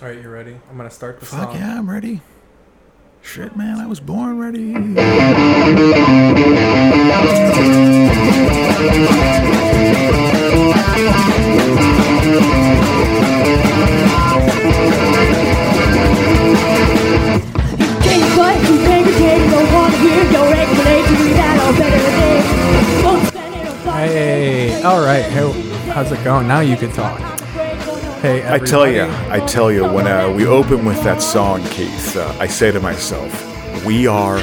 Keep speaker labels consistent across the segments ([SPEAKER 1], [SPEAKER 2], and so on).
[SPEAKER 1] All right, you ready? I'm gonna start the
[SPEAKER 2] Fuck
[SPEAKER 1] song.
[SPEAKER 2] yeah, I'm ready. Shit, man, I was born ready.
[SPEAKER 3] Can't fight, you can't pretend, don't want to hear your regulation, we got all better days. Won't stand in a fight.
[SPEAKER 1] Hey, all right. Hey, how's it going? Now you can talk. Hey, uh,
[SPEAKER 2] I
[SPEAKER 1] everybody.
[SPEAKER 2] tell you, I tell you, when uh, we open with that song, Keith, uh, I say to myself, we are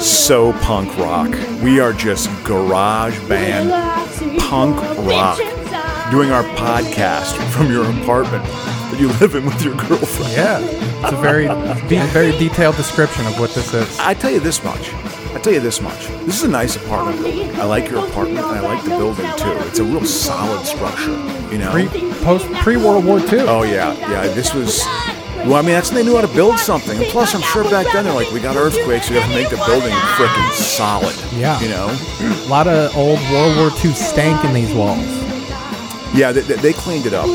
[SPEAKER 2] so punk rock. We are just garage band punk rock doing our podcast from your apartment that you live in with your girlfriend.
[SPEAKER 1] Yeah, it's a very, de- very detailed description of what this is.
[SPEAKER 2] I tell you this much. I tell you this much. This is a nice apartment building. I like your apartment and I like the building too. It's a real solid structure, you know?
[SPEAKER 1] Pre, post, pre World War II.
[SPEAKER 2] Oh yeah, yeah. This was. Well, I mean, that's when they knew how to build something. And plus, I'm sure back then they're like, we got earthquakes, we got to make the building freaking solid.
[SPEAKER 1] Yeah.
[SPEAKER 2] You know.
[SPEAKER 1] A lot of old World War II stank in these walls.
[SPEAKER 2] Yeah, they, they, they cleaned it up.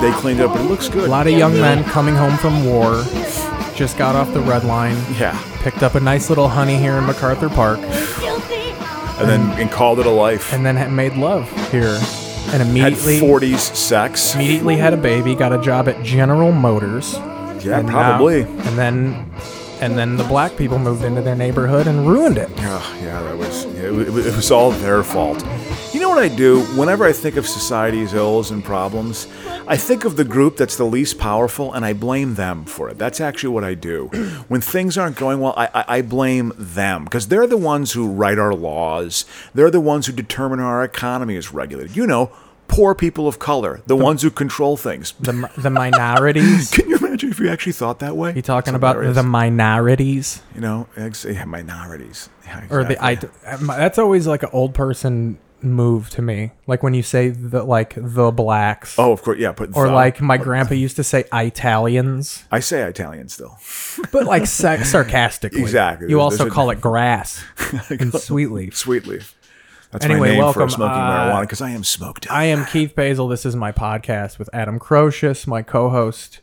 [SPEAKER 2] They cleaned it up, and it looks good.
[SPEAKER 1] A lot of young men coming home from war, just got off the red line,
[SPEAKER 2] Yeah.
[SPEAKER 1] picked up a nice little honey here in MacArthur Park,
[SPEAKER 2] And then and called it a life.
[SPEAKER 1] and then had made love here, and
[SPEAKER 2] Had
[SPEAKER 1] immediately
[SPEAKER 2] 40s sex.
[SPEAKER 1] immediately had a baby, got a job at General Motors.
[SPEAKER 2] Yeah,
[SPEAKER 1] and now-
[SPEAKER 2] probably.
[SPEAKER 1] and then and then the black people moved into their neighborhood and ruined it.
[SPEAKER 2] Yeah, yeah, that was it, was it was all their fault. You know what I do whenever I think of society's ills and problems? I think of the group that's the least powerful, and I blame them for it. That's actually what I do. When things aren't going well, I, I, I blame them because they're the ones who write our laws. They're the ones who determine how our economy is regulated. You know, poor people of color, the ones who control things.
[SPEAKER 1] The mi- the minorities.
[SPEAKER 2] Can you imagine if you actually thought that way?
[SPEAKER 1] You talking about the minorities
[SPEAKER 2] you know ex- yeah, minorities Yeah,
[SPEAKER 1] or the
[SPEAKER 2] exactly.
[SPEAKER 1] I? Uh, That's always like an old person move to me. Like when you say the like the blacks.
[SPEAKER 2] Oh, of course, yeah. Put
[SPEAKER 1] Or
[SPEAKER 2] the-
[SPEAKER 1] like my grandpa used to say Italians,
[SPEAKER 2] I say Italian still.
[SPEAKER 1] but like sa- sarcastically.
[SPEAKER 2] Exactly.
[SPEAKER 1] You
[SPEAKER 2] There's
[SPEAKER 1] also
[SPEAKER 2] a-
[SPEAKER 1] call it grass and sweet leaf.
[SPEAKER 2] Sweet leaf. That's
[SPEAKER 1] Anyway,
[SPEAKER 2] my name
[SPEAKER 1] welcome,
[SPEAKER 2] for smoking
[SPEAKER 1] uh,
[SPEAKER 2] marijuana because I am smoked.
[SPEAKER 1] I am Keith Basil. This is my podcast with Adam Crocius, my co-host.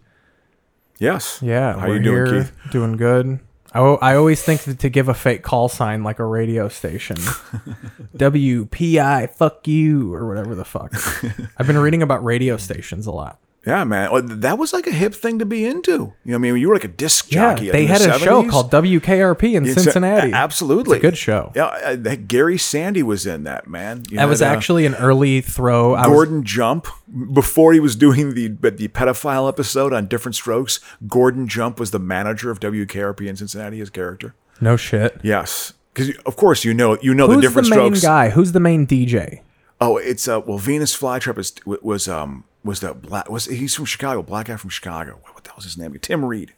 [SPEAKER 2] yes.
[SPEAKER 1] Yeah,
[SPEAKER 2] How
[SPEAKER 1] we're
[SPEAKER 2] you doing,
[SPEAKER 1] here,
[SPEAKER 2] Keith?
[SPEAKER 1] Doing good. I, al- I always think that to give a fake call sign like a radio station, WPI, fuck you, or whatever the fuck. I've been reading about radio stations a lot.
[SPEAKER 2] Yeah, man. Well, th- That was like a hip thing to be into. You know, what I mean, you were like a disc jockey.
[SPEAKER 1] yeah,
[SPEAKER 2] in
[SPEAKER 1] they
[SPEAKER 2] the
[SPEAKER 1] had a show
[SPEAKER 2] 70s.
[SPEAKER 1] called WKRP in
[SPEAKER 2] It's a-
[SPEAKER 1] Cincinnati.
[SPEAKER 2] a- absolutely,
[SPEAKER 1] It's a good show.
[SPEAKER 2] Yeah, uh, that Gary Sandy was in that man. You
[SPEAKER 1] That
[SPEAKER 2] had,
[SPEAKER 1] was
[SPEAKER 2] uh,
[SPEAKER 1] actually an early throw. I was,
[SPEAKER 2] Gordon Jump before he was doing the but the pedophile episode on Different Strokes. Gordon Jump was the manager of WKRP in Cincinnati. His character.
[SPEAKER 1] no shit.
[SPEAKER 2] Yes, because of course you know you know the
[SPEAKER 1] Who's the,
[SPEAKER 2] Different
[SPEAKER 1] main
[SPEAKER 2] Strokes.
[SPEAKER 1] guy? Who's the main DJ?
[SPEAKER 2] Oh, it's uh well Venus Flytrap is was um was the black was he's from Chicago, black guy from Chicago. What, what the hell's his name? Tim Reed.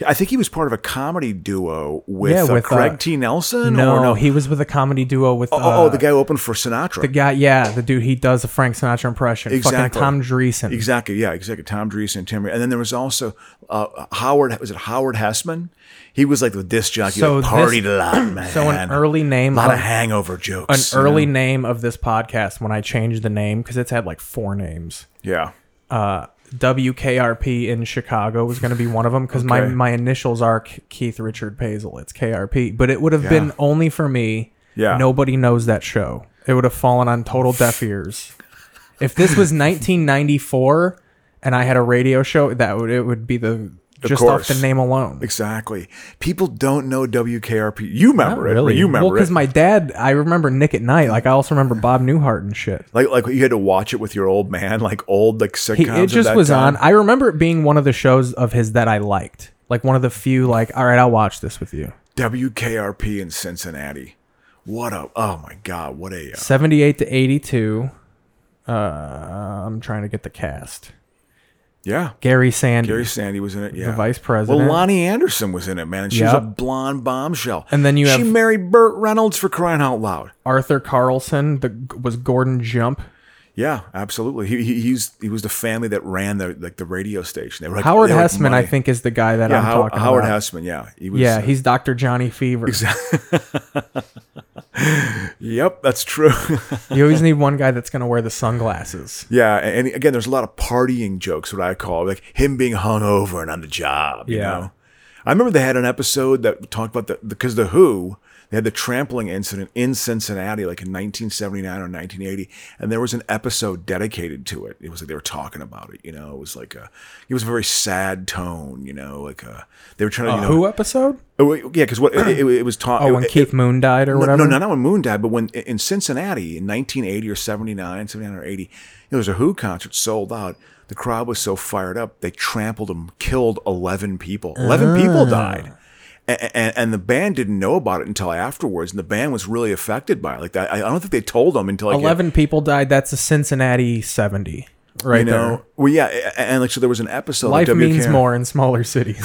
[SPEAKER 2] Yeah, I think he was part of a comedy duo with,
[SPEAKER 1] Yeah,
[SPEAKER 2] uh,
[SPEAKER 1] with,
[SPEAKER 2] Craig
[SPEAKER 1] uh,
[SPEAKER 2] T. Nelson.
[SPEAKER 1] No,
[SPEAKER 2] or no.
[SPEAKER 1] he was with a comedy duo with
[SPEAKER 2] oh, oh,
[SPEAKER 1] uh,
[SPEAKER 2] the guy who opened for Sinatra.
[SPEAKER 1] the guy. Yeah, the dude. He does a Frank Sinatra impression. Fucking
[SPEAKER 2] Exactly.
[SPEAKER 1] Tom Dreesen.
[SPEAKER 2] exactly, yeah, exactly. Tom Dreesen and Tim Reed, and then there was also uh, Howard. Was it Howard Hessman? He was like the disc jockey.
[SPEAKER 1] So
[SPEAKER 2] like,
[SPEAKER 1] this-
[SPEAKER 2] partied a lot, man.
[SPEAKER 1] So an early
[SPEAKER 2] a
[SPEAKER 1] name,
[SPEAKER 2] lot
[SPEAKER 1] of,
[SPEAKER 2] of hangover
[SPEAKER 1] an
[SPEAKER 2] jokes. you know?
[SPEAKER 1] early name of this podcast when I changed the name because it's had like four names.
[SPEAKER 2] yeah.
[SPEAKER 1] Uh, WKRP in Chicago was going to be one of them because my
[SPEAKER 2] Okay.
[SPEAKER 1] my initials are K- Keith Richard Pazel. It's KRP, but it would have been only for me.
[SPEAKER 2] Yeah.
[SPEAKER 1] nobody knows that show. It would have fallen on total deaf ears. If this was 1994 and I had a radio show, that would it would be the just off
[SPEAKER 2] course.
[SPEAKER 1] the name alone.
[SPEAKER 2] Exactly. People don't know WKRP. You
[SPEAKER 1] Not
[SPEAKER 2] remember it.
[SPEAKER 1] really.
[SPEAKER 2] You remember
[SPEAKER 1] well, because
[SPEAKER 2] it.
[SPEAKER 1] my dad, I remember Nick at Night. Like I also remember Bob Newhart and shit.
[SPEAKER 2] like like you had to watch it with your old man, like old like sitcoms.
[SPEAKER 1] He, it
[SPEAKER 2] of
[SPEAKER 1] just
[SPEAKER 2] that
[SPEAKER 1] was on.
[SPEAKER 2] time.
[SPEAKER 1] I remember it being one of the shows of his that I liked. Like one of the few. Like all right, I'll watch this with you.
[SPEAKER 2] WKRP in Cincinnati. What a oh my god, what a uh,
[SPEAKER 1] Seventy-eight to eighty-two. Uh, I'm trying to get the cast.
[SPEAKER 2] yeah.
[SPEAKER 1] Gary Sandy.
[SPEAKER 2] Gary Sandy was in it. Yeah,
[SPEAKER 1] vice president.
[SPEAKER 2] Well, Lonnie Anderson was in it, man, and she was a
[SPEAKER 1] Yep.
[SPEAKER 2] blonde bombshell.
[SPEAKER 1] And then you
[SPEAKER 2] she
[SPEAKER 1] have-
[SPEAKER 2] married Burt Reynolds for crying out loud.
[SPEAKER 1] Arthur Carlson. The was Gordon Jump.
[SPEAKER 2] Yeah, absolutely. He, he he's he was the family that ran the like the radio station. They were like,
[SPEAKER 1] Howard
[SPEAKER 2] they were like
[SPEAKER 1] Hessman, I
[SPEAKER 2] money.
[SPEAKER 1] think, is the guy that
[SPEAKER 2] Yeah,
[SPEAKER 1] I'm
[SPEAKER 2] How-
[SPEAKER 1] talking
[SPEAKER 2] Howard
[SPEAKER 1] about.
[SPEAKER 2] uh, Hessman. Yeah, he was.
[SPEAKER 1] Yeah,
[SPEAKER 2] uh,
[SPEAKER 1] he's Doctor Johnny Fever. Exactly.
[SPEAKER 2] Yep, that's true.
[SPEAKER 1] You always need one guy that's going to wear the sunglasses.
[SPEAKER 2] yeah, and and again, there's a lot of partying jokes, what I call like him being hungover and on the job. You
[SPEAKER 1] Yeah.
[SPEAKER 2] know? I remember they had an episode that talked about the because the Who they had the trampling incident in Cincinnati, like in 1979 or 1980, and there was an episode dedicated to it. It was like they were talking about it. You know, it was like a it was a very sad tone. You know, like a, they were trying to you know,
[SPEAKER 1] Uh, Who episode?
[SPEAKER 2] Oh, wait, yeah, because what it, it, it was taught.
[SPEAKER 1] Oh, when Keith Moon died or
[SPEAKER 2] No,
[SPEAKER 1] whatever.
[SPEAKER 2] no, not when Moon died, but when in Cincinnati in 1980 or 79, 79 or 80, there was a Who concert sold out. The crowd was so fired up, they trampled them, killed 11 people. 11
[SPEAKER 1] Ah.
[SPEAKER 2] people died. And, and, and the band didn't know about it until afterwards, and the band was really affected by it. Like that, I I don't think they told them until like,
[SPEAKER 1] Eleven people died. That's a Cincinnati seventy, right
[SPEAKER 2] you know, well, yeah, a- a- and like so, there was an episode.
[SPEAKER 1] there.
[SPEAKER 2] of
[SPEAKER 1] Life means
[SPEAKER 2] WKRP.
[SPEAKER 1] more in smaller cities.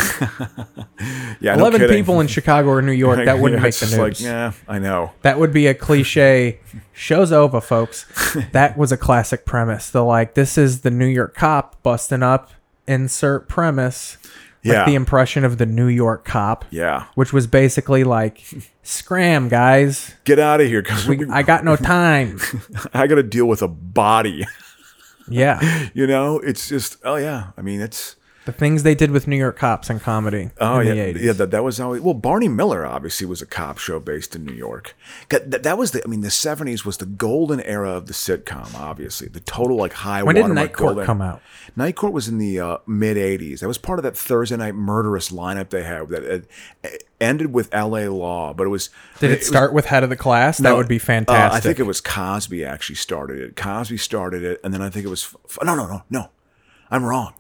[SPEAKER 2] Yeah, no
[SPEAKER 1] Eleven
[SPEAKER 2] kidding.
[SPEAKER 1] people in Chicago or New York that wouldn't
[SPEAKER 2] Yeah,
[SPEAKER 1] make
[SPEAKER 2] it's
[SPEAKER 1] the news.
[SPEAKER 2] just Like, yeah, I know.
[SPEAKER 1] That would be a cliche. Show's over, folks. That was a classic premise. The like, this is the New York cop busting up. Insert premise. Like
[SPEAKER 2] Yeah.
[SPEAKER 1] the impression of the New York cop.
[SPEAKER 2] Yeah.
[SPEAKER 1] Which was basically like, scram, guys.
[SPEAKER 2] Get out of here because
[SPEAKER 1] We, I got no time.
[SPEAKER 2] I got to deal with a body.
[SPEAKER 1] Yeah.
[SPEAKER 2] You know, it's just oh yeah. I mean, it's
[SPEAKER 1] The things they did with New York cops and comedy.
[SPEAKER 2] oh
[SPEAKER 1] in
[SPEAKER 2] yeah,
[SPEAKER 1] The 80s.
[SPEAKER 2] yeah. That, that was always well. Barney Miller obviously was a cop show based in New York. God, That, that was the. I mean, the seventies was the golden era of the sitcom. Obviously, the total like high.
[SPEAKER 1] When did
[SPEAKER 2] watermark
[SPEAKER 1] Night Court
[SPEAKER 2] golden-
[SPEAKER 1] come out?
[SPEAKER 2] Night Court was in the uh, mid eighties. That was part of that Thursday night murderous lineup they had that uh, ended with L.A. Law, but it was
[SPEAKER 1] Did it start with head of the class? that
[SPEAKER 2] No,
[SPEAKER 1] would be
[SPEAKER 2] uh,
[SPEAKER 1] fantastic.
[SPEAKER 2] I think it was Cosby actually started it. Cosby started it, and then I think it was f- no, no, no, no. I'm wrong.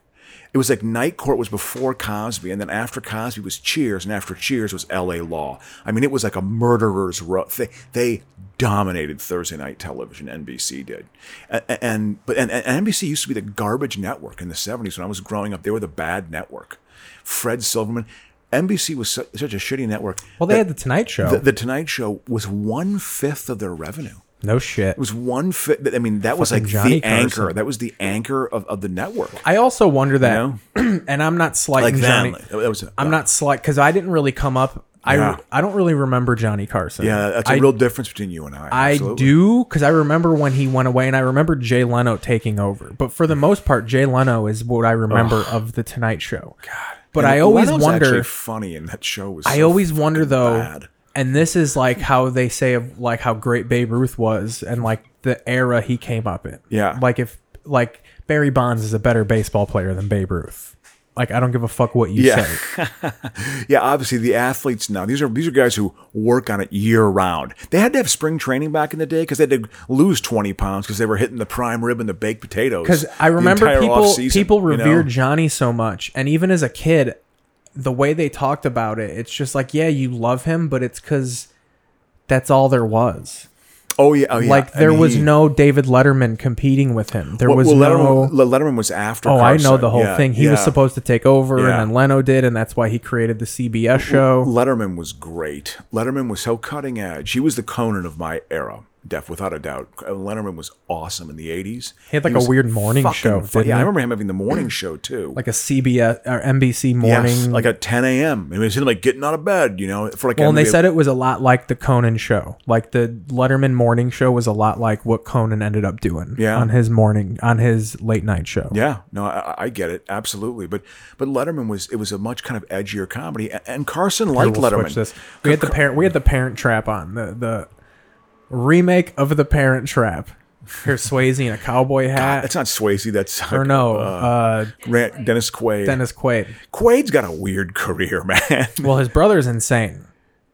[SPEAKER 2] It was like Night Court was before Cosby, and then after Cosby was Cheers, and after Cheers was L.A. Law. I mean, it was like a murderer's row. They, they dominated Thursday night television. NBC did, A- a- and, but and, and NBC used to be the garbage network in the '70s when I was growing up. They were the bad network. Fred Silverman. NBC was su- such a shitty network.
[SPEAKER 1] well, they
[SPEAKER 2] that
[SPEAKER 1] had the Tonight Show.
[SPEAKER 2] the, the Tonight Show was one fifth of their revenue.
[SPEAKER 1] no shit.
[SPEAKER 2] It was one fifth. I mean, that was
[SPEAKER 1] Fucking
[SPEAKER 2] like
[SPEAKER 1] Johnny
[SPEAKER 2] the anchor.
[SPEAKER 1] Carson.
[SPEAKER 2] That was the anchor of, of the network.
[SPEAKER 1] I also wonder that, and I'm not slighting
[SPEAKER 2] Like
[SPEAKER 1] Johnny.
[SPEAKER 2] them. Like, that was-
[SPEAKER 1] I'm not slight because I didn't really come up. I
[SPEAKER 2] Yeah.
[SPEAKER 1] I don't really remember Johnny Carson.
[SPEAKER 2] uh, Yeah, that's a
[SPEAKER 1] I-
[SPEAKER 2] real difference between you and I.
[SPEAKER 1] I
[SPEAKER 2] absolutely.
[SPEAKER 1] do because I remember when he went away, and I remember Jay Leno taking over. But for the most part, Jay Leno is what I remember of the Tonight Show. God, but
[SPEAKER 2] And
[SPEAKER 1] I always
[SPEAKER 2] Leno's
[SPEAKER 1] wonder.
[SPEAKER 2] actually funny, and that show was.
[SPEAKER 1] I
[SPEAKER 2] so
[SPEAKER 1] always wonder
[SPEAKER 2] fucking
[SPEAKER 1] though,
[SPEAKER 2] bad.
[SPEAKER 1] and this is like how they say of like how great Babe Ruth was and like the era he came up in.
[SPEAKER 2] Yeah.
[SPEAKER 1] Like if like Barry Bonds is a better baseball player than Babe Ruth. Like I don't give a fuck what you
[SPEAKER 2] Yeah.
[SPEAKER 1] say.
[SPEAKER 2] Yeah, obviously the athletes now. These are these are guys who work on it year round. They had to have spring training back in the day because they had to lose twenty pounds because they were hitting the prime rib and the baked potatoes.
[SPEAKER 1] Because I
[SPEAKER 2] the
[SPEAKER 1] remember
[SPEAKER 2] entire
[SPEAKER 1] people
[SPEAKER 2] offseason,
[SPEAKER 1] people
[SPEAKER 2] you know?
[SPEAKER 1] revered Johnny so much, and even as a kid, the way they talked about it, it's just like yeah, you love him, but it's because that's all there was.
[SPEAKER 2] Oh yeah, oh, yeah.
[SPEAKER 1] Like
[SPEAKER 2] I
[SPEAKER 1] there
[SPEAKER 2] mean,
[SPEAKER 1] was
[SPEAKER 2] he-
[SPEAKER 1] no David Letterman competing with him. There was no.
[SPEAKER 2] Letterman, Le- Letterman was after.
[SPEAKER 1] Oh, I know
[SPEAKER 2] Carson.
[SPEAKER 1] the whole
[SPEAKER 2] Yeah,
[SPEAKER 1] thing. He was
[SPEAKER 2] yeah.
[SPEAKER 1] supposed to take over,
[SPEAKER 2] Yeah.
[SPEAKER 1] and then Leno did, and that's why he created the CBS show.
[SPEAKER 2] Letterman was great. Letterman was so cutting edge. He was the Conan of my era, def without a doubt. Uh, Letterman was awesome in the eighties.
[SPEAKER 1] He had, like, a weird morning show, didn't
[SPEAKER 2] yeah, I
[SPEAKER 1] he?
[SPEAKER 2] remember him having the morning show too.
[SPEAKER 1] Like a CBS or NBC morning.
[SPEAKER 2] yes, like at ten a.m. It was him like getting out of bed, you know, for like.
[SPEAKER 1] well, and they
[SPEAKER 2] everybody-
[SPEAKER 1] said it was a lot like the Conan show. Like the Letterman morning show was a lot like what Conan ended up doing
[SPEAKER 2] Yeah.
[SPEAKER 1] on his morning, on his late night show.
[SPEAKER 2] Yeah, no, I, I get it absolutely, but but Letterman was it was a much kind of edgier comedy, a- and Carson
[SPEAKER 1] Here,
[SPEAKER 2] liked
[SPEAKER 1] we'll switch
[SPEAKER 2] Letterman.
[SPEAKER 1] this. We had the parent. We had the Parent Trap on the the remake of the Parent Trap. Here's Swayze in a cowboy hat.
[SPEAKER 2] That's not Swayze. That's
[SPEAKER 1] or no, uh,
[SPEAKER 2] Ran- Dennis Quaid.
[SPEAKER 1] Dennis Quaid.
[SPEAKER 2] Quaid's got a weird career, man.
[SPEAKER 1] Well, his brother's insane.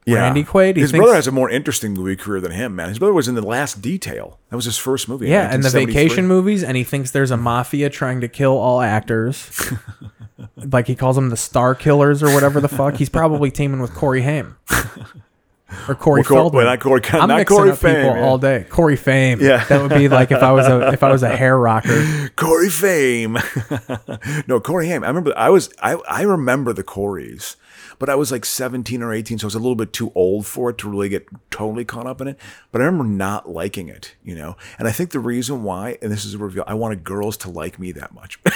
[SPEAKER 2] Yeah.
[SPEAKER 1] Randy Quaid, he
[SPEAKER 2] His
[SPEAKER 1] thinks-
[SPEAKER 2] brother has a more interesting movie career than him, man. His brother was in The Last Detail. That was his first movie. in
[SPEAKER 1] Yeah, and the
[SPEAKER 2] 1973.
[SPEAKER 1] vacation movies, and he thinks there's a mafia trying to kill all actors. like he calls them the Star Killers or whatever the fuck. He's probably teaming with Corey Haim or Corey
[SPEAKER 2] Well, Cor-
[SPEAKER 1] Feldman.
[SPEAKER 2] well, not Corey-
[SPEAKER 1] I'm
[SPEAKER 2] not
[SPEAKER 1] mixing
[SPEAKER 2] Corey
[SPEAKER 1] up
[SPEAKER 2] Fame,
[SPEAKER 1] people
[SPEAKER 2] yeah.
[SPEAKER 1] all day. Corey Fame.
[SPEAKER 2] Yeah.
[SPEAKER 1] that would be like if I was a if I was a hair rocker.
[SPEAKER 2] Corey Fame. no, Corey Haim. I remember. I was. I I remember the Coreys, but I was like 17 or 18, so I was a little bit too old for it to really get totally caught up in it. But I remember not liking it, you know. And I think the reason why, and this is a reveal, I wanted girls to like me that much.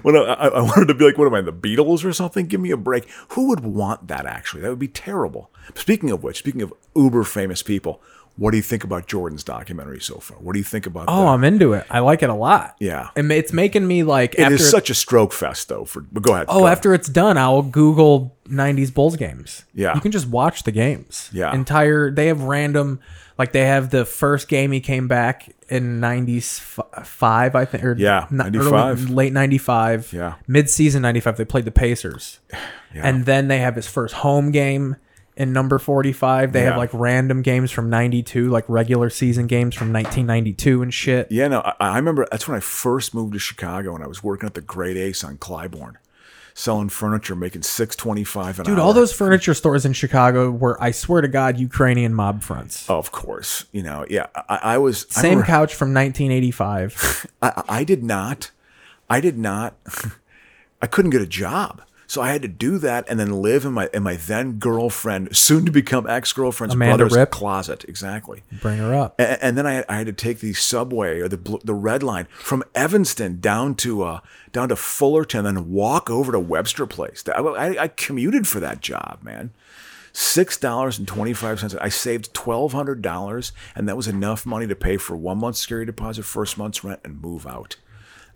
[SPEAKER 2] When I, I I wanted to be like, what am I, the Beatles or something? Give me a break. Who would want that, actually? That would be terrible. Speaking of which, speaking of uber famous people, what do you think about Jordan's documentary so far? What do you think about
[SPEAKER 1] Oh, I'm into it. I like it a lot.
[SPEAKER 2] Yeah.
[SPEAKER 1] And it's making me like
[SPEAKER 2] It
[SPEAKER 1] after
[SPEAKER 2] is such a stroke fest, though. For but go ahead.
[SPEAKER 1] Oh,
[SPEAKER 2] go
[SPEAKER 1] after it's done, I'll Google '90s Bulls games.
[SPEAKER 2] Yeah.
[SPEAKER 1] you can just watch the games.
[SPEAKER 2] Yeah.
[SPEAKER 1] entire they have random, like they have the first game he came back in '95, I think, or
[SPEAKER 2] Yeah,
[SPEAKER 1] n- early-
[SPEAKER 2] 95.
[SPEAKER 1] late '95,
[SPEAKER 2] Yeah.
[SPEAKER 1] mid-season '95. They played the Pacers, and then they have his first home game in number 45. They
[SPEAKER 2] Yeah.
[SPEAKER 1] have like random games from '92, like regular season games from 1992 and shit.
[SPEAKER 2] Yeah, no, I, I remember that's when I first moved to Chicago and I was working at the Great Ace on Clybourne, selling furniture, making six twenty five an hour.
[SPEAKER 1] Dude, all those furniture stores in Chicago were, I swear to God, Ukrainian mob fronts.
[SPEAKER 2] Of course, you know, yeah. I, I was I
[SPEAKER 1] Same
[SPEAKER 2] remember-
[SPEAKER 1] couch from 1985.
[SPEAKER 2] I, I did not. I did not. I couldn't get a job, so I had to do that and then live in my in my then girlfriend, soon to become ex girlfriend's
[SPEAKER 1] Amanda
[SPEAKER 2] brother's
[SPEAKER 1] Ripp?
[SPEAKER 2] closet. Exactly.
[SPEAKER 1] Bring her up.
[SPEAKER 2] and, and then I, I had to take the subway or the bl- the red line from Evanston down to uh, down to Fullerton, then walk over to Webster Place. That- I, I- I commuted for that job, man. Six dollars and twenty five cents. I saved twelve hundred dollars, and that was enough money to pay for one month's security deposit, first month's rent, and move out.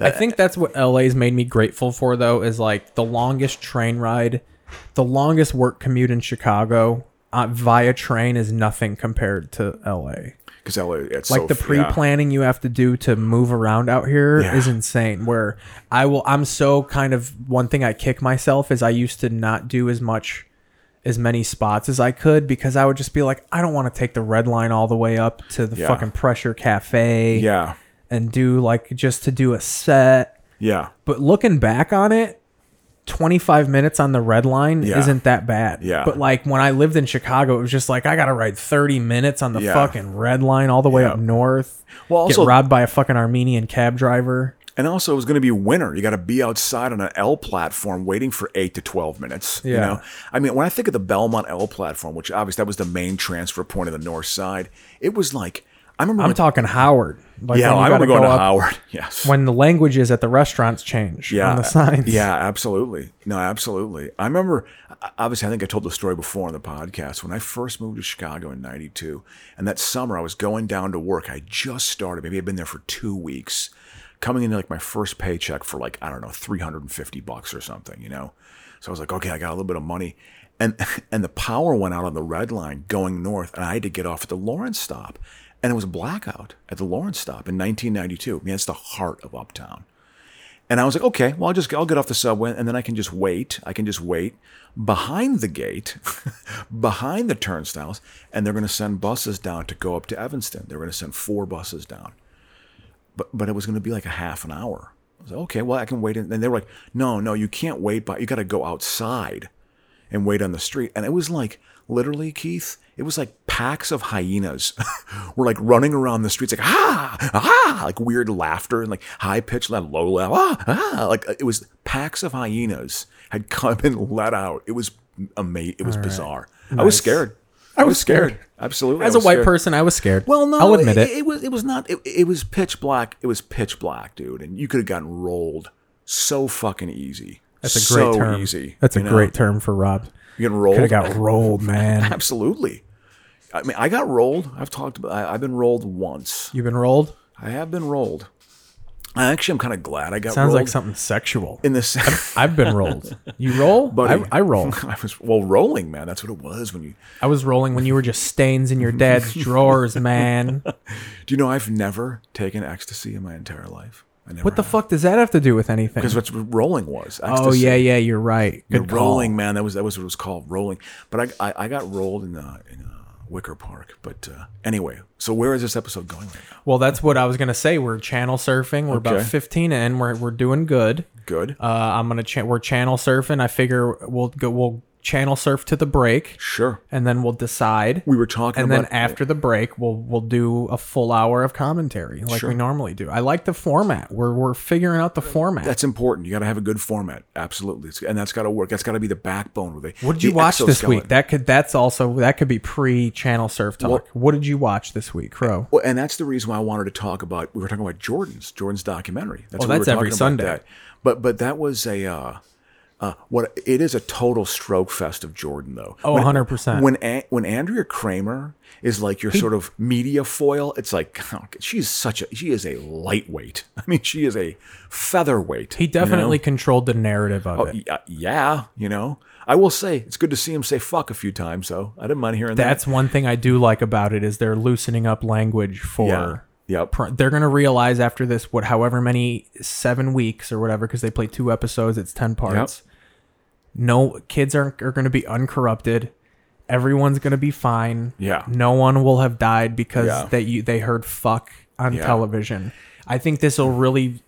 [SPEAKER 1] I think that's what LA's made me grateful for though is like the longest train ride, the longest work commute in Chicago uh, via train is nothing compared to LA.
[SPEAKER 2] Because LA, it's
[SPEAKER 1] Like
[SPEAKER 2] so-
[SPEAKER 1] the
[SPEAKER 2] yeah.
[SPEAKER 1] pre-planning you have to do to move around out here is
[SPEAKER 2] Yeah.
[SPEAKER 1] insane where I will I'm so kind of one thing I kick myself is I used to not do as much as many spots as I could because I would just be like I don't want to take the red line all the way up to the
[SPEAKER 2] Yeah.
[SPEAKER 1] fucking pressure cafe.
[SPEAKER 2] Yeah,
[SPEAKER 1] and do like just to do a set.
[SPEAKER 2] yeah,
[SPEAKER 1] But looking back on it, 25 minutes on the red line
[SPEAKER 2] Yeah.
[SPEAKER 1] isn't that bad.
[SPEAKER 2] Yeah.
[SPEAKER 1] But like when I lived in Chicago, it was just like I got to ride 30 minutes on the
[SPEAKER 2] Yeah.
[SPEAKER 1] fucking red line all the way
[SPEAKER 2] Yeah.
[SPEAKER 1] up north.
[SPEAKER 2] Well, also-
[SPEAKER 1] get robbed by a fucking Armenian cab driver.
[SPEAKER 2] and also it was going to be winter. You got to be outside on an L platform waiting for eight to twelve minutes. You
[SPEAKER 1] Yeah.
[SPEAKER 2] know, I mean, when I think of the Belmont L platform, which obviously that was the main transfer point of the north side, it was like I remember.
[SPEAKER 1] I'm
[SPEAKER 2] when-
[SPEAKER 1] talking Howard. Like
[SPEAKER 2] yeah,
[SPEAKER 1] when you
[SPEAKER 2] I
[SPEAKER 1] gotta
[SPEAKER 2] remember going
[SPEAKER 1] go
[SPEAKER 2] to
[SPEAKER 1] up-
[SPEAKER 2] Howard. Yes.
[SPEAKER 1] When the languages at the restaurants change
[SPEAKER 2] yeah,
[SPEAKER 1] on the signs.
[SPEAKER 2] Yeah, absolutely. No, absolutely. I remember, I- obviously, I think I told the story before on the podcast. When I first moved to Chicago in 92, and that summer I was going down to work. I just started, maybe I'd been there for two weeks, coming into like my first paycheck for like, I don't know, 350 bucks or something, you know? So I was like, okay, I got a little bit of money. And, and the power went out on the red line going north, and I had to get off at the Lawrence stop. And it was a blackout at the Lawrence stop in 1992. I mean, that's the heart of Uptown. And I was like, okay, well, I'll just I'll get off the subway and then I can just wait. I can just wait behind the gate, behind the turnstiles, and they're going to send buses down to go up to Evanston. They're going to send four buses down, but but it was going to be like a half an hour. I was like, okay, well, I can wait. And they were like, no, no, you can't wait, but you got to go outside and wait on the street. And it was like literally, Keith, it was like packs of hyenas were like running around the streets, like ah ah, like weird laughter and like high pitched, low laugh, ah ah, like it was packs of hyenas had come and let out. It was amazing. It was bizarre. I was scared. I was scared. Absolutely. I
[SPEAKER 1] As a
[SPEAKER 2] was
[SPEAKER 1] white
[SPEAKER 2] scared.
[SPEAKER 1] person, I was scared.
[SPEAKER 2] Well, no,
[SPEAKER 1] I'll admit it.
[SPEAKER 2] It was it was not. It, it was pitch black. It was pitch black, dude, and you could have gotten rolled so fucking easy.
[SPEAKER 1] That's a
[SPEAKER 2] so
[SPEAKER 1] great term.
[SPEAKER 2] Easy.
[SPEAKER 1] That's a
[SPEAKER 2] you know?
[SPEAKER 1] great term for Rob.
[SPEAKER 2] You get rolled.
[SPEAKER 1] Could have got rolled, man.
[SPEAKER 2] Absolutely. I mean, I got rolled. I've talked about. I, I've been rolled once.
[SPEAKER 1] You've been rolled.
[SPEAKER 2] I have been rolled. I actually, I'm kind of glad I got
[SPEAKER 1] Sounds
[SPEAKER 2] rolled
[SPEAKER 1] like something sexual.
[SPEAKER 2] in this.
[SPEAKER 1] I've been rolled. You roll?
[SPEAKER 2] Buddy.
[SPEAKER 1] I, I roll.
[SPEAKER 2] I was well rolling, man. That's what it was when you.
[SPEAKER 1] I was rolling when you were just stains in your dad's drawers, man.
[SPEAKER 2] Do you know I've never taken ecstasy in my entire life? I never.
[SPEAKER 1] What the fuck does that have to do with anything?
[SPEAKER 2] Because what rolling was.
[SPEAKER 1] Oh
[SPEAKER 2] ecstasy.
[SPEAKER 1] yeah, yeah, you're right.
[SPEAKER 2] You're
[SPEAKER 1] Good call.
[SPEAKER 2] rolling, man. That was that was what it was called, rolling. But I I, I got rolled in uh, in uh, Wicker Park. But uh, anyway, so where is this episode going right now?
[SPEAKER 1] Well, that's what I was gonna say. We're channel surfing. We're about
[SPEAKER 2] Okay.
[SPEAKER 1] 15 in. We're we're doing good.
[SPEAKER 2] Good.
[SPEAKER 1] Uh, I'm gonna cha- we're channel surfing. I figure we'll go we'll channel surf to the break,
[SPEAKER 2] sure.
[SPEAKER 1] and then we'll decide.
[SPEAKER 2] We were talking
[SPEAKER 1] and
[SPEAKER 2] about
[SPEAKER 1] then after the break, we'll we'll do a full hour of commentary like
[SPEAKER 2] Sure.
[SPEAKER 1] we normally do. I like the format. We're we're figuring out the format.
[SPEAKER 2] That's important. You got to have a good format. Absolutely. It's, and that's got to work. That's got to be the backbone of it.
[SPEAKER 1] What did you
[SPEAKER 2] The
[SPEAKER 1] watch this
[SPEAKER 2] exoskeleton.
[SPEAKER 1] week? That could that's also that could be pre channel surf talk.
[SPEAKER 2] Well-
[SPEAKER 1] what did you watch this week, Crow?
[SPEAKER 2] Well, and that's the reason why I wanted to talk about. We were talking about Jordan's Jordan's documentary. That's
[SPEAKER 1] Oh,
[SPEAKER 2] what we
[SPEAKER 1] that's
[SPEAKER 2] were
[SPEAKER 1] every
[SPEAKER 2] talking
[SPEAKER 1] Sunday.
[SPEAKER 2] about that. But but that was a uh, uh, what it is a total stroke fest of Jordan though.
[SPEAKER 1] Oh, 100%.
[SPEAKER 2] When a- when Andrea Kramer is like your sort of media foil, it's like she's such a she is a lightweight. I mean, she is a featherweight.
[SPEAKER 1] He
[SPEAKER 2] you know? Oh,
[SPEAKER 1] definitely controlled the narrative of it.
[SPEAKER 2] Y- uh, yeah, you know. I will say it's good to see him say fuck a few times though. I didn't mind hearing
[SPEAKER 1] That's
[SPEAKER 2] that.
[SPEAKER 1] one thing I do like about it is they're loosening up language for.
[SPEAKER 2] yeah. Yep.
[SPEAKER 1] pr- They're gonna realize after this what however many seven weeks or whatever because they play two episodes. It's ten parts. No kids are are gonna be uncorrupted. Everyone's gonna be fine.
[SPEAKER 2] Yeah.
[SPEAKER 1] No one will have died because
[SPEAKER 2] Yeah.
[SPEAKER 1] they you, they heard fuck on
[SPEAKER 2] Yeah.
[SPEAKER 1] television. I think this will really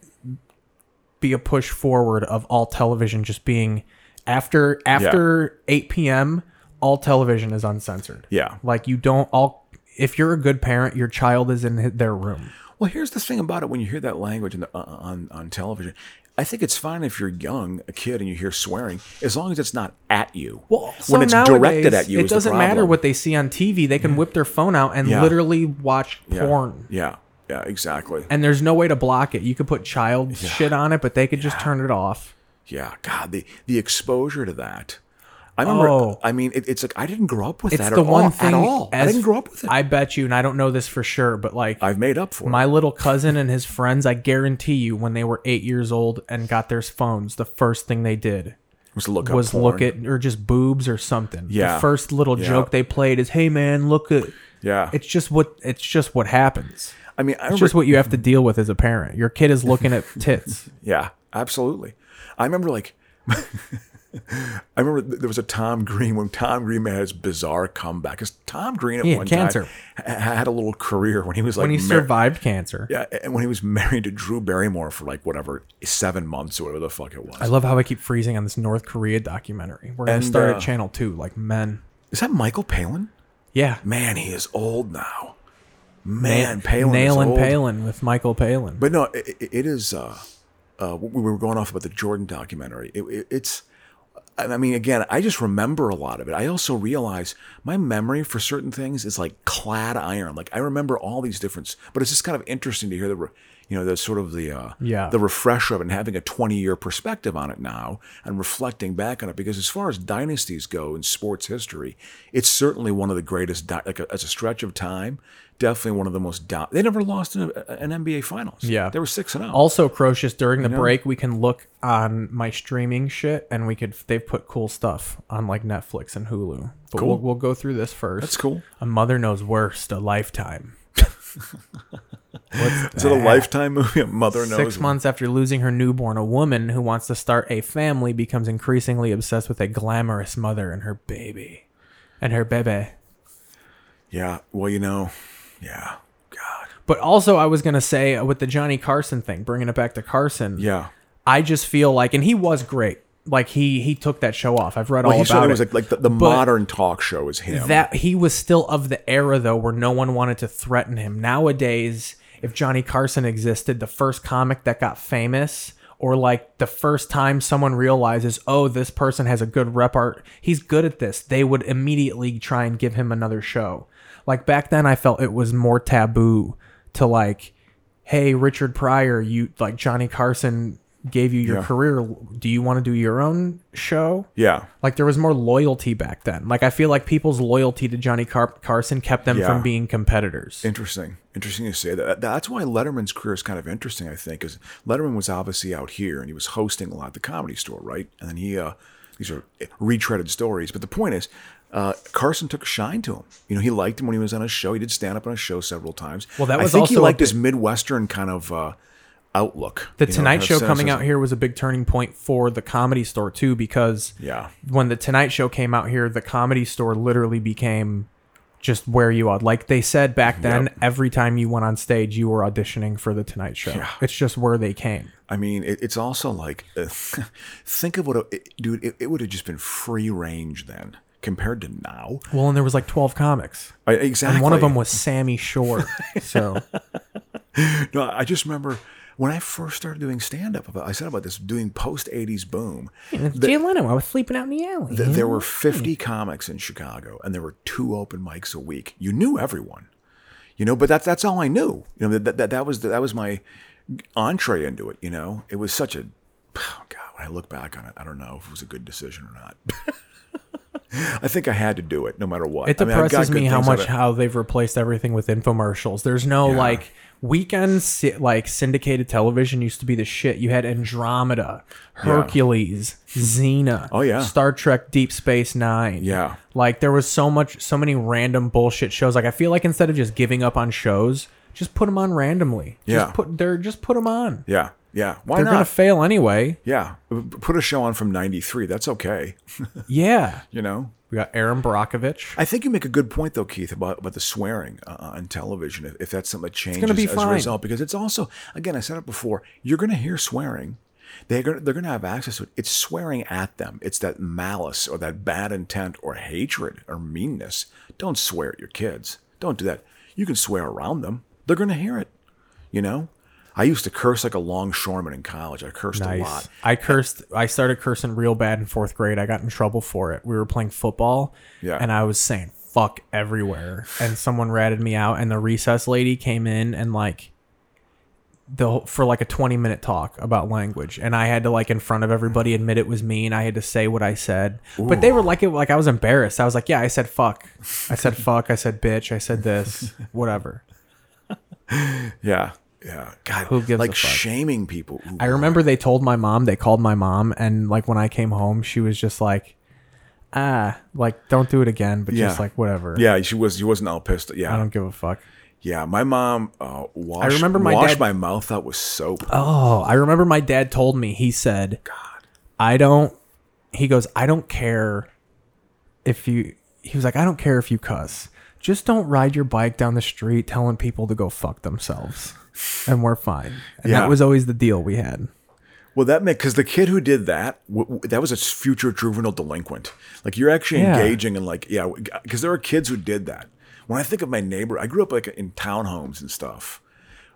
[SPEAKER 1] be a push forward of all television just being after after 8 p.m. all television is uncensored.
[SPEAKER 2] Yeah.
[SPEAKER 1] Like you don't all if you're a good parent, your child is in hi- their room.
[SPEAKER 2] Well, here's the thing about it: when you hear that language in the, uh, on on television, I think it's fine if you're young, a kid, and you hear swearing, as long as it's not at you.
[SPEAKER 1] so
[SPEAKER 2] when it's directed
[SPEAKER 1] nowadays,
[SPEAKER 2] at you,
[SPEAKER 1] it
[SPEAKER 2] is the
[SPEAKER 1] doesn't matter
[SPEAKER 2] problem.
[SPEAKER 1] what they see on TV. They can whip their phone out and
[SPEAKER 2] Yeah.
[SPEAKER 1] literally watch
[SPEAKER 2] yeah.
[SPEAKER 1] porn.
[SPEAKER 2] Yeah, yeah, exactly.
[SPEAKER 1] And there's no way to block it. You could put child shit on it, but they could just turn it off.
[SPEAKER 2] yeah, God, the the exposure to that. I remember.
[SPEAKER 1] Oh.
[SPEAKER 2] I mean, it, it's like I didn't grow up with
[SPEAKER 1] It's
[SPEAKER 2] that
[SPEAKER 1] the
[SPEAKER 2] at,
[SPEAKER 1] one
[SPEAKER 2] all,
[SPEAKER 1] thing
[SPEAKER 2] at all. I
[SPEAKER 1] as-
[SPEAKER 2] didn't grow up with it. I,
[SPEAKER 1] I bet you, and I don't know this for sure, but like
[SPEAKER 2] have made up for
[SPEAKER 1] My
[SPEAKER 2] it.
[SPEAKER 1] little cousin and his friends, I guarantee you, when they were eight years old and got their phones, the first thing they did
[SPEAKER 2] Was look up
[SPEAKER 1] was
[SPEAKER 2] porn.
[SPEAKER 1] look at or just boobs or something.
[SPEAKER 2] Yeah.
[SPEAKER 1] The first little
[SPEAKER 2] Yeah.
[SPEAKER 1] joke they played is, "Hey man, look at."
[SPEAKER 2] Yeah,
[SPEAKER 1] It's just what it's just what happens.
[SPEAKER 2] I mean, I
[SPEAKER 1] It's
[SPEAKER 2] remember
[SPEAKER 1] just what you have to deal with as a parent. Your kid is looking at tits.
[SPEAKER 2] Yeah, absolutely. I remember like I remember th- there was a Tom Green when Tom Green made his bizarre comeback. Because Tom Green at
[SPEAKER 1] Yeah,
[SPEAKER 2] one
[SPEAKER 1] cancer.
[SPEAKER 2] time ha- had a little career when he was like
[SPEAKER 1] When he
[SPEAKER 2] mar-
[SPEAKER 1] survived cancer,
[SPEAKER 2] yeah, and when he was married to Drew Barrymore for like whatever seven months or whatever the fuck it was.
[SPEAKER 1] I love how I keep freezing on this North Korea documentary. We're gonna
[SPEAKER 2] And,
[SPEAKER 1] start
[SPEAKER 2] uh,
[SPEAKER 1] at Channel Two, like men.
[SPEAKER 2] is that Michael Palin?
[SPEAKER 1] Yeah,
[SPEAKER 2] Man, he is old now. Man, Palin is
[SPEAKER 1] nailing
[SPEAKER 2] old.
[SPEAKER 1] Palin with Michael Palin.
[SPEAKER 2] But no, it, it- it is. Uh, uh, we were going off about the Jordan documentary. It, it, it's. I mean, again, I just remember a lot of it. I also realize my memory for certain things is like clad iron. Like I remember all these different, but it's just kind of interesting to hear the, re- you know, the sort of the uh,
[SPEAKER 1] Yeah.
[SPEAKER 2] the refresher of it and having a twenty year perspective on it now and reflecting back on it. Because as far as dynasties go in sports history, it's certainly one of the greatest. Di- like a, as a stretch of time, definitely one of the most. Di- they never lost in a, an NBA Finals.
[SPEAKER 1] Yeah.
[SPEAKER 2] they were six and oh. zero.
[SPEAKER 1] Also, Crocious, during the break, we can look on my streaming shit, and we could they've put cool stuff on like Netflix and Hulu. But
[SPEAKER 2] Cool.
[SPEAKER 1] we'll, we'll go through this first.
[SPEAKER 2] That's cool.
[SPEAKER 1] A mother knows worst. A lifetime. What's
[SPEAKER 2] Is it a lifetime movie? A mother knows.
[SPEAKER 1] Six months after losing her newborn, a woman who wants to start a family becomes increasingly obsessed with a glamorous mother and her baby, and her bebe.
[SPEAKER 2] Yeah. Well, you know. Yeah. God.
[SPEAKER 1] But also, I was gonna say uh, with the Johnny Carson thing, bringing it back to Carson.
[SPEAKER 2] Yeah.
[SPEAKER 1] I just feel like, and he was great. Like he he took that show off. I've read
[SPEAKER 2] Well,
[SPEAKER 1] all
[SPEAKER 2] he
[SPEAKER 1] about
[SPEAKER 2] certainly
[SPEAKER 1] it.
[SPEAKER 2] was like, like the, the
[SPEAKER 1] But
[SPEAKER 2] modern talk show is him.
[SPEAKER 1] that he was still of the era though, where no one wanted to threaten him. Nowadays, if Johnny Carson existed, the first comic that got famous, or like the first time someone realizes, oh, this person has a good rep art, he's good at this, they would immediately try and give him another show. Like back then, I felt it was more taboo to like hey richard pryor you like johnny carson gave you your
[SPEAKER 2] Yeah.
[SPEAKER 1] career do you want to do your own show
[SPEAKER 2] yeah.
[SPEAKER 1] like there was more loyalty back then like i feel like people's loyalty to johnny Car- carson kept them
[SPEAKER 2] Yeah.
[SPEAKER 1] from being competitors
[SPEAKER 2] Interesting. Interesting you say that. That's why Letterman's career is kind of interesting, I think, because Letterman was obviously out here and he was hosting a lot at the comedy store, right? And then he, uh, these are retreaded stories. But the point is, uh, Carson took a shine to him. You know, he liked him when he was on his show. He did stand up on his show several times.
[SPEAKER 1] Well, that
[SPEAKER 2] I
[SPEAKER 1] was
[SPEAKER 2] think he
[SPEAKER 1] also a
[SPEAKER 2] liked
[SPEAKER 1] big-
[SPEAKER 2] his Midwestern kind of uh, outlook.
[SPEAKER 1] the
[SPEAKER 2] you know,
[SPEAKER 1] tonight
[SPEAKER 2] kind of
[SPEAKER 1] show coming
[SPEAKER 2] cynicism.
[SPEAKER 1] out here was a big turning point for the comedy store too because
[SPEAKER 2] Yeah.
[SPEAKER 1] when the Tonight Show came out here, the comedy store literally became just where you are. Like they said back then,
[SPEAKER 2] Yep.
[SPEAKER 1] every time you went on stage, you were auditioning for the Tonight Show. It's just where they came.
[SPEAKER 2] I mean, it, it's also like, uh, think of what, a, it, dude, it, it would have just been free range then compared to now.
[SPEAKER 1] Well, and there was like 12 comics.
[SPEAKER 2] I, exactly.
[SPEAKER 1] And one of them was Sammy Shore. So
[SPEAKER 2] No, I just remember when I first started doing stand up, I said about this doing post 80s boom.
[SPEAKER 1] Jay Leno, I was sleeping out in the alley.
[SPEAKER 2] Th- there were
[SPEAKER 1] Mm-hmm.
[SPEAKER 2] 50 comics in Chicago and there were two open mics a week. You knew everyone. You know, but that's that's all I knew. You know, that that, that was that was my entree into it, you know. It was such a oh God, when I look back on it, I don't know if it was a good decision or not. I think I had to do it no matter what.
[SPEAKER 1] It
[SPEAKER 2] I mean, I've got
[SPEAKER 1] depresses
[SPEAKER 2] good
[SPEAKER 1] me how
[SPEAKER 2] things out
[SPEAKER 1] much
[SPEAKER 2] of it.
[SPEAKER 1] how they've replaced everything with infomercials. There's no
[SPEAKER 2] Yeah.
[SPEAKER 1] like weekend si- like syndicated television used to be the shit. You had Andromeda, Hercules, Xena,
[SPEAKER 2] Oh, yeah.
[SPEAKER 1] Star Trek Deep Space 9.
[SPEAKER 2] Yeah.
[SPEAKER 1] Like there was so much so many random bullshit shows. Like I feel like instead of just giving up on shows, just put them on randomly.
[SPEAKER 2] Yeah.
[SPEAKER 1] Just put they're just put them on.
[SPEAKER 2] Yeah, yeah. Why
[SPEAKER 1] They're
[SPEAKER 2] not?
[SPEAKER 1] going to fail anyway.
[SPEAKER 2] yeah, put a show on from '93. That's okay.
[SPEAKER 1] Yeah.
[SPEAKER 2] You know,
[SPEAKER 1] We got Aaron Brockovich.
[SPEAKER 2] I think you make a good point though, Keith, about, about the swearing uh, on television. If, if that's something that changes
[SPEAKER 1] gonna be
[SPEAKER 2] as
[SPEAKER 1] fine.
[SPEAKER 2] a result, because it's also again, I said it before, you're going to hear swearing. They're going, to, they're going to have access to it. It's swearing at them. It's that malice or that bad intent or hatred or meanness. Don't swear at your kids. Don't do that. You can swear around them. They're going to hear it. You know, I used to curse like a longshoreman in college. I cursed a lot.
[SPEAKER 1] Nice. I cursed. I started cursing real bad in fourth grade. I got in trouble for it. We were playing football,
[SPEAKER 2] Yeah.
[SPEAKER 1] and I was saying "fuck" everywhere, and someone ratted me out. And the recess lady came in and like the whole- for like a twenty minute talk about language, and I had to like in front of everybody admit it was me, and I had to say what I said. But they were like it like I was embarrassed. I was like, yeah, I said "fuck," I said "fuck," I said "bitch," I said this, whatever.
[SPEAKER 2] Yeah, yeah. God,
[SPEAKER 1] Who gives
[SPEAKER 2] like
[SPEAKER 1] a fuck?
[SPEAKER 2] shaming people. Ooh,
[SPEAKER 1] I remember they told my mom, they called my mom, and like when I came home, she was just like, ah, like don't do it again, but
[SPEAKER 2] Yeah.
[SPEAKER 1] just like whatever.
[SPEAKER 2] Yeah, she was. She wasn't all pissed. Yeah,
[SPEAKER 1] I don't give a fuck.
[SPEAKER 2] Yeah, my mom uh, washed.
[SPEAKER 1] remember my
[SPEAKER 2] washed
[SPEAKER 1] dad-
[SPEAKER 2] my mouth out with soap.
[SPEAKER 1] Oh, I remember my dad told me, he said, I don't, he goes, I don't care if you, he was like, I don't care if you cuss. Just don't ride your bike down the street telling people to go fuck themselves and we're fine. And
[SPEAKER 2] Yeah.
[SPEAKER 1] that was always the deal we had.
[SPEAKER 2] Well, that meant because the kid who did that, w- w- that was a future juvenile delinquint. Like you're actually
[SPEAKER 1] Yeah.
[SPEAKER 2] engaging in like yeah, because there are kids who did that. When I think of my neighbor, I grew up like in townhomes and stuff.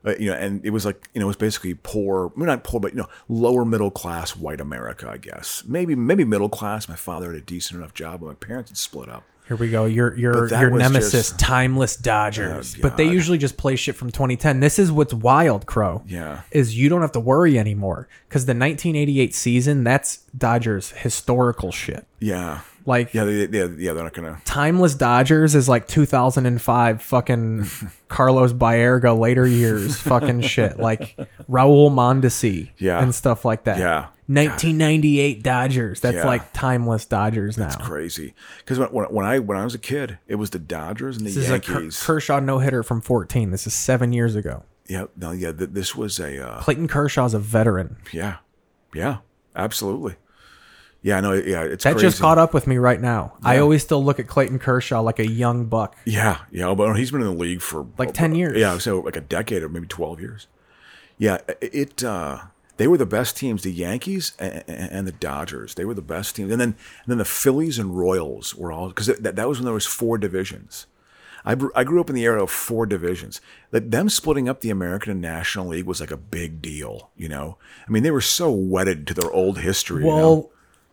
[SPEAKER 2] Uh, you know, and it was like you know, it was basically poor. Well, not poor, but you know, lower middle class white America, I guess. Maybe maybe middle class. My father had a decent enough job, but my parents had split up.
[SPEAKER 1] Here we go. Your your
[SPEAKER 2] But that
[SPEAKER 1] your
[SPEAKER 2] was
[SPEAKER 1] nemesis,
[SPEAKER 2] just-
[SPEAKER 1] timeless Dodgers.
[SPEAKER 2] Oh,
[SPEAKER 1] but they
[SPEAKER 2] God.
[SPEAKER 1] usually just play shit from 2010. This is what's wild, Crow.
[SPEAKER 2] Yeah.
[SPEAKER 1] Is you don't have to worry anymore cuz the 1988 season, that's Dodgers historical shit.
[SPEAKER 2] Yeah,
[SPEAKER 1] Like
[SPEAKER 2] yeah, they, they, yeah. They're not gonna.
[SPEAKER 1] timeless Dodgers is like 2005 fucking Carlos Baerga later years fucking shit. Like Raul Mondesi
[SPEAKER 2] Yeah.
[SPEAKER 1] and stuff like that.
[SPEAKER 2] Yeah.
[SPEAKER 1] 1998 Dodgers. That's
[SPEAKER 2] Yeah.
[SPEAKER 1] like timeless Dodgers now.
[SPEAKER 2] crazy. Because when, when, when I when I was a kid, it was the Dodgers and the
[SPEAKER 1] This is a Ker-
[SPEAKER 2] Yankees.
[SPEAKER 1] Kershaw no hitter from 14. This is seven years ago.
[SPEAKER 2] yeah, no, yeah. Th- this was a uh,
[SPEAKER 1] Clayton Kershaw's a veteran.
[SPEAKER 2] yeah, yeah, absolutely. Yeah, no, yeah. It's
[SPEAKER 1] That
[SPEAKER 2] crazy.
[SPEAKER 1] just caught up with me right now. I always still look at Clayton Kershaw like a young buck.
[SPEAKER 2] Yeah, yeah, but he's been in the league for
[SPEAKER 1] Like 10 years.
[SPEAKER 2] Yeah, so like a decade or maybe twelve years. Yeah, i- it. Uh, they were the best teams, the Yankees and, and the Dodgers. They were the best teams, and then and then the Phillies and Royals were all because that, that was when there was four divisions. I, br- I grew up in the era of four divisions. That them splitting up the American and National League was like a big deal. You know, I mean, they were so wedded to their old history. you know?
[SPEAKER 1] Well-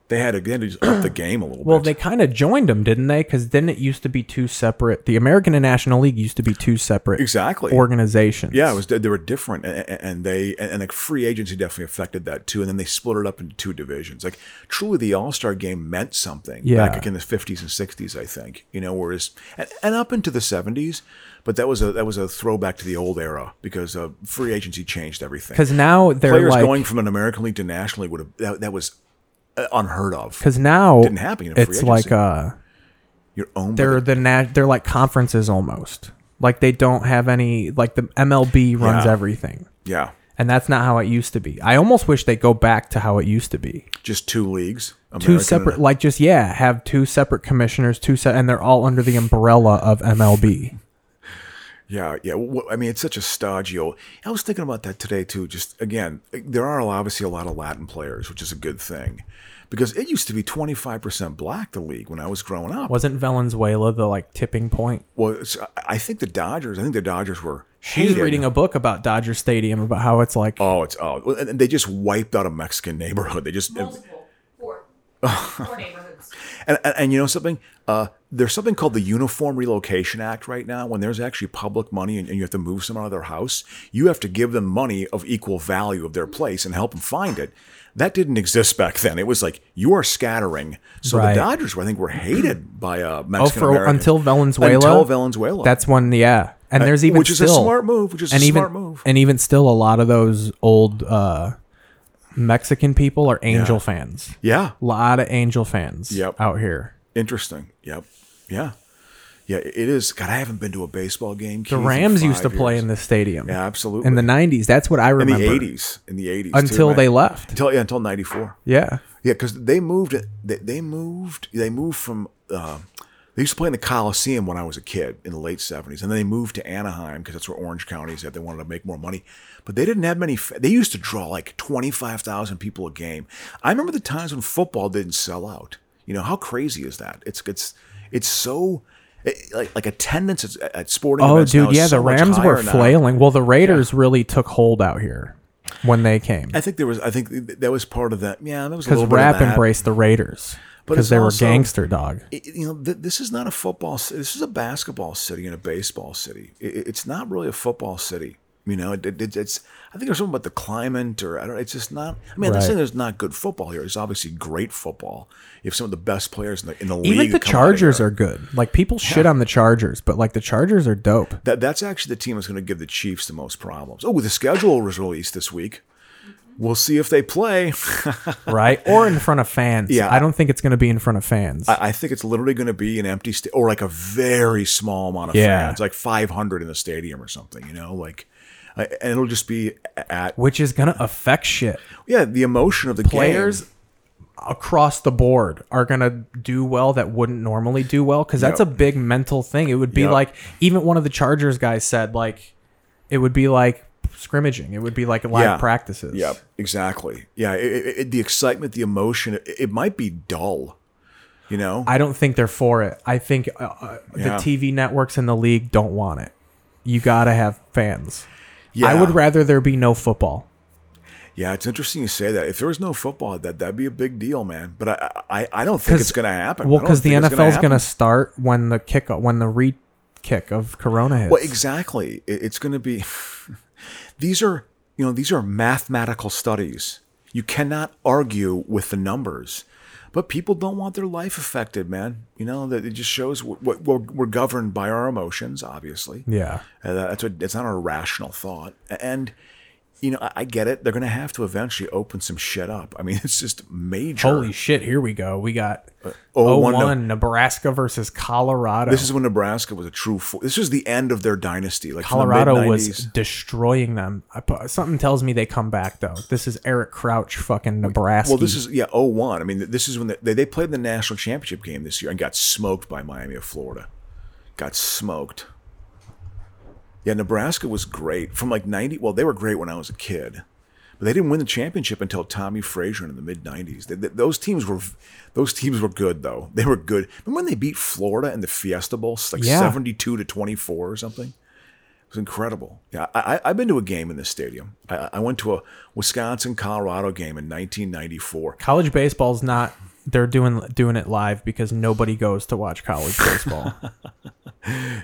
[SPEAKER 2] they had to, they had to just up the game a little
[SPEAKER 1] Well,
[SPEAKER 2] bit.
[SPEAKER 1] they kind of joined them, didn't they? Because then it used to be two separate. The American and National League used to be two separate
[SPEAKER 2] Exactly.
[SPEAKER 1] organizations.
[SPEAKER 2] Yeah, it was they were different, and, and they and, and like free agency definitely affected that too. And then they split it up into two divisions. Like truly, the All Star game meant something
[SPEAKER 1] Yeah.
[SPEAKER 2] back like in the fifties and sixties, I think. You know, whereas and, and up into the seventies, but that was a that was a throwback to the old era because uh, free agency changed everything.
[SPEAKER 1] Because now they're
[SPEAKER 2] Players
[SPEAKER 1] like.
[SPEAKER 2] going from an American league to National League would have that, that was uh, unheard of.
[SPEAKER 1] because now
[SPEAKER 2] didn't happen in free
[SPEAKER 1] it's like
[SPEAKER 2] agency.
[SPEAKER 1] uh,
[SPEAKER 2] Your own
[SPEAKER 1] they're the na- they're like conferences almost. Like they don't have any like the MLB runs
[SPEAKER 2] Yeah.
[SPEAKER 1] everything,
[SPEAKER 2] yeah,
[SPEAKER 1] and that's not how it used to be. I almost wish they go back to how it used to be.
[SPEAKER 2] just two leagues, American
[SPEAKER 1] two
[SPEAKER 2] and-
[SPEAKER 1] separate like just yeah have two separate commissioners two se- and they're all under the umbrella of mlb
[SPEAKER 2] Yeah, yeah. Wh- I mean, it's such a stodgy old. I was thinking about that today too. Just again, eh, there are obviously a lot of Latin players, which is a good thing, because it used to be twenty five percent black the league when I was growing up.
[SPEAKER 1] wasn't venezuela the like tipping point
[SPEAKER 2] Well, it's, I- I think the Dodgers. I think the Dodgers were.
[SPEAKER 1] she's reading a book about dodger stadium about how it's like
[SPEAKER 2] Oh, it's oh, well, and and they just wiped out a Mexican neighborhood. They just
[SPEAKER 4] Multiple. Four. Four neighborhoods.
[SPEAKER 2] And, and, and you know something? Uh, there's something called the Uniform Relocation Act right now. When there's actually public money and, and you have to move someone out of their house, you have to give them money of equal value of their place and help them find it. That didn't exist back then. It was like you are scattering. So
[SPEAKER 1] Right.
[SPEAKER 2] the Dodgers, were, I think, were hated by uh,
[SPEAKER 1] Oh,
[SPEAKER 2] Mexican
[SPEAKER 1] for until Valenzuela.
[SPEAKER 2] Until Valenzuela.
[SPEAKER 1] That's when, yeah. And there's even
[SPEAKER 2] Uh, which is a
[SPEAKER 1] still-
[SPEAKER 2] smart move, which is a
[SPEAKER 1] and even
[SPEAKER 2] smart move.
[SPEAKER 1] and even still, a lot of those old uh, Mexican people are Angel
[SPEAKER 2] Yeah.
[SPEAKER 1] fans.
[SPEAKER 2] yeah.
[SPEAKER 1] A lot of Angel fans
[SPEAKER 2] Yep.
[SPEAKER 1] out here.
[SPEAKER 2] Interesting. Yep. Yeah. Yeah, it is. God, I haven't been to a baseball game.
[SPEAKER 1] The Rams used to play in
[SPEAKER 2] the
[SPEAKER 1] this stadium.
[SPEAKER 2] Yeah, absolutely.
[SPEAKER 1] In the '90s, that's what I
[SPEAKER 2] in the
[SPEAKER 1] remember.
[SPEAKER 2] 80s. In the 80s. too,
[SPEAKER 1] Until
[SPEAKER 2] man.
[SPEAKER 1] they left.
[SPEAKER 2] Until, yeah, until 94.
[SPEAKER 1] Yeah.
[SPEAKER 2] Yeah, because they moved. They, they moved. They moved from. Uh, they used to play in the Coliseum when I was a kid in the late seventies, and then they moved to Anaheim because that's where Orange County's at. They wanted to make more money, but they didn't have many. fa- They used to draw like twenty five thousand people a game. I remember the times when football didn't sell out. You know how crazy is that? It's it's it's so. It, like like attendance at, at sporting
[SPEAKER 1] Oh,
[SPEAKER 2] events now
[SPEAKER 1] dude,
[SPEAKER 2] is
[SPEAKER 1] yeah.
[SPEAKER 2] so
[SPEAKER 1] The
[SPEAKER 2] much
[SPEAKER 1] Rams were
[SPEAKER 2] higher now.
[SPEAKER 1] flailing. Well, the Raiders really took hold out here when they came
[SPEAKER 2] I think there was I think th- that was part of that. Yeah, that was a
[SPEAKER 1] because
[SPEAKER 2] little bit of
[SPEAKER 1] rap
[SPEAKER 2] that.
[SPEAKER 1] embraced the Raiders
[SPEAKER 2] But
[SPEAKER 1] because
[SPEAKER 2] it's
[SPEAKER 1] they were
[SPEAKER 2] also-
[SPEAKER 1] gangster dog.
[SPEAKER 2] it- you know, th- this is not a football. ci- This is a basketball city and a baseball city. I- I- it's not really a football city. You know, it, it, it's. I think there's something about the climate, or I don't. It's just not. I mean, I'm not
[SPEAKER 1] Right.
[SPEAKER 2] saying there's not good football here. There's obviously great football. You have some of the best players in the in the league.
[SPEAKER 1] Even the
[SPEAKER 2] come out of
[SPEAKER 1] Chargers
[SPEAKER 2] here.
[SPEAKER 1] are good. Like people shit on the Chargers, but like the Chargers are dope.
[SPEAKER 2] That that's actually the team that's going to give the Chiefs the most problems. Oh, the schedule was released this week. We'll see if they play.
[SPEAKER 1] right? Or in front of fans.
[SPEAKER 2] Yeah.
[SPEAKER 1] I don't think it's going to be in front of fans.
[SPEAKER 2] I, I think it's literally going to be an empty sta- or like a very small amount of
[SPEAKER 1] Yeah.
[SPEAKER 2] fans, like 500 in the stadium or something, you know, like, I- and it'll just be at,
[SPEAKER 1] which is going to affect shit.
[SPEAKER 2] yeah, the emotion of the
[SPEAKER 1] Players
[SPEAKER 2] game.
[SPEAKER 1] across the board are going to do well that wouldn't normally do well because that's
[SPEAKER 2] Yep.
[SPEAKER 1] a big mental thing. It would be
[SPEAKER 2] Yep.
[SPEAKER 1] like, even one of the Chargers guys said, like, it would be like scrimmaging, it would be like live
[SPEAKER 2] Yeah.
[SPEAKER 1] practices.
[SPEAKER 2] Yeah, exactly. Yeah. It, it, it- the excitement, the emotion, it, it might be dull, you know?
[SPEAKER 1] I don't think they're for it. I think uh, uh,
[SPEAKER 2] Yeah.
[SPEAKER 1] the TV networks and the league don't want it. You got to have fans.
[SPEAKER 2] yeah.
[SPEAKER 1] I would rather there be no football.
[SPEAKER 2] Yeah. It's interesting you say that. If there was no football, that, that'd be a big deal, man. But I, I, I don't think it's going to happen.
[SPEAKER 1] Well,
[SPEAKER 2] I don't
[SPEAKER 1] because the
[SPEAKER 2] think it's
[SPEAKER 1] NFL is going
[SPEAKER 2] happen.
[SPEAKER 1] to start when the kick when the re kick of Corona hits.
[SPEAKER 2] Well, exactly. It- It's going to be. these are you know these are mathematical studies. You cannot argue with the numbers, but people don't want their life affected, man. You know that it just shows what what- we're, we're governed by our emotions, obviously.
[SPEAKER 1] yeah,
[SPEAKER 2] And that's what it's not a rational thought. And you know I, I get it. They're going to have to eventually open some shit up. I mean, it's just major.
[SPEAKER 1] holy shit! Here we go. We got
[SPEAKER 2] oh,
[SPEAKER 1] 01
[SPEAKER 2] one,
[SPEAKER 1] Nebraska versus Colorado.
[SPEAKER 2] This is when Nebraska was a true. Fo- this was the end of their dynasty. Like from the
[SPEAKER 1] Colorado was
[SPEAKER 2] mid-nineties.
[SPEAKER 1] destroying them. I, pu- something tells me they come back though. This is Eric Crouch, fucking Nebraska.
[SPEAKER 2] Well, this is yeah, 01. I mean, th- this is when they, they played the national championship game this year and got smoked by Miami of Florida. Got smoked. Yeah, Nebraska was great from like 90. Well, they were great when I was a kid, but they didn't win the championship until Tommy Frazier in the mid 90s. They- they- Those teams were those teams were good though. They were good. Remember when they beat Florida in the Fiesta Bowl, like
[SPEAKER 1] Yeah.
[SPEAKER 2] 72 to 24 or something? It was incredible. Yeah, I, I, I've been to a game in this stadium. I, I went to a Wisconsin Colorado game in 1994.
[SPEAKER 1] college baseball's not. They're doing doing it live because nobody goes to watch college baseball.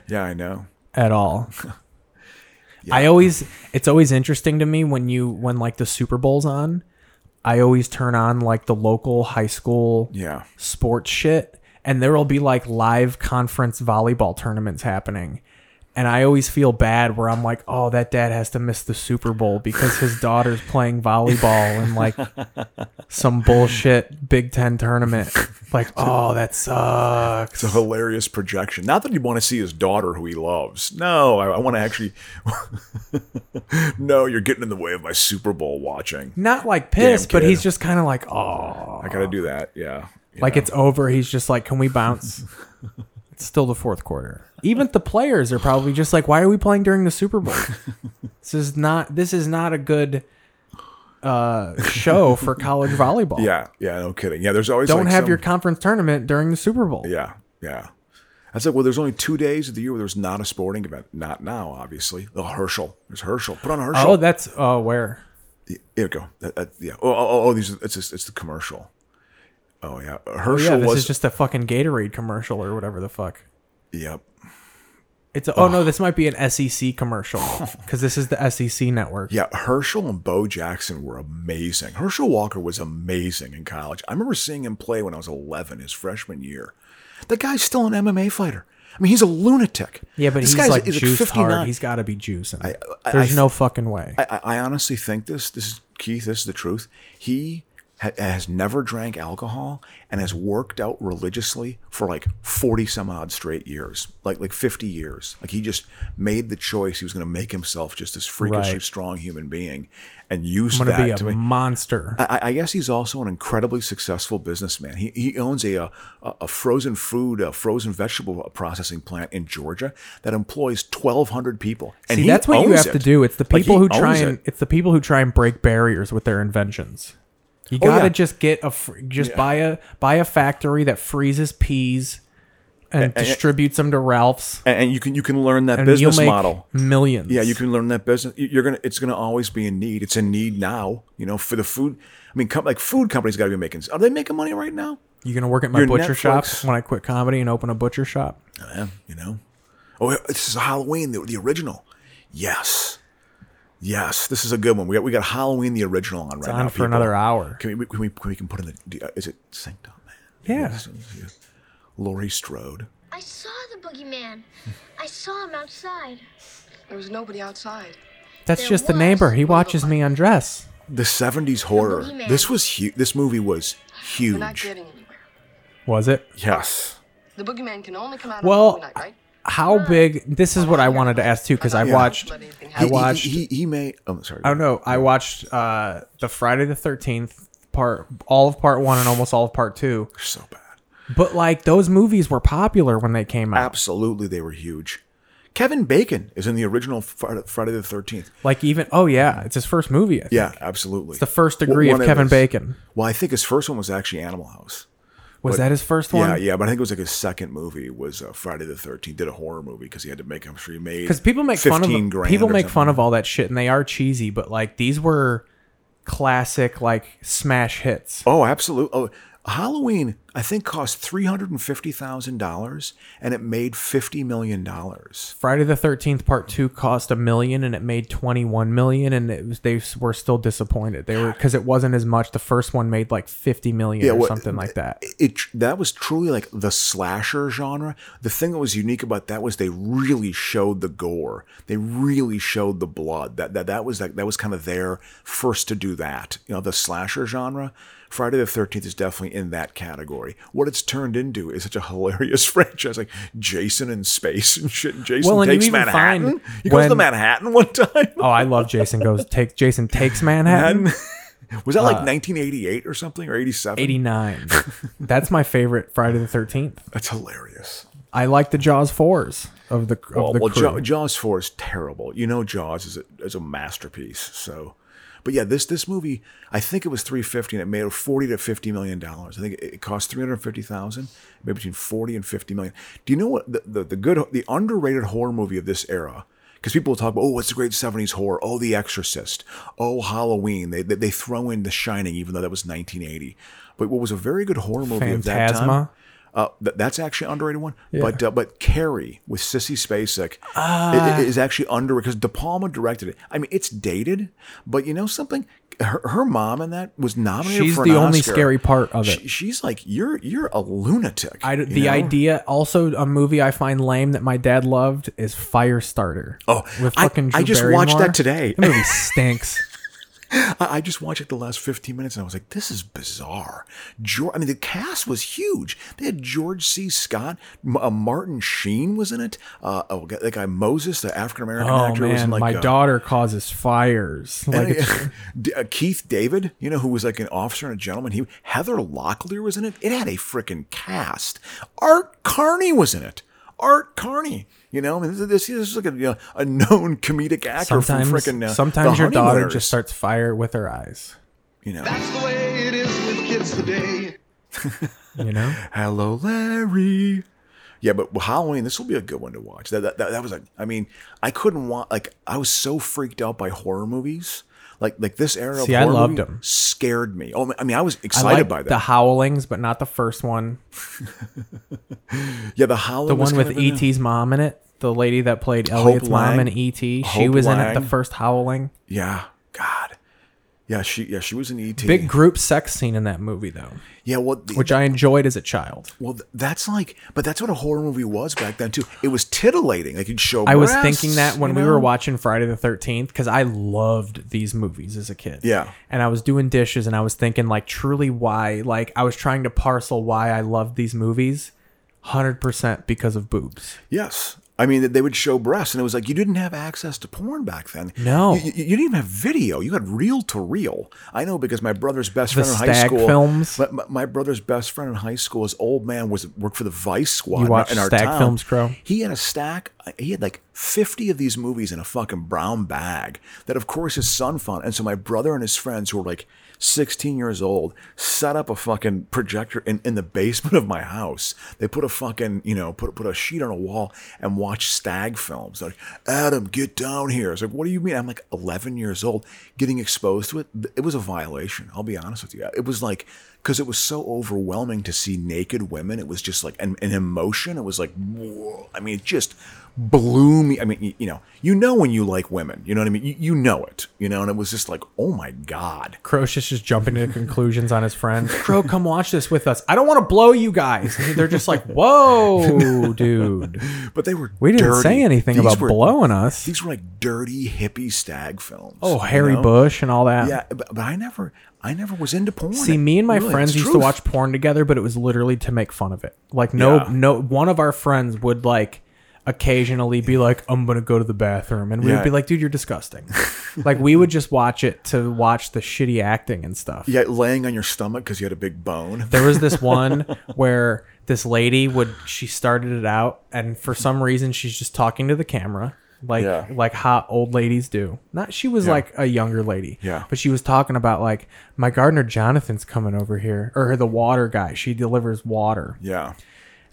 [SPEAKER 2] Yeah, I know.
[SPEAKER 1] at all. I always it's always interesting to me when you when like the Super Bowl's on, I always turn on like the local high school
[SPEAKER 2] Yeah.
[SPEAKER 1] sports shit and there'll be like live conference volleyball tournaments happening. And I always feel bad where I'm like, "Oh, that dad has to miss the Super Bowl because his daughter's playing volleyball in like some bullshit Big 10 tournament." Like, "Oh, that sucks."
[SPEAKER 2] It's a hilarious projection. Not that he'd want to see his daughter who he loves. No, I, I want to actually. no, you're getting in the way of my Super Bowl watching.
[SPEAKER 1] Not like pissed, but
[SPEAKER 2] kid.
[SPEAKER 1] he's just kind of like, "Oh,
[SPEAKER 2] I got to do that. Yeah. You
[SPEAKER 1] Like
[SPEAKER 2] know.
[SPEAKER 1] it's over. He's just like, can we bounce? it's still the fourth quarter. Even the players are probably just like, why are we playing during the Super Bowl? this is not. This is not a good uh, show for college volleyball.
[SPEAKER 2] Yeah. Yeah. No kidding. Yeah. There's always
[SPEAKER 1] Don't
[SPEAKER 2] like,
[SPEAKER 1] have
[SPEAKER 2] some-
[SPEAKER 1] your conference tournament during the Super Bowl.
[SPEAKER 2] Yeah. Yeah. That's like, well, there's only two days of the year where there's not a sporting event. Not now, obviously. The Herschel. There's Herschel. Put on a Herschel.
[SPEAKER 1] Oh, that's oh where
[SPEAKER 2] Uh, Here we go. That- that- yeah. Oh, oh, oh, oh, these. Are, it's just, it's the commercial. Oh yeah,
[SPEAKER 1] Yeah,
[SPEAKER 2] Herschel
[SPEAKER 1] this
[SPEAKER 2] was.
[SPEAKER 1] is just a fucking Gatorade commercial or whatever the fuck.
[SPEAKER 2] yep.
[SPEAKER 1] It's a, oh no, this might be an SEC commercial because this is the SEC network.
[SPEAKER 2] Yeah, Herschel and Bo Jackson were amazing. Herschel Walker was amazing in college. I remember seeing him play when I was 11, his freshman year. The guy's still an MMA fighter. I mean, he's a lunatic.
[SPEAKER 1] Yeah, but
[SPEAKER 2] This
[SPEAKER 1] he's
[SPEAKER 2] guy's-
[SPEAKER 1] like juiced hard.
[SPEAKER 2] 59.
[SPEAKER 1] He's got to be juicing.
[SPEAKER 2] I-
[SPEAKER 1] There's
[SPEAKER 2] I-
[SPEAKER 1] no fucking way.
[SPEAKER 2] I, I I honestly think this. This is Keith. This is the truth. He ha- has never drank alcohol and has worked out religiously for like forty some odd straight years, like like fifty years. Like he just made the choice. He was going to make himself just this freakishly
[SPEAKER 1] Right.
[SPEAKER 2] strong human being, and use
[SPEAKER 1] I'm gonna
[SPEAKER 2] that
[SPEAKER 1] be
[SPEAKER 2] to Uh,
[SPEAKER 1] a
[SPEAKER 2] make-
[SPEAKER 1] monster.
[SPEAKER 2] I, I guess he's also an incredibly successful businessman. He, he owns a, a a frozen food, a frozen vegetable processing plant in Georgia that employs twelve hundred people. And
[SPEAKER 1] See,
[SPEAKER 2] he
[SPEAKER 1] that's what you
[SPEAKER 2] owns
[SPEAKER 1] have to
[SPEAKER 2] it.
[SPEAKER 1] do. It's the
[SPEAKER 2] Like,
[SPEAKER 1] people
[SPEAKER 2] he
[SPEAKER 1] who try
[SPEAKER 2] owns
[SPEAKER 1] and
[SPEAKER 2] it.
[SPEAKER 1] it's the people who try and break barriers with their inventions. You
[SPEAKER 2] Oh, yeah.
[SPEAKER 1] gotta just get a fr- just
[SPEAKER 2] Yeah.
[SPEAKER 1] buy a buy a factory that freezes peas and, distributes them to Ralph's,
[SPEAKER 2] and, and you can you can learn that
[SPEAKER 1] and
[SPEAKER 2] business
[SPEAKER 1] you'll make
[SPEAKER 2] model.
[SPEAKER 1] millions.
[SPEAKER 2] Yeah, you can learn that business. you- You're gonna it's gonna always be in need. It's in need now. You know, for the food. I mean, com- like food companies got to be making. Are they making money right now?
[SPEAKER 1] You gonna work at my
[SPEAKER 2] Your
[SPEAKER 1] butcher shop
[SPEAKER 2] Netflix-
[SPEAKER 1] when I quit comedy and open a butcher shop?
[SPEAKER 2] Yeah, you know. Oh, this is Halloween, the, the original. Yes, yes, this is a good one. We got we got Halloween, the original on right now.
[SPEAKER 1] on for
[SPEAKER 2] people.
[SPEAKER 1] another hour.
[SPEAKER 2] Can we, can we can we can put in the? uh, Is it synced up, man?
[SPEAKER 1] Yeah.
[SPEAKER 2] Yes, yes. Laurie Strode.
[SPEAKER 4] I saw the boogeyman. I saw him outside.
[SPEAKER 5] There was nobody outside.
[SPEAKER 1] That's
[SPEAKER 4] There
[SPEAKER 1] just the
[SPEAKER 4] was
[SPEAKER 1] neighbor. He
[SPEAKER 4] one
[SPEAKER 1] watches
[SPEAKER 4] of
[SPEAKER 1] me undress.
[SPEAKER 2] The '70s horror.
[SPEAKER 4] Boogeyman.
[SPEAKER 2] This was huge. This movie was
[SPEAKER 5] We're not
[SPEAKER 2] huge.
[SPEAKER 5] getting anywhere.
[SPEAKER 1] Was it?
[SPEAKER 2] Yes.
[SPEAKER 5] The boogeyman can only come out
[SPEAKER 1] Well,
[SPEAKER 5] on Halloween night, right?
[SPEAKER 1] How big? This is what I wanted to ask too because I
[SPEAKER 5] Yeah.
[SPEAKER 1] watched.
[SPEAKER 5] Let anything
[SPEAKER 1] I
[SPEAKER 2] He-
[SPEAKER 5] happen.
[SPEAKER 2] he-
[SPEAKER 1] watched.
[SPEAKER 2] He he, may. I'm sorry.
[SPEAKER 1] I don't know. Oh, I watched uh, the Friday the Thirteenth part, all of part one, and almost all of part two.
[SPEAKER 2] So bad.
[SPEAKER 1] But like those movies were popular when they came out.
[SPEAKER 2] Absolutely, they were huge. Kevin Bacon is in the original Friday, Friday the Thirteenth.
[SPEAKER 1] Like even oh yeah, it's his first movie. I think.
[SPEAKER 2] Yeah, absolutely. It's
[SPEAKER 1] the first degree of Kevin Bacon.
[SPEAKER 2] Well, I think his first one was actually Animal House.
[SPEAKER 1] Was that his first one?
[SPEAKER 2] Yeah, yeah, but I think it was like his second movie was uh, Friday the Thirteenth. Did a horror movie because he had to make. I'm sure he made
[SPEAKER 1] Because people make fun
[SPEAKER 2] 15
[SPEAKER 1] of
[SPEAKER 2] grand
[SPEAKER 1] people
[SPEAKER 2] or
[SPEAKER 1] make fun
[SPEAKER 2] something.
[SPEAKER 1] of all that shit, and they are cheesy. But like these were classic like smash hits.
[SPEAKER 2] Oh, absolutely. Oh, Halloween, I think, cost three hundred and fifty thousand dollars, and it made fifty million dollars.
[SPEAKER 1] Friday the Thirteenth Part Two cost a million, and it made twenty one million, and it was, they s- were still disappointed. They were because it wasn't as much. The first one made like fifty million or
[SPEAKER 2] well,
[SPEAKER 1] something like that.
[SPEAKER 2] it that was truly like the slasher genre. The thing that was unique about that was they really showed the gore. They really showed the blood. That that that was like that was kind of their first to do that. You know, the slasher genre. Friday the Thirteenth is definitely in that category. What it's turned into is such a hilarious franchise, like Jason in space and shit. Jason
[SPEAKER 1] Well, and you
[SPEAKER 2] takes
[SPEAKER 1] even find
[SPEAKER 2] Manhattan. He goes to
[SPEAKER 1] when-
[SPEAKER 2] Manhattan one time.
[SPEAKER 1] Oh, I love Jason goes take Jason takes Manhattan.
[SPEAKER 2] Was that like 1988 or something or 87?
[SPEAKER 1] uh, Eighty nine. That's my favorite Friday the Thirteenth.
[SPEAKER 2] That's hilarious.
[SPEAKER 1] I like the Jaws fours of the of
[SPEAKER 2] Well,
[SPEAKER 1] the
[SPEAKER 2] well
[SPEAKER 1] crew.
[SPEAKER 2] Jaw- Jaws Four is terrible. You know, Jaws is a, is a masterpiece. So, but yeah, this this movie, I think it was three fifty, and it made forty to fifty million dollars. I think it, it cost three hundred fifty thousand, maybe between forty and fifty million. Do you know what the, the the good the underrated horror movie of this era? Because people will talk about, oh, what's the great 70s horror? Oh, The Exorcist. Oh, Halloween. They, they, they throw in The Shining, even though that was 1980. But what was a very good horror movie of that time?
[SPEAKER 1] Phantasma?
[SPEAKER 2] Uh, th- that's actually an underrated one. But uh, but Carrie with Sissy Spacek
[SPEAKER 1] Ah.
[SPEAKER 2] i- i- is actually under because De Palma directed it. I mean, it's dated, but you know something. Her, her mom in that was nominated.
[SPEAKER 1] She's
[SPEAKER 2] for an
[SPEAKER 1] the only
[SPEAKER 2] Oscar.
[SPEAKER 1] scary part of
[SPEAKER 2] She-
[SPEAKER 1] it.
[SPEAKER 2] she's like you're you're a lunatic.
[SPEAKER 1] I,
[SPEAKER 2] you
[SPEAKER 1] the
[SPEAKER 2] know?
[SPEAKER 1] idea, also a movie I find lame that my dad loved is Firestarter.
[SPEAKER 2] Oh,
[SPEAKER 1] with
[SPEAKER 2] I-
[SPEAKER 1] fucking
[SPEAKER 2] I
[SPEAKER 1] Drew
[SPEAKER 2] just watched
[SPEAKER 1] Barrymore.
[SPEAKER 2] that today.
[SPEAKER 1] That movie stinks.
[SPEAKER 2] I, I just watched it the last 15 minutes and I was like, this is bizarre. George, I mean, the cast was huge. They had George C. Scott, M- uh, Martin Sheen was in it. Uh, oh, that guy Moses, the African American
[SPEAKER 1] Oh
[SPEAKER 2] actor, was in
[SPEAKER 1] man,
[SPEAKER 2] like
[SPEAKER 1] my
[SPEAKER 2] uh,
[SPEAKER 1] daughter causes fires. Like
[SPEAKER 2] and,
[SPEAKER 1] it's,
[SPEAKER 2] uh, D- uh, Keith David, you know, who was like an officer and a gentleman. He Heather Locklear was in it. It had a freaking cast. Art Carney was in it. Art Carney. You know, I mean, this, this is like a, you know, a known comedic actor
[SPEAKER 1] sometimes,
[SPEAKER 2] from freaking. Uh, The
[SPEAKER 1] sometimes your daughter
[SPEAKER 2] Honeymooners,
[SPEAKER 1] just starts fire with her eyes.
[SPEAKER 2] You know,
[SPEAKER 6] That's the way it is with kids today.
[SPEAKER 1] You know,
[SPEAKER 2] Hello, Larry. Yeah, but Halloween, this will be a good one to watch. That, that, that, that was like, I mean, I couldn't want, like, I was so freaked out by horror movies. Like like this era. of
[SPEAKER 1] See, I
[SPEAKER 2] horror
[SPEAKER 1] loved
[SPEAKER 2] movie
[SPEAKER 1] them.
[SPEAKER 2] Scared me. Oh, I mean, I was
[SPEAKER 1] I
[SPEAKER 2] excited
[SPEAKER 1] liked
[SPEAKER 2] by
[SPEAKER 1] the
[SPEAKER 2] that.
[SPEAKER 1] Howlings, but not the first one.
[SPEAKER 2] yeah, the Howling.
[SPEAKER 1] The
[SPEAKER 2] was
[SPEAKER 1] one with E
[SPEAKER 2] kind of in there.
[SPEAKER 1] ET's mom in it. The lady that played Elliot's mom
[SPEAKER 2] Lang.
[SPEAKER 1] in ET. She
[SPEAKER 2] Hope
[SPEAKER 1] was in it the
[SPEAKER 2] Lang.
[SPEAKER 1] first Howling.
[SPEAKER 2] Yeah, God. Yeah, she yeah she was an ET.
[SPEAKER 1] Big group sex scene in that movie though,
[SPEAKER 2] Yeah, well, the,
[SPEAKER 1] which I enjoyed as a child.
[SPEAKER 2] well, th- that's like, but that's what a horror movie was back then too. It was titillating. Like you'd show.
[SPEAKER 1] I was
[SPEAKER 2] breasts,
[SPEAKER 1] thinking that when
[SPEAKER 2] you
[SPEAKER 1] we were
[SPEAKER 2] know?
[SPEAKER 1] watching Friday the 13th because I loved these movies as a kid.
[SPEAKER 2] Yeah.
[SPEAKER 1] And I was doing dishes and I was thinking, like, truly why? Like, I was trying to parcel why I loved these movies 100% because of boobs.
[SPEAKER 2] Yes. I mean, they would show breasts, and it was like you didn't have access to porn back then.
[SPEAKER 1] No.
[SPEAKER 2] you, you- you didn't even have video. You had reel to reel. I know because my brother's best
[SPEAKER 1] The
[SPEAKER 2] friend in high
[SPEAKER 1] Stag
[SPEAKER 2] school.
[SPEAKER 1] films?
[SPEAKER 2] My, my- my brother's best friend in high school, his old man was worked for the Vice Squad.
[SPEAKER 1] You watch
[SPEAKER 2] in our
[SPEAKER 1] Stag
[SPEAKER 2] town.
[SPEAKER 1] films, Crow?
[SPEAKER 2] He had a stack. He had like fifty of these movies in a fucking brown bag. That of course his son found, and so my brother and his friends who were like. 16 years old, set up a fucking projector in, in the basement of my house. They put a fucking, you know, put put a sheet on a wall and watch stag films. They're like, Adam, get down here. It's like, what do you mean? I'm like 11 years old, getting exposed to it. Th- It was a violation. I'll be honest with you. It was like, because it was so overwhelming to see naked women. It was just like an, an emotion. It was like, whoa. I mean, it just blew me. I mean, you, you know, you know when you like women. You know what I mean? You, you know it. You know, and it was just like, oh my god.
[SPEAKER 1] Crocius just jumping to conclusions on his friends. Crow, come watch this with us. I don't want to blow you guys. And They're just like, whoa, dude.
[SPEAKER 2] But they were.
[SPEAKER 1] We didn't
[SPEAKER 2] dirty.
[SPEAKER 1] say anything
[SPEAKER 2] These
[SPEAKER 1] about
[SPEAKER 2] were-
[SPEAKER 1] blowing us.
[SPEAKER 2] These were like dirty hippie stag films.
[SPEAKER 1] oh,
[SPEAKER 2] you
[SPEAKER 1] Harry
[SPEAKER 2] know?
[SPEAKER 1] Bush and all that.
[SPEAKER 2] Yeah, but, but I never, I never was into porn.
[SPEAKER 1] See, me and my
[SPEAKER 2] Really,
[SPEAKER 1] friends
[SPEAKER 2] it's
[SPEAKER 1] used to
[SPEAKER 2] truth.
[SPEAKER 1] watch porn together, but it was literally to make fun of it. Like no,
[SPEAKER 2] Yeah.
[SPEAKER 1] no, one of our friends would like occasionally be like, "I'm gonna go to the bathroom," and we
[SPEAKER 2] Yeah.
[SPEAKER 1] would be like, "Dude, you're disgusting." like we would just watch it to watch the shitty acting and stuff.
[SPEAKER 2] Yeah, laying on your stomach because you had a big bone.
[SPEAKER 1] There was this one where this lady would she started it out, and for some reason she's just talking to the camera. Like
[SPEAKER 2] Yeah.
[SPEAKER 1] like hot old ladies do. Not she was like a younger lady.
[SPEAKER 2] Yeah.
[SPEAKER 1] But she was talking about like my gardener Jonathan's coming over here or the water guy. She delivers water.
[SPEAKER 2] Yeah,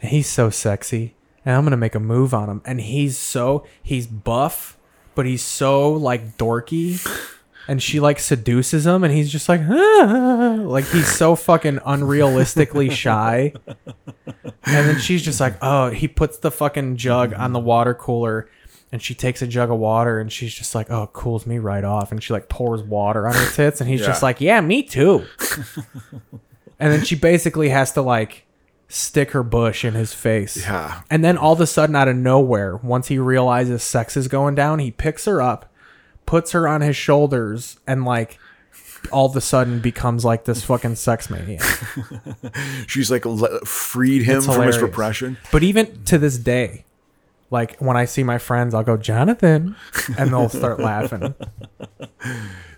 [SPEAKER 1] And he's so sexy. And I'm gonna make a move on him. And he's so he's buff, but he's so like dorky. And she like seduces him, and he's just like, "Ah." like he's so fucking unrealistically shy. And then she's just like, oh, he puts the fucking jug on the water cooler, and she takes a jug of water, and she's just like, oh, it cools me right off. And she like pours water on her tits, and he's just
[SPEAKER 2] Yeah.
[SPEAKER 1] like, yeah, me too. and then she basically has to like stick her bush in his face.
[SPEAKER 2] Yeah.
[SPEAKER 1] And then all of a sudden, out of nowhere, once he realizes sex is going down, he picks her up, puts her on his shoulders, and like all of a sudden becomes like this fucking sex maniac.
[SPEAKER 2] she's like le- freed him
[SPEAKER 1] It's
[SPEAKER 2] from his
[SPEAKER 1] hilarious.
[SPEAKER 2] repression.
[SPEAKER 1] But even to this day, like when I see my friends, I'll go, Jonathan, and they'll start laughing.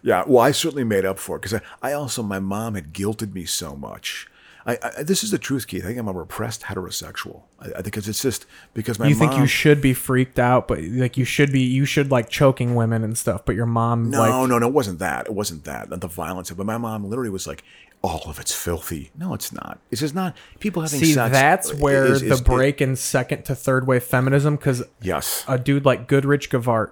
[SPEAKER 2] Yeah, well, I certainly made up for it because I, I also my mom had guilted me so much. I, I this is the truth, Keith. I think I'm a repressed heterosexual. I, I think it's, it's just because my
[SPEAKER 1] You
[SPEAKER 2] mom,
[SPEAKER 1] think you should be freaked out, but like you should be, you should like choking women and stuff, but your mom,
[SPEAKER 2] No,
[SPEAKER 1] like,
[SPEAKER 2] no, no, it wasn't that. It wasn't that. Not the violence. But my mom literally was like, all of it's filthy. No, it's not. It's just not. People having
[SPEAKER 1] see,
[SPEAKER 2] sex.
[SPEAKER 1] that's where
[SPEAKER 2] is-
[SPEAKER 1] the
[SPEAKER 2] is-
[SPEAKER 1] break in second to third wave feminism, because
[SPEAKER 2] yes.
[SPEAKER 1] a dude like Goodrich Gavart,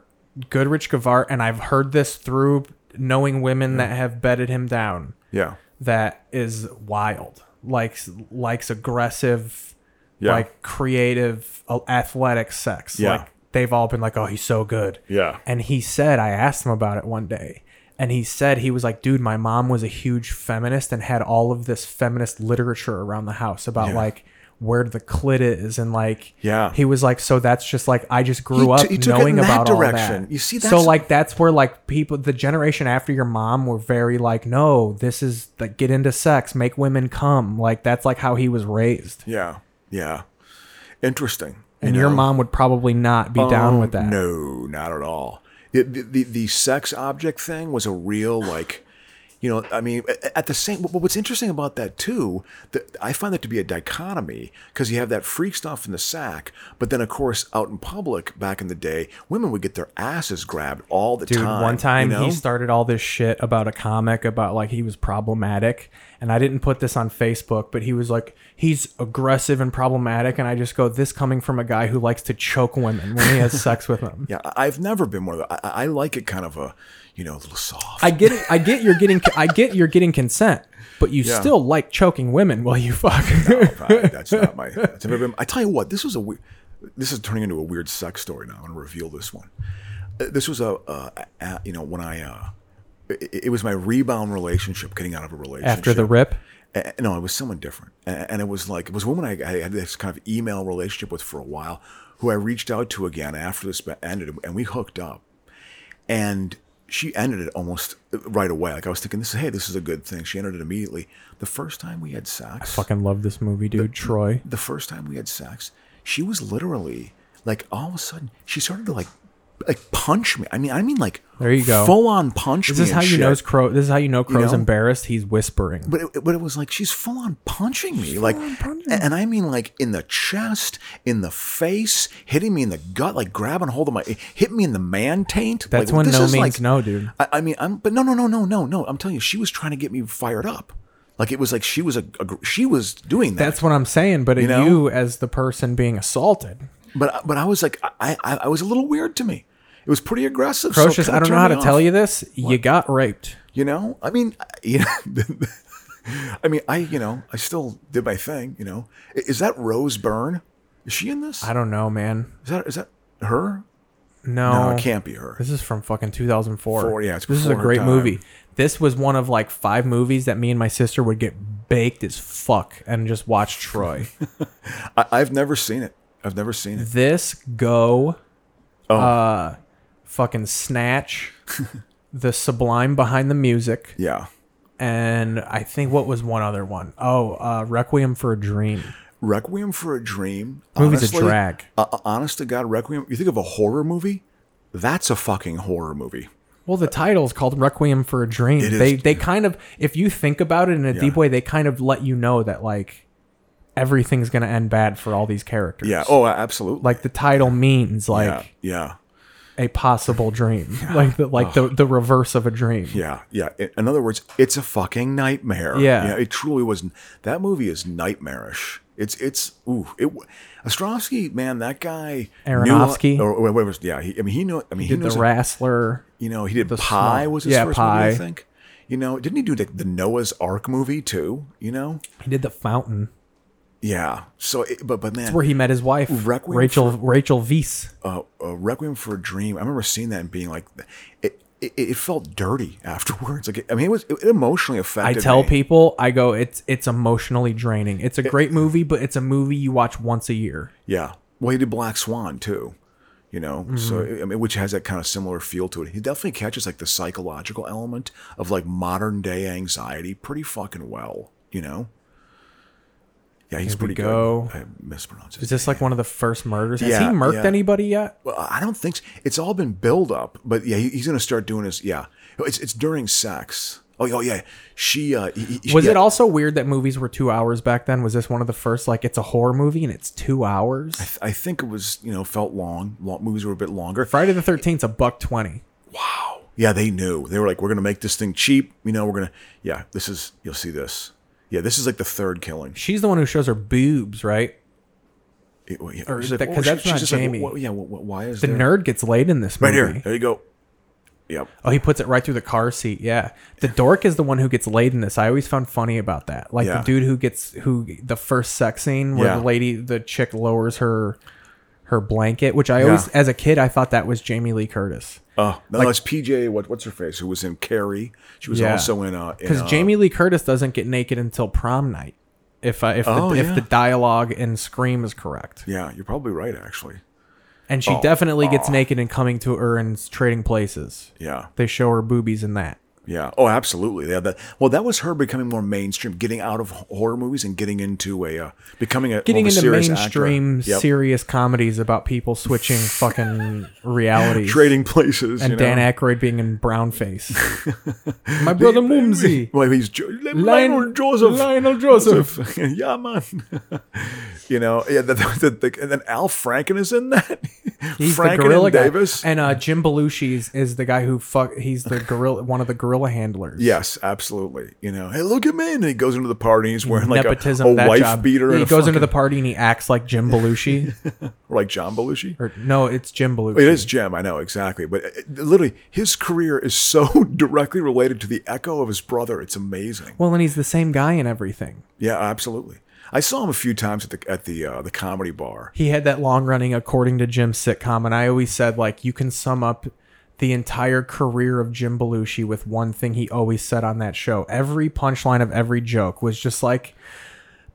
[SPEAKER 1] Goodrich Gavart, and I've heard this through knowing
[SPEAKER 2] Hmm.
[SPEAKER 1] women that have bedded him down.
[SPEAKER 2] yeah.
[SPEAKER 1] that is wild likes likes aggressive
[SPEAKER 2] Yeah.
[SPEAKER 1] like creative uh, athletic sex
[SPEAKER 2] Yeah.
[SPEAKER 1] like they've all been like oh he's so good
[SPEAKER 2] Yeah.
[SPEAKER 1] and he said i asked him about it one day and he said he was like dude my mom was a huge feminist and had all of this feminist literature around the house about
[SPEAKER 2] Yeah.
[SPEAKER 1] like where the clit is and like
[SPEAKER 2] Yeah.
[SPEAKER 1] he was like so that's just like i just grew
[SPEAKER 2] He
[SPEAKER 1] up
[SPEAKER 2] t- he took it
[SPEAKER 1] knowing
[SPEAKER 2] in that
[SPEAKER 1] about all
[SPEAKER 2] direction.
[SPEAKER 1] that
[SPEAKER 2] You see,
[SPEAKER 1] so
[SPEAKER 2] that's-
[SPEAKER 1] like that's where like people the generation after your mom were very like no this is like get into sex make women come like that's like how he was raised
[SPEAKER 2] Yeah. Yeah. Interesting. you
[SPEAKER 1] and your
[SPEAKER 2] know? Oh,
[SPEAKER 1] mom would probably not be down with that
[SPEAKER 2] Um, No, not at all. The, the, the, the sex object thing was a real, like, you know, I mean, a- at the same, but what's interesting about that too, that I find that to be a dichotomy because you have that freak stuff in the sack, but then of course out in public back in the day, women would get their asses grabbed all the
[SPEAKER 1] Dude,
[SPEAKER 2] time.
[SPEAKER 1] one
[SPEAKER 2] you
[SPEAKER 1] time
[SPEAKER 2] know?
[SPEAKER 1] he started all this shit about a comic about like he was problematic, and I didn't put this on Facebook, but he was like he's aggressive and problematic, and I just go this coming from a guy who likes to choke women when he has sex with them.
[SPEAKER 2] Yeah, I- I've never been one of the. I, I like it kind of a, you know, a little soft.
[SPEAKER 1] I get it. I get you're getting. I get you're getting consent, but you
[SPEAKER 2] Yeah.
[SPEAKER 1] still like choking women while you fuck.
[SPEAKER 2] I- that's not my. That's never been, I tell you what, this was a weird. This is turning into a weird sex story now. I'm gonna reveal this one. Uh, This was a, uh, a you know, when I, uh, it, it was my rebound relationship, getting out of a relationship
[SPEAKER 1] After the rip,
[SPEAKER 2] A- no, it was someone different, A- and it was like it was a woman I, I had this kind of email relationship with for a while, who I reached out to again after this be- ended, and we hooked up, and she ended it almost uh, right away. Like I was thinking, this is hey, this is a good thing. She ended it immediately. The first time we had sex,
[SPEAKER 1] fucking love this movie, dude. Troy.
[SPEAKER 2] the first time we had sex, she was literally like all of a sudden she started to like like punch me. I mean, I mean like
[SPEAKER 1] There you go.
[SPEAKER 2] full on punch.
[SPEAKER 1] This
[SPEAKER 2] me
[SPEAKER 1] is
[SPEAKER 2] and
[SPEAKER 1] how you
[SPEAKER 2] shit.
[SPEAKER 1] know Crow. This is how you know Crow's
[SPEAKER 2] know?
[SPEAKER 1] embarrassed. He's whispering.
[SPEAKER 2] But it, but it was like she's full on punching me, like, and I mean like in the chest, in the face, hitting me in the gut, like grabbing hold of my, hit me in the man taint.
[SPEAKER 1] That's
[SPEAKER 2] like,
[SPEAKER 1] when
[SPEAKER 2] this
[SPEAKER 1] no
[SPEAKER 2] is,
[SPEAKER 1] means
[SPEAKER 2] like-
[SPEAKER 1] no, dude.
[SPEAKER 2] I, I mean, I'm but no no no no no no. I'm telling you, she was trying to get me fired up, like it was like she was a, a gr- she was doing that.
[SPEAKER 1] That's what I'm saying. But you,
[SPEAKER 2] know?
[SPEAKER 1] as the person being assaulted,
[SPEAKER 2] But but I was like I I, I was a little weird to me. It was pretty aggressive. so it
[SPEAKER 1] Crocious,
[SPEAKER 2] kinda
[SPEAKER 1] I don't know
[SPEAKER 2] turned
[SPEAKER 1] how
[SPEAKER 2] me
[SPEAKER 1] to
[SPEAKER 2] off.
[SPEAKER 1] tell you this. You got raped.
[SPEAKER 2] You know, I mean, I- you know, I mean, I you know, I still did my thing. You know, I- is that Rose Byrne? Is she in this?
[SPEAKER 1] I don't know, man.
[SPEAKER 2] Is that is that her?
[SPEAKER 1] No,
[SPEAKER 2] No, it can't be her.
[SPEAKER 1] This is from fucking 2004.
[SPEAKER 2] Four, yeah, it's
[SPEAKER 1] this is a
[SPEAKER 2] before her
[SPEAKER 1] great
[SPEAKER 2] time.
[SPEAKER 1] movie. This was one of like five movies that me and my sister would get baked as fuck and just watch Troy.
[SPEAKER 2] I, I've never seen it. I've never seen it.
[SPEAKER 1] this go,
[SPEAKER 2] Oh.
[SPEAKER 1] uh, fucking snatch, the sublime behind the music,
[SPEAKER 2] Yeah,
[SPEAKER 1] and I think what was one other one? Oh, uh, Requiem for a Dream.
[SPEAKER 2] Requiem for a Dream.
[SPEAKER 1] Movie's a
[SPEAKER 2] honestly-
[SPEAKER 1] drag.
[SPEAKER 2] Uh, uh, honest to God, Requiem. You think of a horror movie? That's a fucking horror movie.
[SPEAKER 1] Well, the title's called Requiem for a Dream.
[SPEAKER 2] It is.
[SPEAKER 1] They they kind of, if you think about it in a deep way, they kind of let you know that like everything's gonna end bad for all these characters.
[SPEAKER 2] Yeah. Oh, absolutely.
[SPEAKER 1] like the title means like
[SPEAKER 2] yeah, yeah.
[SPEAKER 1] a possible dream, like the like the, the reverse of a dream.
[SPEAKER 2] Yeah, yeah. In, in other words, it's a fucking nightmare.
[SPEAKER 1] Yeah.
[SPEAKER 2] it truly was. That movie is nightmarish. It's it's ooh it. w- Ostrovsky, man, that guy
[SPEAKER 1] Aronofsky?
[SPEAKER 2] knew, or, or whatever. Yeah, he, I mean he knew. I mean he,
[SPEAKER 1] Did
[SPEAKER 2] knows
[SPEAKER 1] the wrestler?
[SPEAKER 2] You know he did
[SPEAKER 1] the
[SPEAKER 2] Pie
[SPEAKER 1] small-
[SPEAKER 2] was his
[SPEAKER 1] yeah,
[SPEAKER 2] first movie,
[SPEAKER 1] Pie.
[SPEAKER 2] I think. You know, didn't he do the, the Noah's Ark movie too? You know,
[SPEAKER 1] He did the fountain
[SPEAKER 2] yeah. So, it, but but man,
[SPEAKER 1] where he met his wife,
[SPEAKER 2] Requiem
[SPEAKER 1] Rachel Rachel Weiss.
[SPEAKER 2] uh, uh, Requiem for a Dream. I remember seeing that and being like, it it, it felt dirty afterwards. Like I mean, it was it emotionally
[SPEAKER 1] I
[SPEAKER 2] affected.
[SPEAKER 1] tell
[SPEAKER 2] me.
[SPEAKER 1] people, I go, it's it's emotionally draining. It's a great movie, but it's a movie you watch once a year.
[SPEAKER 2] Yeah. Well, he did Black Swan too, you know. So
[SPEAKER 1] Mm-hmm.
[SPEAKER 2] I mean, which has that kind of similar feel to it. He definitely catches like the psychological element of like modern day anxiety pretty fucking well, you know. Yeah, he's
[SPEAKER 1] Here we
[SPEAKER 2] pretty
[SPEAKER 1] go.
[SPEAKER 2] good. I mispronounced
[SPEAKER 1] Is
[SPEAKER 2] it.
[SPEAKER 1] this like one of the first murders? Has
[SPEAKER 2] Yeah,
[SPEAKER 1] he murked
[SPEAKER 2] yeah.
[SPEAKER 1] anybody yet?
[SPEAKER 2] Well, I don't think so. it's all been build up, but yeah, he- he's gonna start doing his. Yeah, it's it's during sex. Oh, yeah, oh yeah, she. Uh, he- he-
[SPEAKER 1] Was
[SPEAKER 2] yeah.
[SPEAKER 1] it also weird that movies were two hours back then? Was this one of the first like it's a horror movie and it's two hours?
[SPEAKER 2] I think it was you know felt long. long movies were a bit longer.
[SPEAKER 1] Friday the Thirteenth's a buck twenty.
[SPEAKER 2] Yeah, they knew. They were like, we're going to make this thing cheap. You know, we're going to, yeah, this is, you'll see this. Yeah, this is like the third killing.
[SPEAKER 1] She's the one who shows her boobs, right?
[SPEAKER 2] It- yeah,
[SPEAKER 1] Or
[SPEAKER 2] she's like,
[SPEAKER 1] that-
[SPEAKER 2] oh,
[SPEAKER 1] 'cause
[SPEAKER 2] she-
[SPEAKER 1] that's
[SPEAKER 2] she's
[SPEAKER 1] not
[SPEAKER 2] just like,
[SPEAKER 1] Jamie.
[SPEAKER 2] what- yeah, what- what- why is
[SPEAKER 1] The
[SPEAKER 2] there-
[SPEAKER 1] nerd gets laid in this
[SPEAKER 2] Right
[SPEAKER 1] movie.
[SPEAKER 2] here. There you go. Yep.
[SPEAKER 1] Oh, he puts it right through the car seat. Yeah. The dork is the one who gets laid in this. I always found funny about that. Like
[SPEAKER 2] Yeah.
[SPEAKER 1] the dude who gets who the first sex scene where
[SPEAKER 2] Yeah.
[SPEAKER 1] the lady the chick lowers her her blanket, which I always as a kid I thought that was Jamie Lee Curtis.
[SPEAKER 2] Oh, no, it's PJ, what, what's her face, who was in Carrie. She was
[SPEAKER 1] Yeah.
[SPEAKER 2] also in, uh, in,
[SPEAKER 1] Because
[SPEAKER 2] uh,
[SPEAKER 1] Jamie Lee Curtis doesn't get naked until prom night. If I if the,
[SPEAKER 2] Oh,
[SPEAKER 1] if
[SPEAKER 2] yeah.
[SPEAKER 1] the dialogue in Scream is correct.
[SPEAKER 2] Yeah, you're probably right, actually.
[SPEAKER 1] And
[SPEAKER 2] Oh,
[SPEAKER 1] she definitely gets naked in coming to her and trading places.
[SPEAKER 2] Yeah.
[SPEAKER 1] They show her boobies in that.
[SPEAKER 2] Yeah. Oh, absolutely. They had that. Well, that was her becoming more mainstream, getting out of horror movies and getting into a, uh, becoming a,
[SPEAKER 1] getting
[SPEAKER 2] more of a
[SPEAKER 1] into
[SPEAKER 2] serious
[SPEAKER 1] mainstream
[SPEAKER 2] actor. Yep.
[SPEAKER 1] serious comedies about people switching fucking realities.
[SPEAKER 2] Trading places.
[SPEAKER 1] and
[SPEAKER 2] you know?
[SPEAKER 1] Dan Aykroyd being in brownface. My brother Mumsy.
[SPEAKER 2] Well, he's jo- Lionel Joseph.
[SPEAKER 1] Lionel Joseph.
[SPEAKER 2] yeah, man. you know, yeah, the, the, the, and then Al Franken is in that.
[SPEAKER 1] He's
[SPEAKER 2] Franken
[SPEAKER 1] the gorilla
[SPEAKER 2] and Davis.
[SPEAKER 1] guy. And uh, Jim Belushi is, is the guy who fuck. He's the gorilla, one of the gorilla guerrilla handlers.
[SPEAKER 2] Yes, absolutely. You know, hey, look at me, and he goes into the party. and He's wearing like
[SPEAKER 1] Nepotism.
[SPEAKER 2] a, a
[SPEAKER 1] that
[SPEAKER 2] wife
[SPEAKER 1] job.
[SPEAKER 2] beater.
[SPEAKER 1] He
[SPEAKER 2] and a
[SPEAKER 1] goes into the
[SPEAKER 2] fucking-
[SPEAKER 1] party and he acts like Jim Belushi.
[SPEAKER 2] or like John Belushi.
[SPEAKER 1] or no, it's Jim Belushi.
[SPEAKER 2] It is Jim, I know exactly, but uh, literally his career is so directly related to the echo of his brother. It's amazing.
[SPEAKER 1] Well, and he's the same guy in everything.
[SPEAKER 2] Yeah, absolutely. I saw him a few times at the at the uh, the comedy bar.
[SPEAKER 1] he had that long running according to Jim sitcom, and I always said like you can sum up the entire career of Jim Belushi with one thing he always said on that show. Every punchline of every joke was just like,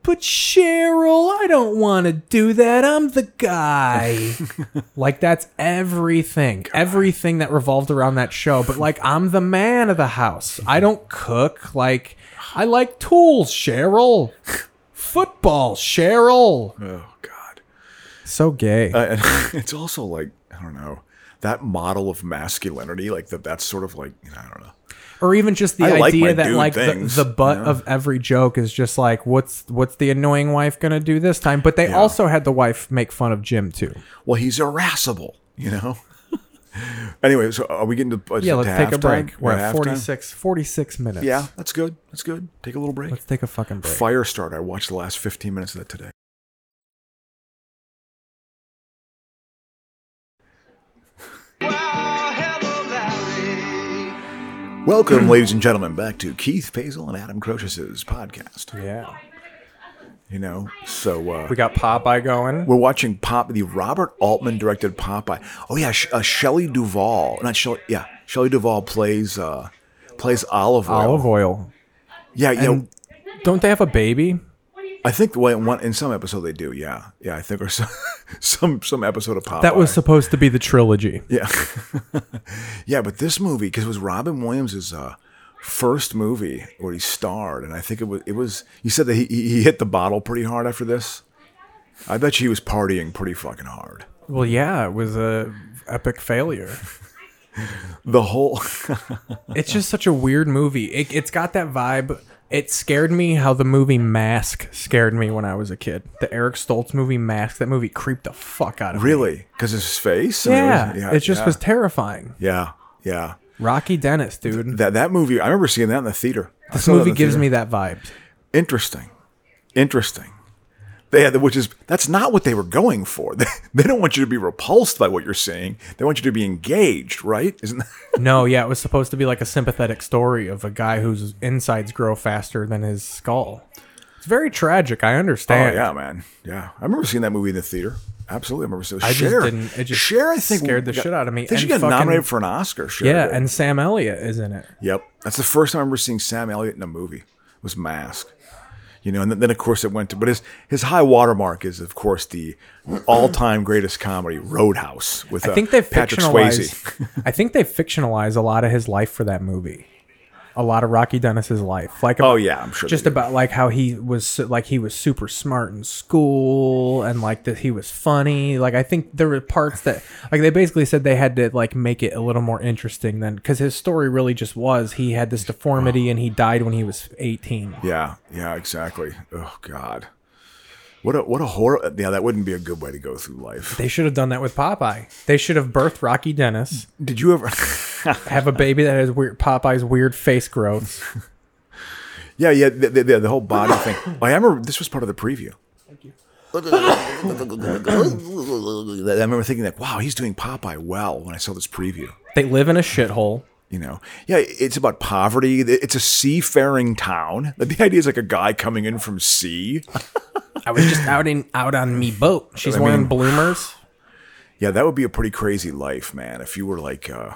[SPEAKER 1] "But Cheryl, I don't want to do that. I'm the guy." like that's everything, everything that revolved around that show. But like, I'm the man of the house. I don't cook. Like, I like tools, Cheryl. Football, Cheryl.
[SPEAKER 2] Oh God!
[SPEAKER 1] So gay.
[SPEAKER 2] Uh, and it's also like I don't know that model of masculinity, like that. That's sort of like you know, I don't know.
[SPEAKER 1] or even just the
[SPEAKER 2] I like
[SPEAKER 1] idea
[SPEAKER 2] my
[SPEAKER 1] that
[SPEAKER 2] dude
[SPEAKER 1] like the,
[SPEAKER 2] things,
[SPEAKER 1] the butt
[SPEAKER 2] you know?
[SPEAKER 1] of every joke is just like what's what's the annoying wife gonna do this time but they also had the wife make fun of jim too
[SPEAKER 2] Well, he's irascible, you know. anyway, so are we getting to uh,
[SPEAKER 1] yeah
[SPEAKER 2] to
[SPEAKER 1] let's take a
[SPEAKER 2] halftime?
[SPEAKER 1] break we're at
[SPEAKER 2] halftime?
[SPEAKER 1] 46 46 minutes
[SPEAKER 2] Yeah, that's good. That's good. Take a little break.
[SPEAKER 1] let's take a fucking break
[SPEAKER 2] Firestarter. I watched the last 15 minutes of that today.
[SPEAKER 6] Wow, hello, Larry.
[SPEAKER 2] Welcome, ladies and gentlemen, back to Keith Pazel and Adam Crochus's podcast.
[SPEAKER 1] yeah
[SPEAKER 2] You know, so uh,
[SPEAKER 1] we got popeye going
[SPEAKER 2] we're watching Pop, the Robert Altman directed Popeye. Oh yeah, Sh- uh, Shelley Duvall. Not Shelley. Yeah, Shelley Duvall plays uh, plays olive oil.
[SPEAKER 1] olive oil
[SPEAKER 2] Yeah, yeah.
[SPEAKER 1] and don't they have a baby
[SPEAKER 2] I think the way one in some episode they do. Yeah, yeah. I think or some some, some episode of Popeye.
[SPEAKER 1] that was supposed to be the trilogy
[SPEAKER 2] Yeah. yeah, but this movie because it was Robin Williams' uh, first movie where he starred, and I think it was it was. You said that he he he hit the bottle pretty hard after this. I bet you he was partying pretty fucking hard.
[SPEAKER 1] well yeah it was a epic failure
[SPEAKER 2] The whole
[SPEAKER 1] It's just such a weird movie. It, it's got that vibe. It scared me how the movie Mask scared me when I was a kid. The Eric Stoltz movie Mask. That movie creeped the fuck out of me.
[SPEAKER 2] really because his face. I mean,
[SPEAKER 1] Yeah.
[SPEAKER 2] was-
[SPEAKER 1] it just
[SPEAKER 2] yeah,
[SPEAKER 1] was terrifying.
[SPEAKER 2] Yeah, yeah.
[SPEAKER 1] Rocky Dennis, dude.
[SPEAKER 2] That that movie. I remember seeing that in the theater. I
[SPEAKER 1] This
[SPEAKER 2] saw that in
[SPEAKER 1] movie
[SPEAKER 2] the
[SPEAKER 1] gives
[SPEAKER 2] theater.
[SPEAKER 1] me that vibe.
[SPEAKER 2] interesting, interesting. They had, which is that's not what they were going for. They, they don't want you to be repulsed by what you're seeing. They want you to be engaged, right? Isn't that?
[SPEAKER 1] No, yeah, it was supposed to be like a sympathetic story of a guy whose insides grow faster than his skull. It's very tragic. I
[SPEAKER 2] Oh
[SPEAKER 1] understand.
[SPEAKER 2] yeah, man. Yeah, I remember seeing that movie in the theater. Absolutely, I remember seeing.
[SPEAKER 1] I just
[SPEAKER 2] Cher,
[SPEAKER 1] didn't- it just
[SPEAKER 2] Cher, I think
[SPEAKER 1] scared the
[SPEAKER 2] got-
[SPEAKER 1] shit out of me.
[SPEAKER 2] I think she
[SPEAKER 1] And
[SPEAKER 2] got
[SPEAKER 1] fucking-
[SPEAKER 2] nominated for an Oscar. Cher
[SPEAKER 1] Yeah,
[SPEAKER 2] did.
[SPEAKER 1] and Sam Elliott is in it.
[SPEAKER 2] yep, that's the first time I remember seeing Sam Elliott in a movie. Was Mask. You know, and then, then of course it went to, but his his high watermark is of course the all time greatest comedy Roadhouse with
[SPEAKER 1] I think
[SPEAKER 2] uh,
[SPEAKER 1] they
[SPEAKER 2] Patrick Swayze.
[SPEAKER 1] fictionalize. I think they fictionalize a lot of his life for that movie. A lot of Rocky Dennis's life, like
[SPEAKER 2] Oh, yeah, I'm sure they
[SPEAKER 1] just
[SPEAKER 2] do.
[SPEAKER 1] about like how he was su- like he was super smart in school and like that he was funny. Like I think there were parts that like they basically said they had to like make it a little more interesting than because his story really just was he had this deformity and he died when he was 18.
[SPEAKER 2] Yeah, yeah, exactly. Oh God, what a what a horror. Yeah, that wouldn't be a good way to go through life.
[SPEAKER 1] They should have done that with Popeye. They should have birthed Rocky Dennis,
[SPEAKER 2] Did you ever?
[SPEAKER 1] have a baby that has weird Popeye's weird face growth.
[SPEAKER 2] Yeah, yeah, the, the, the, the whole body thing. I remember this was part of the preview. I remember thinking like, wow, he's doing Popeye well when I saw this preview.
[SPEAKER 1] They live in a shithole.
[SPEAKER 2] You know, yeah, it's about poverty. It's a seafaring town. The idea is like a guy coming in from sea.
[SPEAKER 1] I was just out in out on me boat. She's
[SPEAKER 2] I
[SPEAKER 1] wearing
[SPEAKER 2] mean-
[SPEAKER 1] bloomers.
[SPEAKER 2] Yeah, that would be a pretty crazy life, man. If you were like, uh,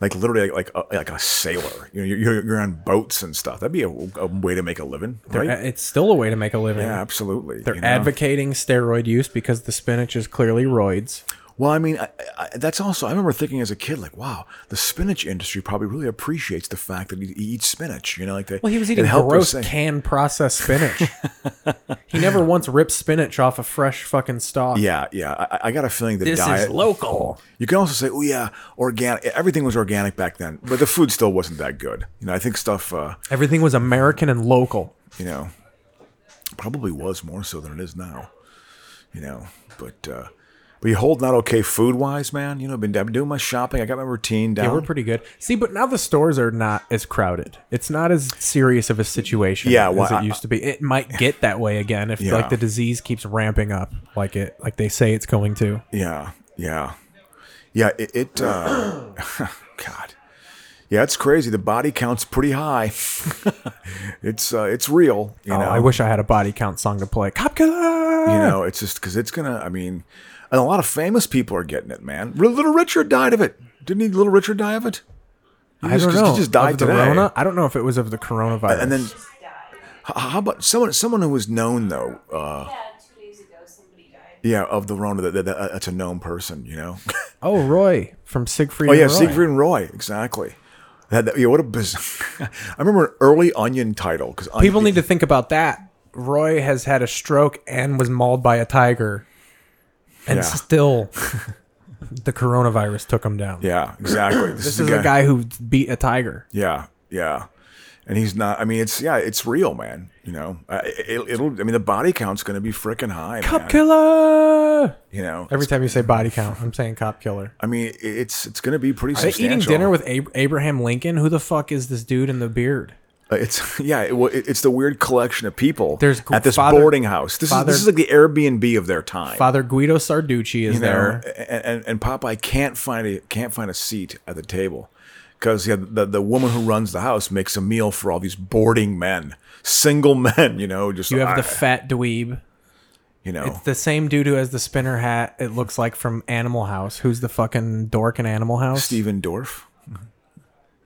[SPEAKER 2] like literally like like a, like a sailor. You know, you're, you're on boats and stuff. That'd be a, a way to make a living, right?
[SPEAKER 1] Uh, It's still a way to make a living.
[SPEAKER 2] yeah, absolutely.
[SPEAKER 1] They're
[SPEAKER 2] you know?
[SPEAKER 1] advocating steroid use because the spinach is clearly roids.
[SPEAKER 2] Well, I mean, I, I, that's also. I remember thinking as a kid, like, wow, the spinach industry probably really appreciates the fact that he, he eats spinach. You know, like they.
[SPEAKER 1] Well, he was
[SPEAKER 2] it
[SPEAKER 1] eating
[SPEAKER 2] helped us
[SPEAKER 1] gross
[SPEAKER 2] say-
[SPEAKER 1] canned processed spinach. he never once ripped spinach off a fresh fucking stalk.
[SPEAKER 2] Yeah, yeah. I, I got a feeling the
[SPEAKER 1] This
[SPEAKER 2] diet.
[SPEAKER 1] is local.
[SPEAKER 2] You can also say, oh yeah, organic. Everything was organic back then, but the food still wasn't that good. You know, I think stuff. Uh,
[SPEAKER 1] Everything was American and local.
[SPEAKER 2] you know, probably was more so than it is now, you know. But uh, But you holding out okay food wise, man? You know, I've been, I've been doing my shopping. I got my routine down.
[SPEAKER 1] Yeah, we're pretty good. See, but now the stores are not as crowded. It's not as serious of a situation
[SPEAKER 2] Yeah, well,
[SPEAKER 1] as it
[SPEAKER 2] I-
[SPEAKER 1] used to be. It might get that way again if
[SPEAKER 2] Yeah.
[SPEAKER 1] like the disease keeps ramping up like it like they say it's going to.
[SPEAKER 2] Yeah, yeah, yeah. It, it uh, God, yeah, it's crazy. The body count's pretty high. it's uh, it's real. You
[SPEAKER 1] Oh,
[SPEAKER 2] know,
[SPEAKER 1] I wish I had a body count song to play. Cop killer.
[SPEAKER 2] You know, it's just because it's gonna. I mean, and a lot of famous people are getting it, man. R- Little Richard died of it. Didn't he? Little Richard die of it. He
[SPEAKER 1] I
[SPEAKER 2] just-
[SPEAKER 1] don't
[SPEAKER 2] he
[SPEAKER 1] know.
[SPEAKER 2] just died
[SPEAKER 1] of the
[SPEAKER 2] today.
[SPEAKER 1] Rona? I don't know if it was of the coronavirus.
[SPEAKER 2] And then, h- how about someone? Someone who was known though. Uh,
[SPEAKER 7] Yeah, two days ago, somebody died.
[SPEAKER 2] yeah, of the Rona. That, that, that- that's a known person. You know.
[SPEAKER 1] oh, Roy from Siegfried.
[SPEAKER 2] Oh yeah,
[SPEAKER 1] and Roy.
[SPEAKER 2] Siegfried and Roy, exactly. That, that- yeah, what a bizarre. I remember an early Onion title because
[SPEAKER 1] People need to think about that. Roy has had a stroke and was mauled by a tiger, and
[SPEAKER 2] Yeah.
[SPEAKER 1] still, the coronavirus took him down.
[SPEAKER 2] Yeah, exactly. This,
[SPEAKER 1] This is a guy who beat a tiger.
[SPEAKER 2] Yeah, yeah, and he's not. I mean, it's yeah, it's real, man. You know, uh, it, it'll. I mean, the body count's going to be freaking high.
[SPEAKER 1] Cop
[SPEAKER 2] man.
[SPEAKER 1] killer.
[SPEAKER 2] You know,
[SPEAKER 1] Every time you say body count, I'm saying cop killer.
[SPEAKER 2] I mean, it- it's it's going to be pretty.
[SPEAKER 1] Are they
[SPEAKER 2] substantial.
[SPEAKER 1] eating dinner with Ab- Abraham Lincoln? Who the fuck is this dude in the beard?
[SPEAKER 2] Uh, It's yeah. It, well, it- it's the weird collection of people.
[SPEAKER 1] There's gr-
[SPEAKER 2] at this
[SPEAKER 1] father-
[SPEAKER 2] boarding house. This
[SPEAKER 1] father-
[SPEAKER 2] is this is like the Airbnb of their time.
[SPEAKER 1] Father Guido Sarducci is
[SPEAKER 2] you know,
[SPEAKER 1] there.
[SPEAKER 2] and, and, and Popeye can't find a can't find a seat at the table because yeah, the the woman who runs the house makes a meal for all these boarding men, single men. You know, just
[SPEAKER 1] You have the
[SPEAKER 2] "Ah,"
[SPEAKER 1] fat dweeb.
[SPEAKER 2] you know
[SPEAKER 1] It's the same dude who has the spinner hat. It looks like from Animal House. Who's the fucking dork in Animal House?
[SPEAKER 2] Stephen Dorff.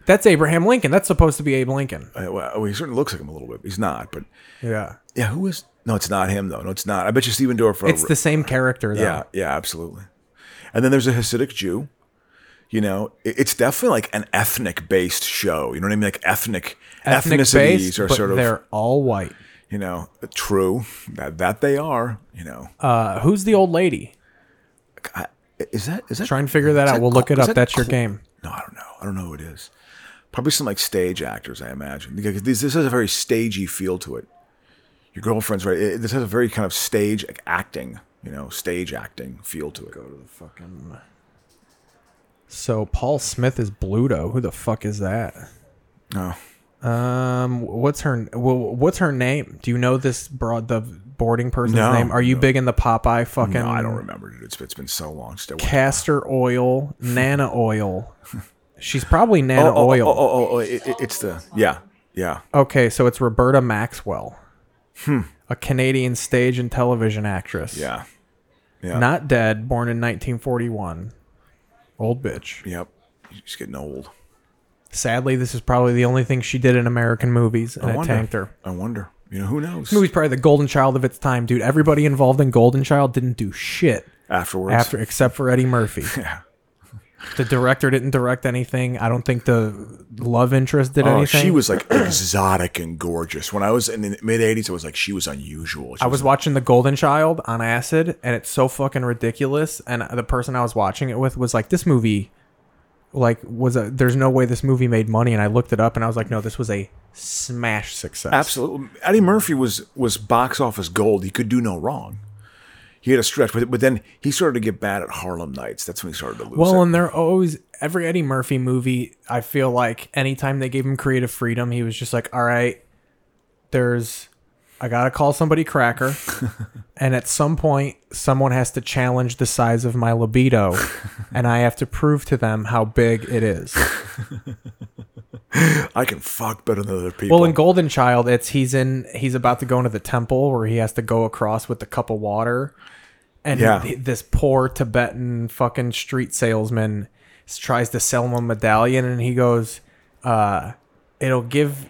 [SPEAKER 1] That's Abraham Lincoln. That's supposed to be Abe Lincoln.
[SPEAKER 2] Uh, well, he certainly looks like him a little bit. He's not, but
[SPEAKER 1] Yeah,
[SPEAKER 2] yeah, who is? No, it's not him though. No, it's not. I bet you Stephen Dorff. uh,
[SPEAKER 1] it's the same character though.
[SPEAKER 2] yeah, yeah, absolutely. And then there's a Hasidic Jew. You know, it- it's definitely like an ethnic based show. You know what I mean? Like ethnic,
[SPEAKER 1] ethnic
[SPEAKER 2] ethnicities
[SPEAKER 1] based,
[SPEAKER 2] are
[SPEAKER 1] but
[SPEAKER 2] sort of
[SPEAKER 1] they're all white.
[SPEAKER 2] you know, true that that they are, you know.
[SPEAKER 1] Uh, who's the old lady?
[SPEAKER 2] I- is that is that
[SPEAKER 1] Try and figure that
[SPEAKER 2] is
[SPEAKER 1] out. We'll look it
[SPEAKER 2] is
[SPEAKER 1] up. That's your
[SPEAKER 2] Cl-
[SPEAKER 1] game.
[SPEAKER 2] No, I don't know. I don't know who it is. Probably some like stage actors, I imagine. Because this, this has a very stagey feel to it. Your girlfriend's right. It- this has a very kind of stage acting, you know, stage acting feel to it. Go to the fucking.
[SPEAKER 1] So Paul Smith is Bluto. Who the fuck is that?
[SPEAKER 2] No,
[SPEAKER 1] Um, what's her? Well, what's her name? Do you know this broad the boarding person's
[SPEAKER 2] No,
[SPEAKER 1] name? Are you big in the Popeye fucking?
[SPEAKER 2] no, I don't remember. Dude. It's it's been so long. Still.
[SPEAKER 1] Castor oil, Nana oil. She's probably Nana
[SPEAKER 2] oh, oh,
[SPEAKER 1] oil.
[SPEAKER 2] Oh, oh, oh, oh, it- it- it's the yeah, yeah.
[SPEAKER 1] Okay, so it's Roberta Maxwell, a Canadian stage and television actress.
[SPEAKER 2] Hmm. Yeah. Yeah.
[SPEAKER 1] Not dead, born in 1941. Old bitch.
[SPEAKER 2] Yep. She's getting old.
[SPEAKER 1] Sadly, this is probably the only thing she did in American movies, and
[SPEAKER 2] I
[SPEAKER 1] it
[SPEAKER 2] wonder.
[SPEAKER 1] tanked her.
[SPEAKER 2] I wonder. You know who knows?
[SPEAKER 1] This movie's probably the golden child of its time, dude. Everybody involved in Golden Child didn't do shit
[SPEAKER 2] Afterwards.
[SPEAKER 1] after, except for Eddie Murphy.
[SPEAKER 2] Yeah.
[SPEAKER 1] the director didn't direct anything. I don't think the love interest did
[SPEAKER 2] Oh,
[SPEAKER 1] anything.
[SPEAKER 2] she was like exotic and gorgeous. When I was in the mid '80s, I was like, she was unusual. She
[SPEAKER 1] I was watching The Golden Child on acid, and it's so fucking ridiculous. And the person I was watching it with was like, "This movie, like, was a there's no way this movie made money." And I looked it up, and I was like, "No, this was a smash success."
[SPEAKER 2] absolutely. Eddie Murphy was was box office gold. He could do no wrong. He had a stretch, but but then he started to get bad at Harlem Nights. That's when he started to lose.
[SPEAKER 1] Well,
[SPEAKER 2] it.
[SPEAKER 1] and they're always every Eddie Murphy movie. I feel like anytime they gave him creative freedom, he was just like, "All right, there's, I gotta call somebody cracker, and at some point, someone has to challenge the size of my libido, and I have to prove to them how big it is."
[SPEAKER 2] I can fuck better than other people.
[SPEAKER 1] Well, in Golden Child, it's he's in he's about to go into the temple where he has to go across with the cup of water, and
[SPEAKER 2] Yeah.
[SPEAKER 1] th- this poor Tibetan fucking street salesman s- tries to sell him a medallion, and he goes, uh, "It'll give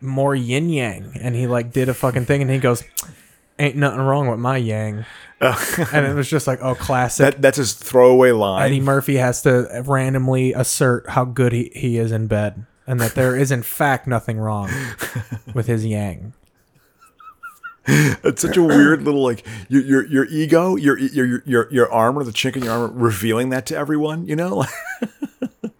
[SPEAKER 1] more yin yang," and he like did a fucking thing, and he goes, "Ain't nothing wrong with my yang," and it was just like, oh, classic.
[SPEAKER 2] that that's his throwaway line.
[SPEAKER 1] Eddie Murphy has to randomly assert how good he, he is in bed and that there is, in fact, nothing wrong with his yang.
[SPEAKER 2] It's such a weird little like your your your ego, your your your your, your armor, the chink in your armor, revealing that to everyone. You know,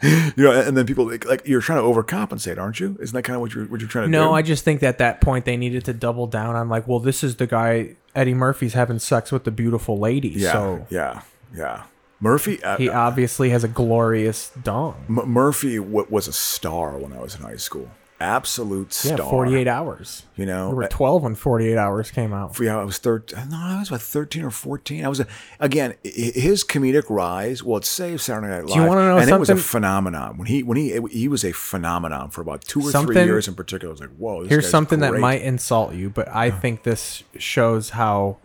[SPEAKER 2] you know, and then people like, like you're trying to overcompensate, aren't you? Isn't that kind of what you're what you're trying to do?
[SPEAKER 1] No, I just think that that point they needed to double down on, like, well, this is the guy Eddie Murphy's having sex with the beautiful lady.
[SPEAKER 2] yeah
[SPEAKER 1] So
[SPEAKER 2] yeah Yeah. Murphy. Uh,
[SPEAKER 1] He obviously has a glorious dong.
[SPEAKER 2] M- Murphy w- was a star when I was in high school. Absolute
[SPEAKER 1] Yeah,
[SPEAKER 2] star.
[SPEAKER 1] 48 hours.
[SPEAKER 2] You know, eh.
[SPEAKER 1] we were
[SPEAKER 2] I-
[SPEAKER 1] 12 when 48 hours came out.
[SPEAKER 2] Yeah, I was thirteen. No, I was about thirteen or fourteen. I was a, again i- i- his comedic rise. Well, it saved Saturday Night Live.
[SPEAKER 1] Do you wanna know
[SPEAKER 2] and it was a
[SPEAKER 1] something?
[SPEAKER 2] phenomenon when he when he he was a phenomenon for about two or three
[SPEAKER 1] Something-
[SPEAKER 2] years in particular. I was like, whoa. This
[SPEAKER 1] Here's
[SPEAKER 2] guy's
[SPEAKER 1] something that
[SPEAKER 2] great.
[SPEAKER 1] might insult you, but I think this shows how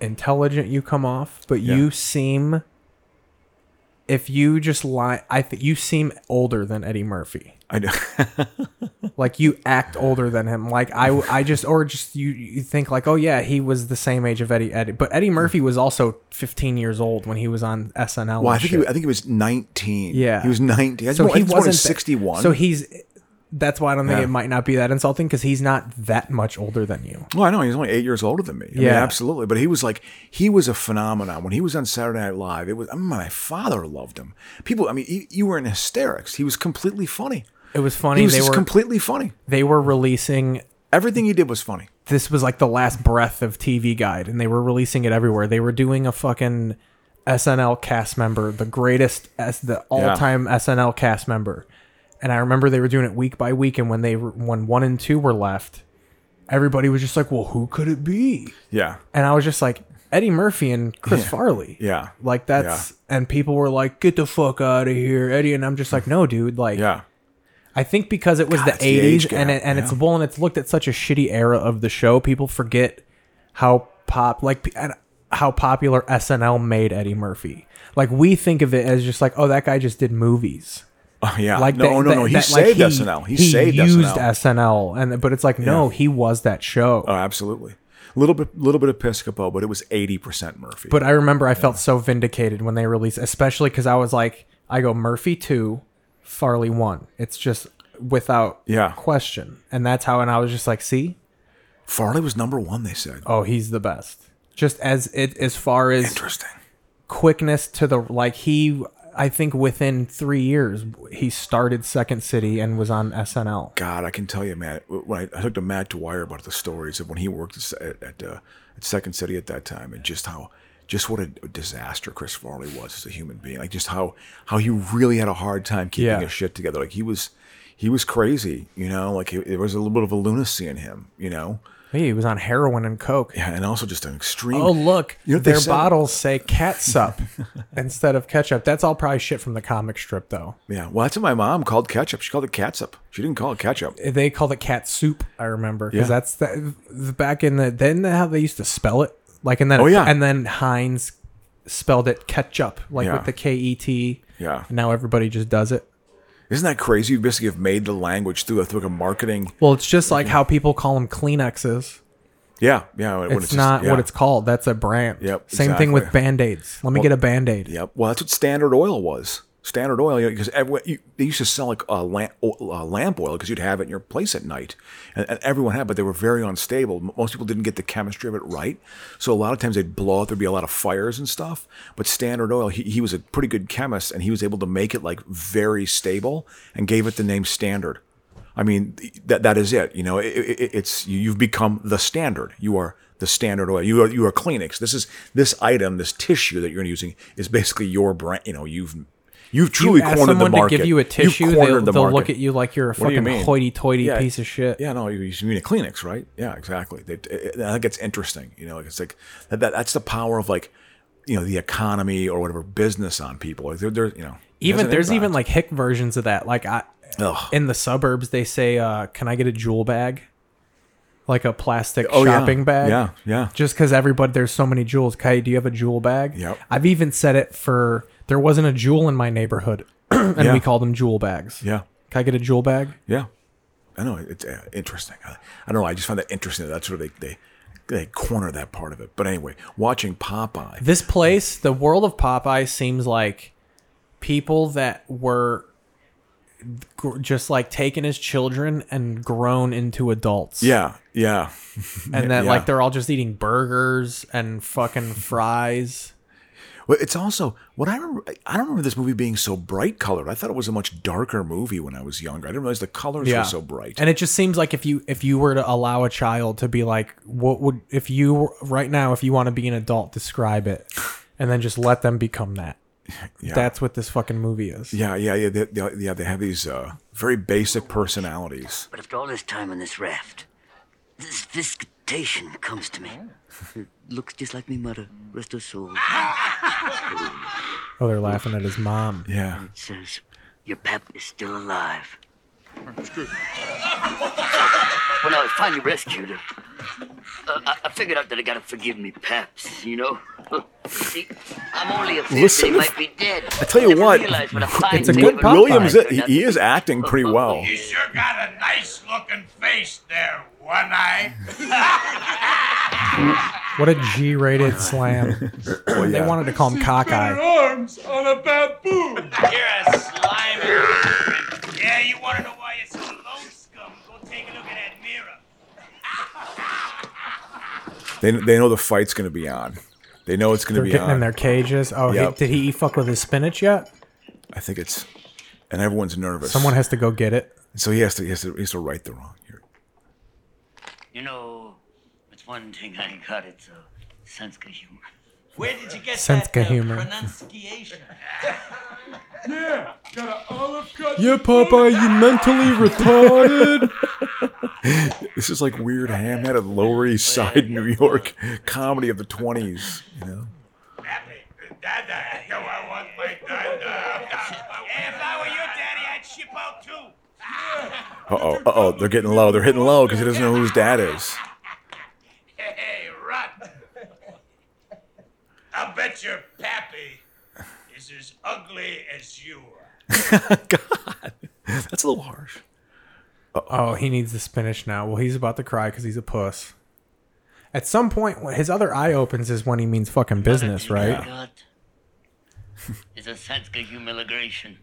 [SPEAKER 1] intelligent you come off. But
[SPEAKER 2] Yeah.
[SPEAKER 1] you seem, if you just lie, I think you seem older than Eddie Murphy.
[SPEAKER 2] I know.
[SPEAKER 1] Like you act older than him. Like I, I just or just you, you think like, oh yeah, he was the same age of Eddie. Eddie, but Eddie Murphy was also 15 years old when he was on SNL.
[SPEAKER 2] Well, I
[SPEAKER 1] and
[SPEAKER 2] think
[SPEAKER 1] shit.
[SPEAKER 2] he, I think he was nineteen.
[SPEAKER 1] Yeah.
[SPEAKER 2] he was nineteen. That's
[SPEAKER 1] so
[SPEAKER 2] more,
[SPEAKER 1] he
[SPEAKER 2] that's more than
[SPEAKER 1] wasn't th-
[SPEAKER 2] sixty-one.
[SPEAKER 1] So he's. That's why I don't think
[SPEAKER 2] Yeah.
[SPEAKER 1] it might not be that insulting because he's not that much older than you.
[SPEAKER 2] Well, I know he's only eight years older than me. I mean,
[SPEAKER 1] Yeah.
[SPEAKER 2] absolutely. But he was like, he was a phenomenon when he was on Saturday Night Live. It was I mean, my father loved him. People, I mean, you- you were in hysterics. He was completely funny.
[SPEAKER 1] It was funny.
[SPEAKER 2] He was
[SPEAKER 1] they
[SPEAKER 2] just
[SPEAKER 1] were
[SPEAKER 2] completely funny.
[SPEAKER 1] they were releasing.
[SPEAKER 2] Everything he did was funny.
[SPEAKER 1] This was like the last breath of TV Guide, and they were releasing it everywhere. They were doing a fucking SNL cast member, the greatest as the all time SNL cast member. And I remember they were doing it week by week, and when they were- when one and two were left, everybody was just like, "Well, who could it be?"
[SPEAKER 2] Yeah,
[SPEAKER 1] And I was just like, "Eddie Murphy and Chris
[SPEAKER 2] Yeah.
[SPEAKER 1] Farley."
[SPEAKER 2] yeah,
[SPEAKER 1] Like that's and people were like, "Get the fuck out of here, Eddie!" And I'm just like, "No, dude. Like,
[SPEAKER 2] yeah.
[SPEAKER 1] I think because it was
[SPEAKER 2] God,
[SPEAKER 1] the
[SPEAKER 2] it's the age
[SPEAKER 1] 80s and
[SPEAKER 2] gap,
[SPEAKER 1] it, and it's
[SPEAKER 2] yeah.
[SPEAKER 1] well and it's looked at such a shitty era of the show. People forget how pop like p- and how popular SNL made Eddie Murphy. Like we think of it as just like oh that guy just did movies.
[SPEAKER 2] Oh, yeah.
[SPEAKER 1] Like
[SPEAKER 2] no,
[SPEAKER 1] that-
[SPEAKER 2] no,
[SPEAKER 1] that-
[SPEAKER 2] no. He
[SPEAKER 1] that- like,
[SPEAKER 2] saved SNL. He, saved
[SPEAKER 1] used
[SPEAKER 2] SNL.
[SPEAKER 1] SNL. and but it's like no, he was that show.
[SPEAKER 2] oh, absolutely. Little bit, little bit Episcopo, but it was eighty percent Murphy.
[SPEAKER 1] But I remember I felt so vindicated when they released, especially because I was like, I go Murphy two, Farley one. It's just without
[SPEAKER 2] Yeah.
[SPEAKER 1] question, and that's how. And I was just like, see,
[SPEAKER 2] Farley was number one. They said.
[SPEAKER 1] oh, he's the best. Just as it as far as
[SPEAKER 2] Interesting.
[SPEAKER 1] quickness to the like he, I think within three years he started Second City and was on SNL.
[SPEAKER 2] God, I can tell you, man. When I, I talked to Matt Dwyer about the stories of when he worked at at, uh, at Second City at that time, and just how, just what a disaster Chris Farley was as a human being. Like just how how he really had a hard time keeping
[SPEAKER 1] Yeah.
[SPEAKER 2] his shit together. Like he was, he was crazy. You know, like he, there was a little bit of a lunacy in him. You know,
[SPEAKER 1] Hey, he was on heroin and coke.
[SPEAKER 2] yeah, and also just an extreme.
[SPEAKER 1] Oh look,
[SPEAKER 2] You know what they
[SPEAKER 1] their
[SPEAKER 2] said?
[SPEAKER 1] bottles say catsup instead of ketchup. That's all probably shit from the comic strip though.
[SPEAKER 2] Yeah, well, that's what my mom called ketchup. She called it catsup. She didn't call it ketchup.
[SPEAKER 1] they called it cat soup. I remember because
[SPEAKER 2] Yeah.
[SPEAKER 1] that's the, the back in the then how they used to spell it like and then
[SPEAKER 2] Oh, yeah.
[SPEAKER 1] and then Heinz spelled it ketchup like
[SPEAKER 2] Yeah.
[SPEAKER 1] with the K E T.
[SPEAKER 2] Yeah.
[SPEAKER 1] Now everybody just does it.
[SPEAKER 2] Isn't that crazy? You basically have made the language through a through a marketing.
[SPEAKER 1] Well, it's just
[SPEAKER 2] Mm-hmm.
[SPEAKER 1] like how people call them Kleenexes.
[SPEAKER 2] Yeah, yeah. when
[SPEAKER 1] It's,
[SPEAKER 2] just-
[SPEAKER 1] not
[SPEAKER 2] yeah.
[SPEAKER 1] what it's called. That's a brand.
[SPEAKER 2] Yep,
[SPEAKER 1] Same thing with
[SPEAKER 2] exactly.
[SPEAKER 1] band aids. Let me get a band aid.
[SPEAKER 2] Yep. Well, that's what Standard Oil was. Standard Oil, you know, because everyone you, they used to sell like uh, lamp, o- uh, lamp oil because you'd have it in your place at night, and, and everyone had, but they were very unstable. M- Most people didn't get the chemistry of it right, so a lot of times they'd blow up. There'd be a lot of fires and stuff. But Standard Oil, he, he was a pretty good chemist, and he was able to make it like very stable, and gave it the name Standard. I mean, that that is it. You know, it, it, it's you- you've become the standard. You are the standard oil. You are you are Kleenex. This is this item, this tissue that you're using is basically your brand. You know, you've you've truly
[SPEAKER 1] you ask
[SPEAKER 2] cornered the
[SPEAKER 1] someone
[SPEAKER 2] market.
[SPEAKER 1] to give you a
[SPEAKER 2] You've
[SPEAKER 1] tissue,
[SPEAKER 2] cornered
[SPEAKER 1] they'll,
[SPEAKER 2] the
[SPEAKER 1] they'll look
[SPEAKER 2] market.
[SPEAKER 1] at you like you're a
[SPEAKER 2] What do you
[SPEAKER 1] fucking
[SPEAKER 2] mean?
[SPEAKER 1] hoity-toity
[SPEAKER 2] Yeah.
[SPEAKER 1] piece of shit.
[SPEAKER 2] Yeah, no, you, you mean a Kleenex, right? Yeah, exactly. They, it, I think it's interesting. You know, like it's like that, that. That's the power of like, you know, the economy or whatever business on people. Like they're, they're you know, it has
[SPEAKER 1] even
[SPEAKER 2] an
[SPEAKER 1] there's even
[SPEAKER 2] impact.
[SPEAKER 1] like hick versions of that like i
[SPEAKER 2] Ugh.
[SPEAKER 1] in the suburbs they say uh can i get a jewel bag like a plastic
[SPEAKER 2] Oh, yeah.
[SPEAKER 1] shopping bag
[SPEAKER 2] Yeah, yeah.
[SPEAKER 1] just because everybody there's so many jewels kai do you have a jewel bag
[SPEAKER 2] Yep.
[SPEAKER 1] i've even said it for there wasn't a jewel in my neighborhood and
[SPEAKER 2] Yeah.
[SPEAKER 1] we called them jewel bags
[SPEAKER 2] yeah.
[SPEAKER 1] can i get a jewel bag
[SPEAKER 2] Yeah, I know it's uh, interesting. I, I don't know. I just find that interesting. that That's where they they they corner that part of it. But anyway, watching Popeye.
[SPEAKER 1] this place, the world of Popeye, seems like people that were gr- just like taken as children and grown into adults.
[SPEAKER 2] Yeah, yeah,
[SPEAKER 1] and that
[SPEAKER 2] yeah.
[SPEAKER 1] like they're all just eating burgers and fucking fries.
[SPEAKER 2] Well, it's also what I remember. I don't remember this movie being so bright colored. I thought it was a much darker movie when I was younger. I didn't realize the colors were so bright.
[SPEAKER 1] And it just seems like if you if you were to allow a child to be like, what would if you were- right now if you want to be an adult, describe it. and then just let them become that.
[SPEAKER 2] Yeah.
[SPEAKER 1] That's what this fucking movie is.
[SPEAKER 2] yeah, yeah, yeah, they, they- yeah. They have these uh, very basic personalities.
[SPEAKER 8] But after all this time on this raft, this visitation comes to me. It looks just like me mother, rest her soul.
[SPEAKER 1] Oh, they're laughing at his mom.
[SPEAKER 2] Yeah,
[SPEAKER 8] It says, Your pap is still alive. When I was finally rescued her, uh, I, I figured out that I gotta forgive me paps, you know? See, I'm only upset
[SPEAKER 2] Listen
[SPEAKER 8] that
[SPEAKER 2] to-
[SPEAKER 8] he might be dead.
[SPEAKER 2] I tell you
[SPEAKER 8] Never
[SPEAKER 2] what,
[SPEAKER 8] realized what a fine
[SPEAKER 1] it's a
[SPEAKER 8] thing
[SPEAKER 1] good
[SPEAKER 8] would
[SPEAKER 1] pop.
[SPEAKER 8] look
[SPEAKER 2] Williams,
[SPEAKER 8] like.
[SPEAKER 2] he, he is acting pretty well.
[SPEAKER 9] You sure got a nice looking face there, one eye.
[SPEAKER 1] What a G-rated slam.
[SPEAKER 2] Well,
[SPEAKER 1] They
[SPEAKER 2] yeah.
[SPEAKER 1] wanted to call him cockeye.
[SPEAKER 9] Arms on a baboon. You're a slimer. yeah, you want to know why you're so low scum? Go take a look at that mirror.
[SPEAKER 2] They they know the fight's going to be on. They know it's going
[SPEAKER 1] They're
[SPEAKER 2] to be
[SPEAKER 1] getting
[SPEAKER 2] on.
[SPEAKER 1] in their cages. Oh, he-
[SPEAKER 2] Yep.
[SPEAKER 1] did he fuck with his spinach yet?
[SPEAKER 2] I think it's, and everyone's nervous.
[SPEAKER 1] Someone has to go get it.
[SPEAKER 2] so he has to he has to, he has to right the wrong here.
[SPEAKER 8] You know, it's one thing I got, it's a sense of humor.
[SPEAKER 9] Where did you get
[SPEAKER 1] Sense
[SPEAKER 9] that uh,
[SPEAKER 1] of humor.
[SPEAKER 9] pronunciation?
[SPEAKER 1] Yeah, Popeye, you mentally retarded.
[SPEAKER 2] This is like weird ham-headed Lower East Side New York comedy of the twenties. You know,
[SPEAKER 9] Daddy, Dada. Yo, I want my dada. if I were your daddy, I'd ship out too.
[SPEAKER 2] uh oh, uh oh, they're getting low. They're hitting low because he doesn't know who his dad is.
[SPEAKER 9] Hey, rot. I'll bet your pappy is as ugly as you are.
[SPEAKER 2] God, that's a little harsh.
[SPEAKER 1] Oh, he needs the spinach now. Well, he's about to cry because he's a puss. At some point, when his other eye opens is when he means fucking business,
[SPEAKER 8] Another
[SPEAKER 1] right?
[SPEAKER 8] thing I got is a sense of humiliation.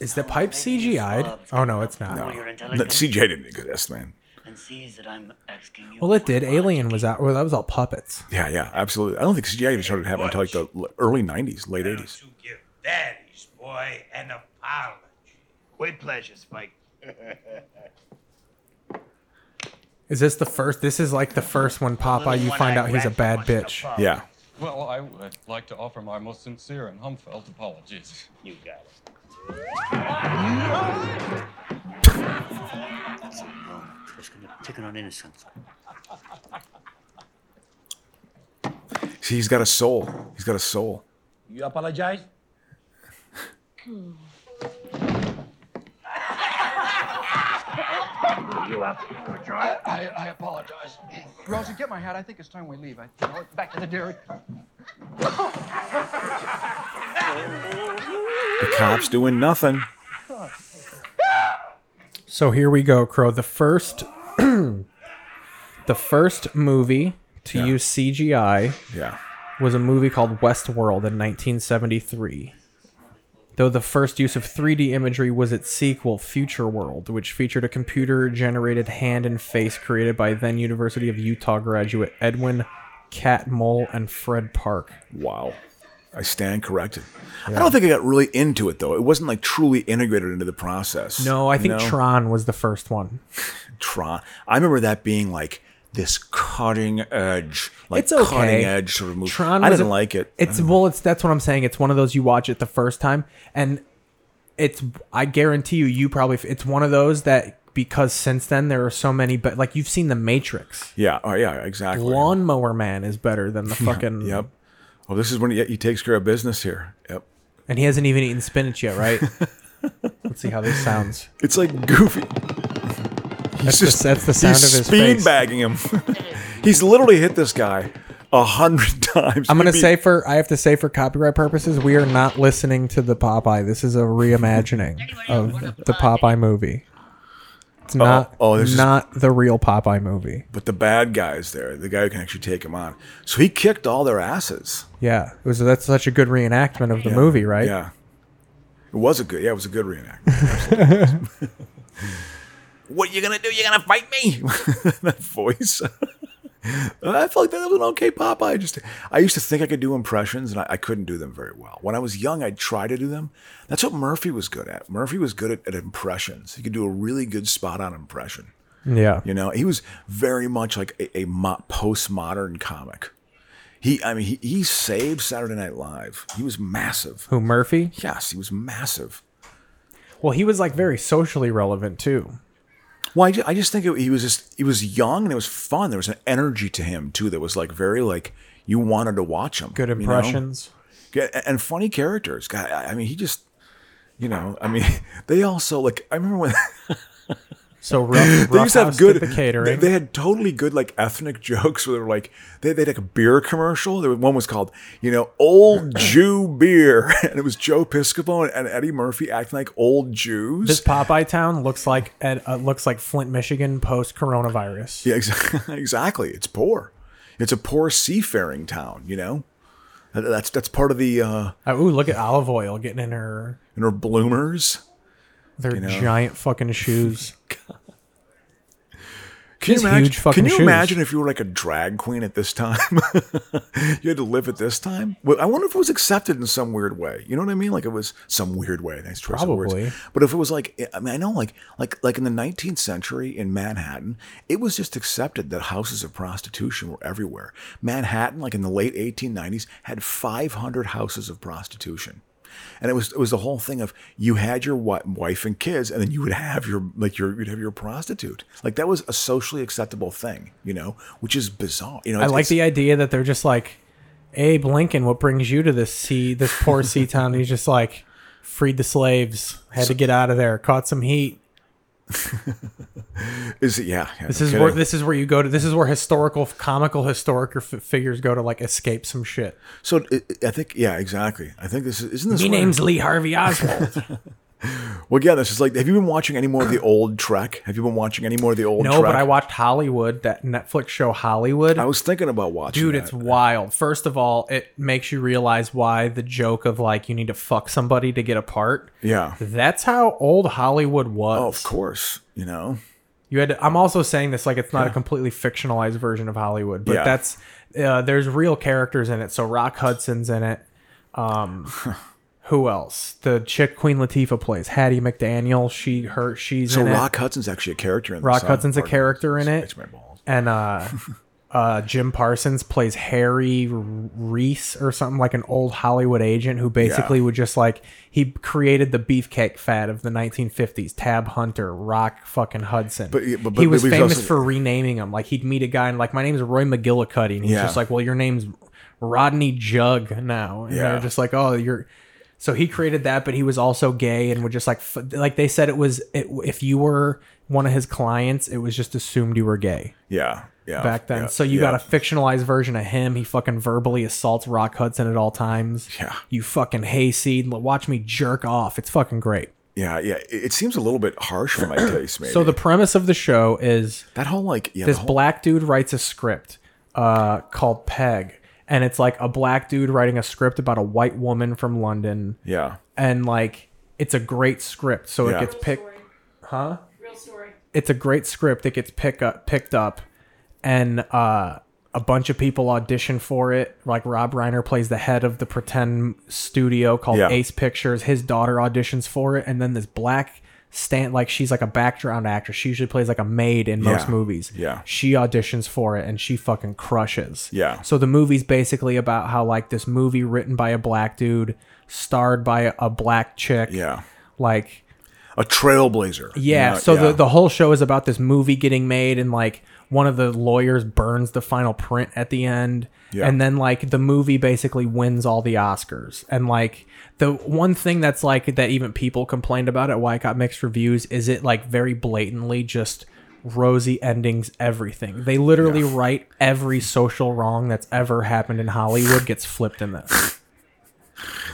[SPEAKER 1] Is the pipe CGI'd? Oh no, it's not.
[SPEAKER 8] No. You're
[SPEAKER 2] No,
[SPEAKER 8] intelligent
[SPEAKER 2] CJ didn't do this, man.
[SPEAKER 8] and sees that I'm asking you.
[SPEAKER 1] Well, it did.
[SPEAKER 8] what
[SPEAKER 1] Alien was out. Well, that was all puppets.
[SPEAKER 2] Yeah, yeah, absolutely. I don't think CGI even started happening until like the l- early '90s, late '80s.
[SPEAKER 9] To give daddy's boy an apology. With pleasure, Spike.
[SPEAKER 1] Is this the first? This is like the first one, Popeye. You find out he's a bad bitch.
[SPEAKER 2] Yeah,
[SPEAKER 10] Well, I would like to offer my most sincere and heartfelt apologies.
[SPEAKER 9] You got it.
[SPEAKER 8] Something wrong. It's gonna tick on innocence.
[SPEAKER 2] See, he's got a soul. He's got a soul.
[SPEAKER 9] You apologize?
[SPEAKER 10] I, I apologize. Rosie, get my hat. I think it's time we leave. I you know, back to the dairy.
[SPEAKER 2] The cops doing nothing.
[SPEAKER 1] So here we go, Crow. The first, the first movie to use CGI
[SPEAKER 2] Yeah,
[SPEAKER 1] was a movie called Westworld in 1973. Though the first use of 3D imagery was its sequel, Future World, which featured a computer generated hand and face created by then University of Utah graduate Edwin Cat Mole and Fred Park.
[SPEAKER 2] wow. I stand corrected. I don't think I got really into it though. It wasn't like truly integrated into the process.
[SPEAKER 1] No, I
[SPEAKER 2] you
[SPEAKER 1] think
[SPEAKER 2] know?
[SPEAKER 1] Tron was the first one.
[SPEAKER 2] Tron. I remember that being like this cutting edge, like
[SPEAKER 1] It's okay.
[SPEAKER 2] cutting edge sort of movie.
[SPEAKER 1] Tron
[SPEAKER 2] I
[SPEAKER 1] was
[SPEAKER 2] didn't
[SPEAKER 1] a-
[SPEAKER 2] like it. Uh,
[SPEAKER 1] It's well, it's that's what I'm saying. It's one of those you watch it the first time, and it's I guarantee you, you probably it's one of those that because since then there are so many, but like you've seen The Matrix.
[SPEAKER 2] yeah, oh yeah, exactly.
[SPEAKER 1] Lawnmower Man is better than the fucking.
[SPEAKER 2] Yep. Well, this is when he, he takes care of business here. Yep.
[SPEAKER 1] And he hasn't even eaten spinach yet, right? Let's see how this sounds.
[SPEAKER 2] It's like goofy. He's
[SPEAKER 1] That's the- that's the sound
[SPEAKER 2] he's
[SPEAKER 1] of his
[SPEAKER 2] speed
[SPEAKER 1] face.
[SPEAKER 2] bagging him. he's literally hit this guy a hundred times.
[SPEAKER 1] I'm gonna
[SPEAKER 2] Maybe-
[SPEAKER 1] say for I have to say for copyright purposes, we are not listening to the Popeye. This is a reimagining of the Popeye movie. It's not
[SPEAKER 2] oh, this is-
[SPEAKER 1] not the real Popeye movie.
[SPEAKER 2] but the bad guy's there. The guy who can actually take him on. So he kicked all their asses.
[SPEAKER 1] Yeah, it was that's such a good reenactment of the movie, right?
[SPEAKER 2] Yeah. It was a good. Yeah, it was a good reenactment. what you gonna do? You gonna fight me? that voice. I felt like that was an okay Popeye. Just I used to think I could do impressions, and I, I couldn't do them very well. When I was young, I'd try to do them. That's what Murphy was good at. Murphy was good at, at impressions. He could do a really good spot-on impression.
[SPEAKER 1] yeah.
[SPEAKER 2] You know, he was very much like a, a mo- postmodern comic. He, I mean, he, he saved Saturday Night Live. He was massive.
[SPEAKER 1] Who Murphy?
[SPEAKER 2] Yes, he was massive.
[SPEAKER 1] Well, he was like very socially relevant too.
[SPEAKER 2] Well, I just, I just think it, he was just he was young and it was fun. There was an energy to him too that was like very like you wanted to watch him.
[SPEAKER 1] Good
[SPEAKER 2] you know?
[SPEAKER 1] impressions.
[SPEAKER 2] Yeah, a- and funny characters. God, I I mean, he just you know, I mean, they also like I remember when
[SPEAKER 1] So rough,
[SPEAKER 2] they
[SPEAKER 1] rough
[SPEAKER 2] used to have good
[SPEAKER 1] the
[SPEAKER 2] They,
[SPEAKER 1] catering.
[SPEAKER 2] they had totally good like ethnic jokes where they were like they they had like a beer commercial. There was, one was called you know old Jew beer, and it was Joe Piscopo and, and Eddie Murphy acting like old Jews.
[SPEAKER 1] this Popeye town looks like at, uh, looks like Flint, Michigan, post coronavirus.
[SPEAKER 2] yeah, ex- exactly. It's poor. It's a poor seafaring town. You know, That- that's that's part of the uh,
[SPEAKER 1] Uh, ooh, look at olive oil getting in her
[SPEAKER 2] inner bloomers.
[SPEAKER 1] their
[SPEAKER 2] know.
[SPEAKER 1] giant fucking shoes.
[SPEAKER 2] Can
[SPEAKER 1] She has
[SPEAKER 2] you imagine,
[SPEAKER 1] huge fucking
[SPEAKER 2] Can you
[SPEAKER 1] shoes.
[SPEAKER 2] imagine if you were like a drag queen at this time? you had to live at this time. Well, I wonder if it was accepted in some weird way. You know what I mean? Like it was some weird way. Nice choice of words.
[SPEAKER 1] Probably.
[SPEAKER 2] But if it was like, I mean, I know like like like in the 19th century in Manhattan, it was just accepted that houses of prostitution were everywhere. Manhattan, like in the late 1890s, had 500 houses of prostitution. And it was it was the whole thing of you had your wi- wife and kids, and then you would have your like your you'd have your prostitute. Like that was a socially acceptable thing, you know, which is bizarre. You know,
[SPEAKER 1] I
[SPEAKER 2] it's-
[SPEAKER 1] like
[SPEAKER 2] it's-
[SPEAKER 1] the idea that they're just like, Abe Lincoln, what brings you to this sea, this poor sea town? And he's just like, freed the slaves, had to get out of there, caught some heat.
[SPEAKER 2] is yeah. yeah,
[SPEAKER 1] This
[SPEAKER 2] no
[SPEAKER 1] is
[SPEAKER 2] kidding.
[SPEAKER 1] where this is where you go to. This is where historical, comical, historic f- figures go to like escape some shit.
[SPEAKER 2] So it, it- I think yeah, exactly. I think this is isn't this
[SPEAKER 1] Me
[SPEAKER 2] where-
[SPEAKER 1] name's Lee Harvey Oswald.
[SPEAKER 2] Well, again, this is like, have you been watching any more of the old Trek? Have you been watching any more of the old
[SPEAKER 1] no,
[SPEAKER 2] Trek?
[SPEAKER 1] but I watched Hollywood, that Netflix show Hollywood.
[SPEAKER 2] I was thinking about watching
[SPEAKER 1] Dude,
[SPEAKER 2] that.
[SPEAKER 1] it's wild. First of all, it makes you realize why the joke of like you need to fuck somebody to get a part.
[SPEAKER 2] yeah.
[SPEAKER 1] That's how old Hollywood was.
[SPEAKER 2] Oh, of course, you know.
[SPEAKER 1] You had. To, I'm also saying this like it's not a completely fictionalized version of Hollywood, but
[SPEAKER 2] Yeah.
[SPEAKER 1] that's uh, there's real characters in it. So Rock Hudson's in it. Um, who else? The chick Queen Latifah plays Hattie McDaniel. She her she's
[SPEAKER 2] So
[SPEAKER 1] in
[SPEAKER 2] Rock Hudson's actually a character in this.
[SPEAKER 1] Rock
[SPEAKER 2] huh?
[SPEAKER 1] Hudson's a
[SPEAKER 2] Pardon me.
[SPEAKER 1] character in it.
[SPEAKER 2] It's my balls.
[SPEAKER 1] it, and uh, uh, Jim Parsons plays Harry R- Reese or something like an old Hollywood agent who basically would just like he created the beefcake fad of the 1950s. Tab Hunter, Rock fucking Hudson.
[SPEAKER 2] But- but- but-
[SPEAKER 1] he was
[SPEAKER 2] but we've
[SPEAKER 1] famous
[SPEAKER 2] also-
[SPEAKER 1] for renaming him. Like he'd meet a guy and like my name is Roy McGillicuddy, and he's
[SPEAKER 2] Yeah.
[SPEAKER 1] just like, well, your name's Rodney Jug now, and
[SPEAKER 2] Yeah.
[SPEAKER 1] they're just like, oh, you're. So he created that, but he was also gay and would just like f- like they said it was it, if you were one of his clients, it was just assumed you were gay
[SPEAKER 2] Yeah, yeah.
[SPEAKER 1] back then.
[SPEAKER 2] yeah,
[SPEAKER 1] so you
[SPEAKER 2] yeah.
[SPEAKER 1] got a fictionalized version of him. He fucking verbally assaults Rock Hudson at all times.
[SPEAKER 2] Yeah.
[SPEAKER 1] You fucking hayseed. l- Watch me jerk off. It's fucking great.
[SPEAKER 2] Yeah, yeah. It, it seems a little bit harsh for my taste, maybe.
[SPEAKER 1] So the premise of the show is
[SPEAKER 2] that whole like yeah,
[SPEAKER 1] this
[SPEAKER 2] the whole,
[SPEAKER 1] black dude writes a script uh, called Peg. And it's like a black dude writing a script about a white woman from London.
[SPEAKER 2] yeah,
[SPEAKER 1] And like, it's a great script. So
[SPEAKER 2] Yeah.
[SPEAKER 1] it gets picked.
[SPEAKER 7] Story.
[SPEAKER 1] Huh?
[SPEAKER 7] Real story.
[SPEAKER 1] it's a great script. It gets pick up, picked up, and uh, a bunch of people audition for it. Like Rob Reiner plays the head of the pretend studio called
[SPEAKER 2] Yeah.
[SPEAKER 1] Ace Pictures. His daughter auditions for it, and then this black stand like she's like a background actress. She usually plays like a maid in most
[SPEAKER 2] Yeah.
[SPEAKER 1] movies.
[SPEAKER 2] Yeah.
[SPEAKER 1] she auditions for it, and she fucking crushes.
[SPEAKER 2] Yeah.
[SPEAKER 1] So the movie's basically about how like this movie written by a black dude, starred by a, a black chick.
[SPEAKER 2] yeah.
[SPEAKER 1] Like
[SPEAKER 2] A trailblazer.
[SPEAKER 1] yeah.
[SPEAKER 2] You know,
[SPEAKER 1] so
[SPEAKER 2] yeah.
[SPEAKER 1] the the whole show is about this movie getting made, and like one of the lawyers burns the final print at the end,
[SPEAKER 2] Yeah.
[SPEAKER 1] and then like the movie basically wins all the Oscars. And like the one thing that's like that even people complained about it, why it got mixed reviews, is it like very blatantly just rosy endings everything they literally write every social wrong that's ever happened in hollywood gets flipped in this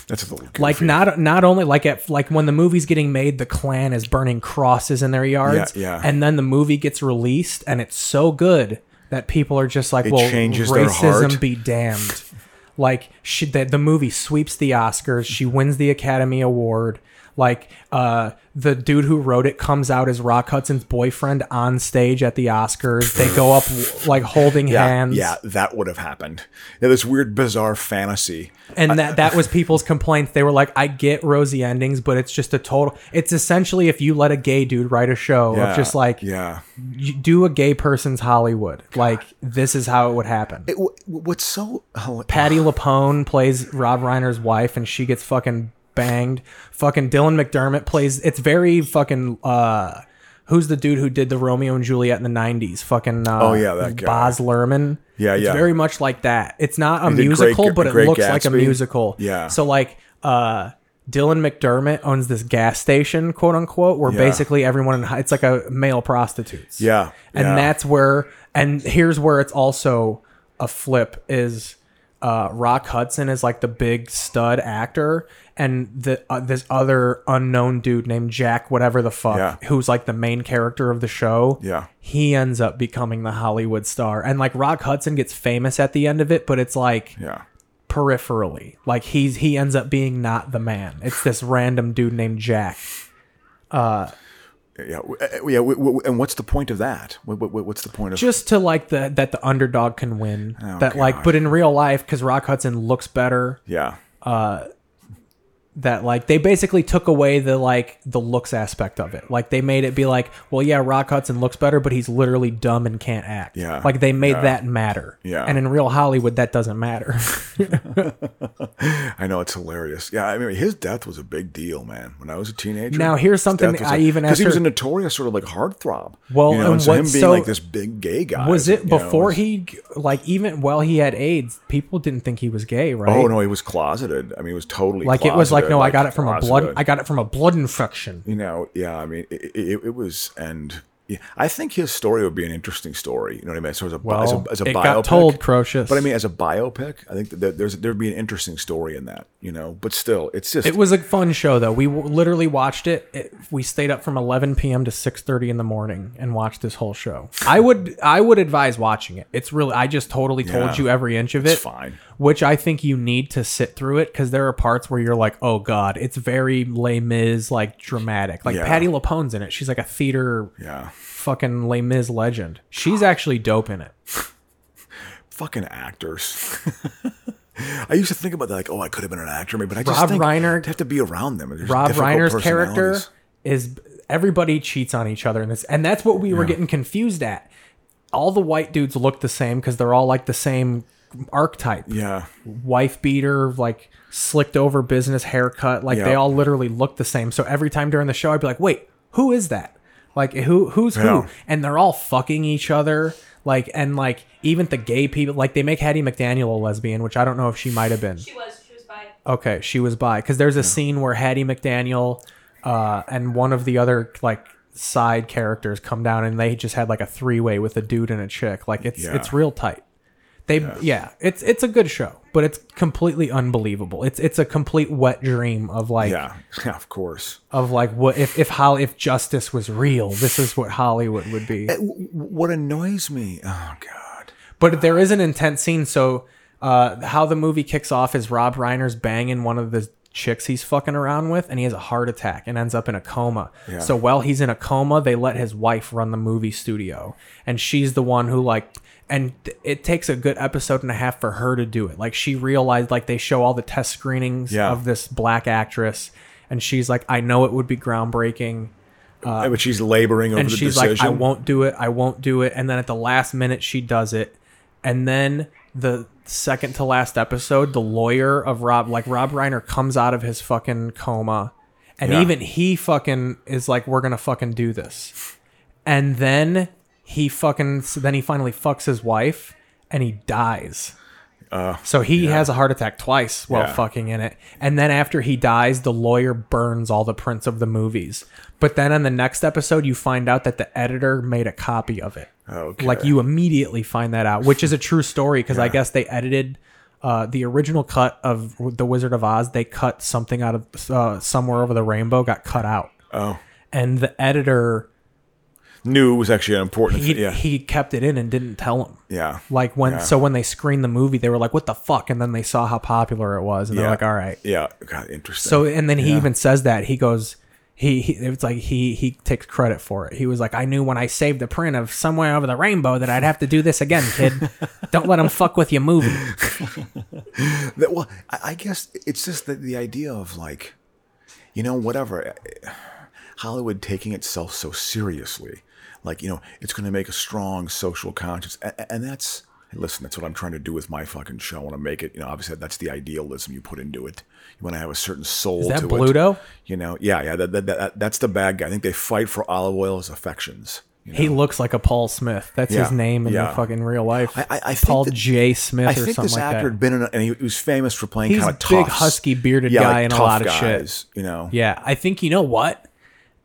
[SPEAKER 2] that's a little
[SPEAKER 1] like
[SPEAKER 2] goofy.
[SPEAKER 1] not not only like at like when the movie's getting made, the clan is burning crosses in their yards,
[SPEAKER 2] Yeah, yeah.
[SPEAKER 1] and then the movie gets released, and it's so good that people are just like,
[SPEAKER 2] It
[SPEAKER 1] "Well,
[SPEAKER 2] changes their
[SPEAKER 1] racism
[SPEAKER 2] heart."
[SPEAKER 1] be damned." like she, the, the movie sweeps the Oscars, she wins the Academy Award. Like uh, the dude who wrote it comes out as Rock Hudson's boyfriend on stage at the Oscars. They go up like holding
[SPEAKER 2] Yeah,
[SPEAKER 1] hands.
[SPEAKER 2] yeah, that would have happened. Yeah, this weird, bizarre fantasy.
[SPEAKER 1] and that that was people's complaints. They were like, "I get rosy endings, but it's just a total. It's essentially if you let a gay dude write a show
[SPEAKER 2] Yeah,
[SPEAKER 1] of just like
[SPEAKER 2] yeah.
[SPEAKER 1] you do a gay person's Hollywood. Like this is how it would happen.
[SPEAKER 2] It- wh- what's so oh, uh, hila-
[SPEAKER 1] Patty Lapone plays Rob Reiner's wife, and she gets fucking banged. Fucking Dylan McDermott plays. It's very fucking. uh Who's the dude who did the Romeo and Juliet in the '90s? Fucking uh,
[SPEAKER 2] Oh, yeah, that guy.
[SPEAKER 1] Boz Lerman.
[SPEAKER 2] Yeah,
[SPEAKER 1] it's
[SPEAKER 2] yeah.
[SPEAKER 1] very much like that. It's not a
[SPEAKER 2] did
[SPEAKER 1] musical,
[SPEAKER 2] Great-
[SPEAKER 1] but it
[SPEAKER 2] Great
[SPEAKER 1] looks like a
[SPEAKER 2] Gatsby.
[SPEAKER 1] musical.
[SPEAKER 2] Yeah.
[SPEAKER 1] So like, uh, Dylan McDermott owns this gas station, quote unquote, where
[SPEAKER 2] Yeah.
[SPEAKER 1] basically everyone in hi- it's like a male prostitutes.
[SPEAKER 2] Yeah,
[SPEAKER 1] and
[SPEAKER 2] yeah.
[SPEAKER 1] that's where and here's where it's also a flip is uh, Rock Hudson is like the big stud actor, and the uh, this other unknown dude named Jack, whatever the fuck,
[SPEAKER 2] Yeah.
[SPEAKER 1] who's like the main character of the show.
[SPEAKER 2] Yeah.
[SPEAKER 1] he ends up becoming the Hollywood star, and like Rock Hudson gets famous at the end of it, but it's like
[SPEAKER 2] Yeah.
[SPEAKER 1] peripherally. Like he's he ends up being not the man. It's this random dude named Jack.
[SPEAKER 2] Yeah, w- uh, yeah. w- w- and what's the point of that? What, what, what's the point of?
[SPEAKER 1] Just to like the that the underdog can win.
[SPEAKER 2] Oh,
[SPEAKER 1] that like
[SPEAKER 2] God.
[SPEAKER 1] but in real life cuz Rock Hudson looks better
[SPEAKER 2] yeah,
[SPEAKER 1] that like they basically took away the like the looks aspect of it. Like they made it be like, well yeah, Rock Hudson looks better but he's literally dumb and can't act.
[SPEAKER 2] Yeah,
[SPEAKER 1] Like they made
[SPEAKER 2] yeah.
[SPEAKER 1] that matter.
[SPEAKER 2] Yeah.
[SPEAKER 1] And in real Hollywood that doesn't matter.
[SPEAKER 2] I know it's hilarious. Yeah, I mean, his death was a big deal, man. When I was a teenager.
[SPEAKER 1] Now, here's something I even
[SPEAKER 2] because he was
[SPEAKER 1] after-
[SPEAKER 2] a notorious sort of like heartthrob.
[SPEAKER 1] Well,
[SPEAKER 2] you know,
[SPEAKER 1] and
[SPEAKER 2] so him
[SPEAKER 1] what's
[SPEAKER 2] being
[SPEAKER 1] so-
[SPEAKER 2] like this big gay guy
[SPEAKER 1] was
[SPEAKER 2] you
[SPEAKER 1] it
[SPEAKER 2] know,
[SPEAKER 1] before
[SPEAKER 2] was-
[SPEAKER 1] he like even while he had AIDS, people didn't think he was gay, right?
[SPEAKER 2] Oh no, he was closeted. I mean, he was totally
[SPEAKER 1] like it was like
[SPEAKER 2] closeted,
[SPEAKER 1] no i got it from a blood
[SPEAKER 2] closeted.
[SPEAKER 1] i got it from a blood infection
[SPEAKER 2] you know, yeah, I mean, it, it, it was, and yeah, I think his story would be an interesting story. You know what I mean? So as a, bi- as a,
[SPEAKER 1] Well,
[SPEAKER 2] as a
[SPEAKER 1] it
[SPEAKER 2] biopic,
[SPEAKER 1] got told, Croesus.
[SPEAKER 2] But I mean, as a biopic, I think that there's there'd be an interesting story in that. You know, but still, it's just
[SPEAKER 1] it was a fun show though we w- literally watched it. it we stayed up from 11 p.m to 6.30 in the morning and watched this whole show i would i would advise watching it it's really i just totally told
[SPEAKER 2] Yeah.
[SPEAKER 1] you every inch of it
[SPEAKER 2] It's fine.
[SPEAKER 1] which i think you need to sit through it because there are parts where you're like oh god it's very les mis like dramatic like
[SPEAKER 2] Yeah.
[SPEAKER 1] patty lapone's in it she's like a theater
[SPEAKER 2] yeah,
[SPEAKER 1] fucking les mis legend she's actually dope in it
[SPEAKER 2] fucking actors. I used to think about that, like, oh, I could have been an actor, maybe, but I just
[SPEAKER 1] Rob
[SPEAKER 2] think
[SPEAKER 1] Reiner-
[SPEAKER 2] to have to be around them. There's
[SPEAKER 1] Rob
[SPEAKER 2] difficult
[SPEAKER 1] Reiner's character
[SPEAKER 2] personalities.
[SPEAKER 1] is everybody cheats on each other in this, and that's what we were getting confused at. All the white dudes look the same because they're all like the same archetype,
[SPEAKER 2] Yeah,
[SPEAKER 1] wife beater, like slicked over business haircut. Like they
[SPEAKER 2] Yeah.
[SPEAKER 1] all literally look the same. So every time during the show, I'd be like, "Wait, who is that? Like who who's
[SPEAKER 2] Yeah.
[SPEAKER 1] who?" And they're all fucking each other. Like and like even the gay people, like they make Hattie McDaniel a lesbian, which I don't know if she might have been.
[SPEAKER 7] She was, she was by.
[SPEAKER 1] Okay, she was by because there's a scene where Hattie McDaniel uh, and one of the other like side characters come down and they just had like a three way with a dude and a chick. Like it's
[SPEAKER 2] Yeah.
[SPEAKER 1] it's real tight. They yeah. it's it's a good show, but it's completely unbelievable. It's it's a complete wet dream of like
[SPEAKER 2] yeah, yeah, of course.
[SPEAKER 1] of like what if if Hol- if justice was real, this is what Hollywood would be.
[SPEAKER 2] W- w- What annoys me, oh god,
[SPEAKER 1] But there is an intense scene. So, uh, how the movie kicks off is Rob Reiner's banging one of the chicks he's fucking around with, and he has a heart attack and ends up in a coma. So while he's in a coma, they let his wife run the movie studio, and she's the one who like. And th- it takes a good episode and a half for her to do it. Like she realized, like they show all the test screenings
[SPEAKER 2] Yeah.
[SPEAKER 1] of this black actress, and she's like, "I know it would be groundbreaking."
[SPEAKER 2] but she's laboring over
[SPEAKER 1] Uh, and
[SPEAKER 2] the
[SPEAKER 1] she's like,
[SPEAKER 2] decision.
[SPEAKER 1] "I won't do it. I won't do it." And then at the last minute, she does it. And then the second to last episode, the lawyer of Rob, like Rob Reiner, comes out of his fucking coma, and
[SPEAKER 2] Yeah.
[SPEAKER 1] even he fucking is like, "We're gonna fucking do this." And then he fucking so then he finally fucks his wife, and he dies. So he has a heart attack twice while
[SPEAKER 2] Uh, Yeah.
[SPEAKER 1] fucking in it. And then after he dies, the lawyer burns all the prints of the movies. But then on the next episode, you find out that the editor made a copy of it.
[SPEAKER 2] Okay.
[SPEAKER 1] Like you immediately find that out, which is a true story because I guess they edited uh, the original cut of The Wizard of Oz. They cut something out of uh, somewhere over the rainbow, got cut out.
[SPEAKER 2] Oh,
[SPEAKER 1] And the editor
[SPEAKER 2] knew was actually an important.
[SPEAKER 1] He
[SPEAKER 2] yeah,
[SPEAKER 1] he kept it in and didn't tell him.
[SPEAKER 2] yeah.
[SPEAKER 1] Like when
[SPEAKER 2] Yeah.
[SPEAKER 1] so when they screened the movie, they were like, "What the fuck?" And then they saw how popular it was, and
[SPEAKER 2] yeah.
[SPEAKER 1] they're like, "All right."
[SPEAKER 2] Yeah, God, interesting.
[SPEAKER 1] So and then he even says that he goes. He, he, it's like he he takes credit for it. He was like, I knew when I saved the print of somewhere over the rainbow that I'd have to do this again, kid. Don't let him fuck with your movie.
[SPEAKER 2] That- well, I, I guess it's just the, the idea of like, you know, whatever, eh, Hollywood taking itself so seriously. Like, you know, it's going to make a strong social conscience. And, and that's, listen, that's what I'm trying to do with my fucking show. I want to make it, you know, obviously that's the idealism you put into it. You want to have a certain soul
[SPEAKER 1] Is that
[SPEAKER 2] to
[SPEAKER 1] Bluto?
[SPEAKER 2] it. You know, yeah, yeah, that, that, that, that's the bad guy. I think they fight for olive oil as affections. you
[SPEAKER 1] He
[SPEAKER 2] know?
[SPEAKER 1] looks like a Paul Smith. That's his
[SPEAKER 2] Yeah,
[SPEAKER 1] name in
[SPEAKER 2] yeah.
[SPEAKER 1] the fucking real life.
[SPEAKER 2] I- I- I think
[SPEAKER 1] Paul
[SPEAKER 2] that-
[SPEAKER 1] J. Smith
[SPEAKER 2] I
[SPEAKER 1] or
[SPEAKER 2] think
[SPEAKER 1] something
[SPEAKER 2] this
[SPEAKER 1] like
[SPEAKER 2] actor
[SPEAKER 1] that.
[SPEAKER 2] had been in, a, and he was famous for playing
[SPEAKER 1] He's
[SPEAKER 2] kind
[SPEAKER 1] a
[SPEAKER 2] of
[SPEAKER 1] big,
[SPEAKER 2] tough,
[SPEAKER 1] husky, bearded guy in a lot of shit.
[SPEAKER 2] You know,
[SPEAKER 1] Yeah, I think you know what?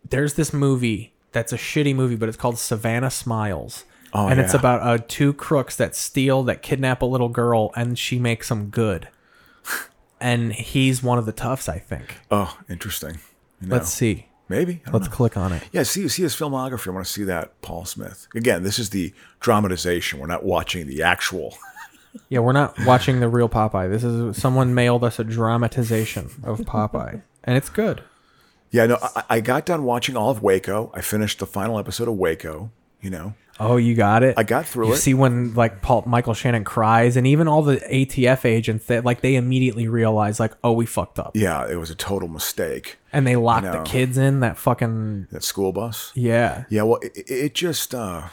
[SPEAKER 1] There's this movie that's a shitty movie, but it's called Savannah Smiles.
[SPEAKER 2] Oh,
[SPEAKER 1] and it's
[SPEAKER 2] yeah.
[SPEAKER 1] about uh, two crooks that steal, that kidnap a little girl, and she makes them good. and he's one of the toughs, I think.
[SPEAKER 2] Oh, interesting. You know,
[SPEAKER 1] Let's see.
[SPEAKER 2] Maybe. I don't
[SPEAKER 1] Let's
[SPEAKER 2] know.
[SPEAKER 1] click on it.
[SPEAKER 2] Yeah, see, see his filmography. I want to see that Paul Smith again. This is the dramatization. We're not watching the actual.
[SPEAKER 1] Yeah, we're not watching the real Popeye. This is someone mailed us a dramatization of Popeye, and it's good.
[SPEAKER 2] Yeah, no. I, I got done watching all of Waco. I finished the final episode of Waco. You know,
[SPEAKER 1] Oh, you got it.
[SPEAKER 2] I got through
[SPEAKER 1] you
[SPEAKER 2] it.
[SPEAKER 1] see when like Paul Michael Shannon cries, and even all the ATF agents that like they immediately realize like, oh, we fucked up,
[SPEAKER 2] yeah, it was a total mistake.
[SPEAKER 1] and they lock
[SPEAKER 2] know.
[SPEAKER 1] the kids in that fucking
[SPEAKER 2] That school bus.
[SPEAKER 1] yeah.
[SPEAKER 2] Yeah, well, it, it- it just, uh,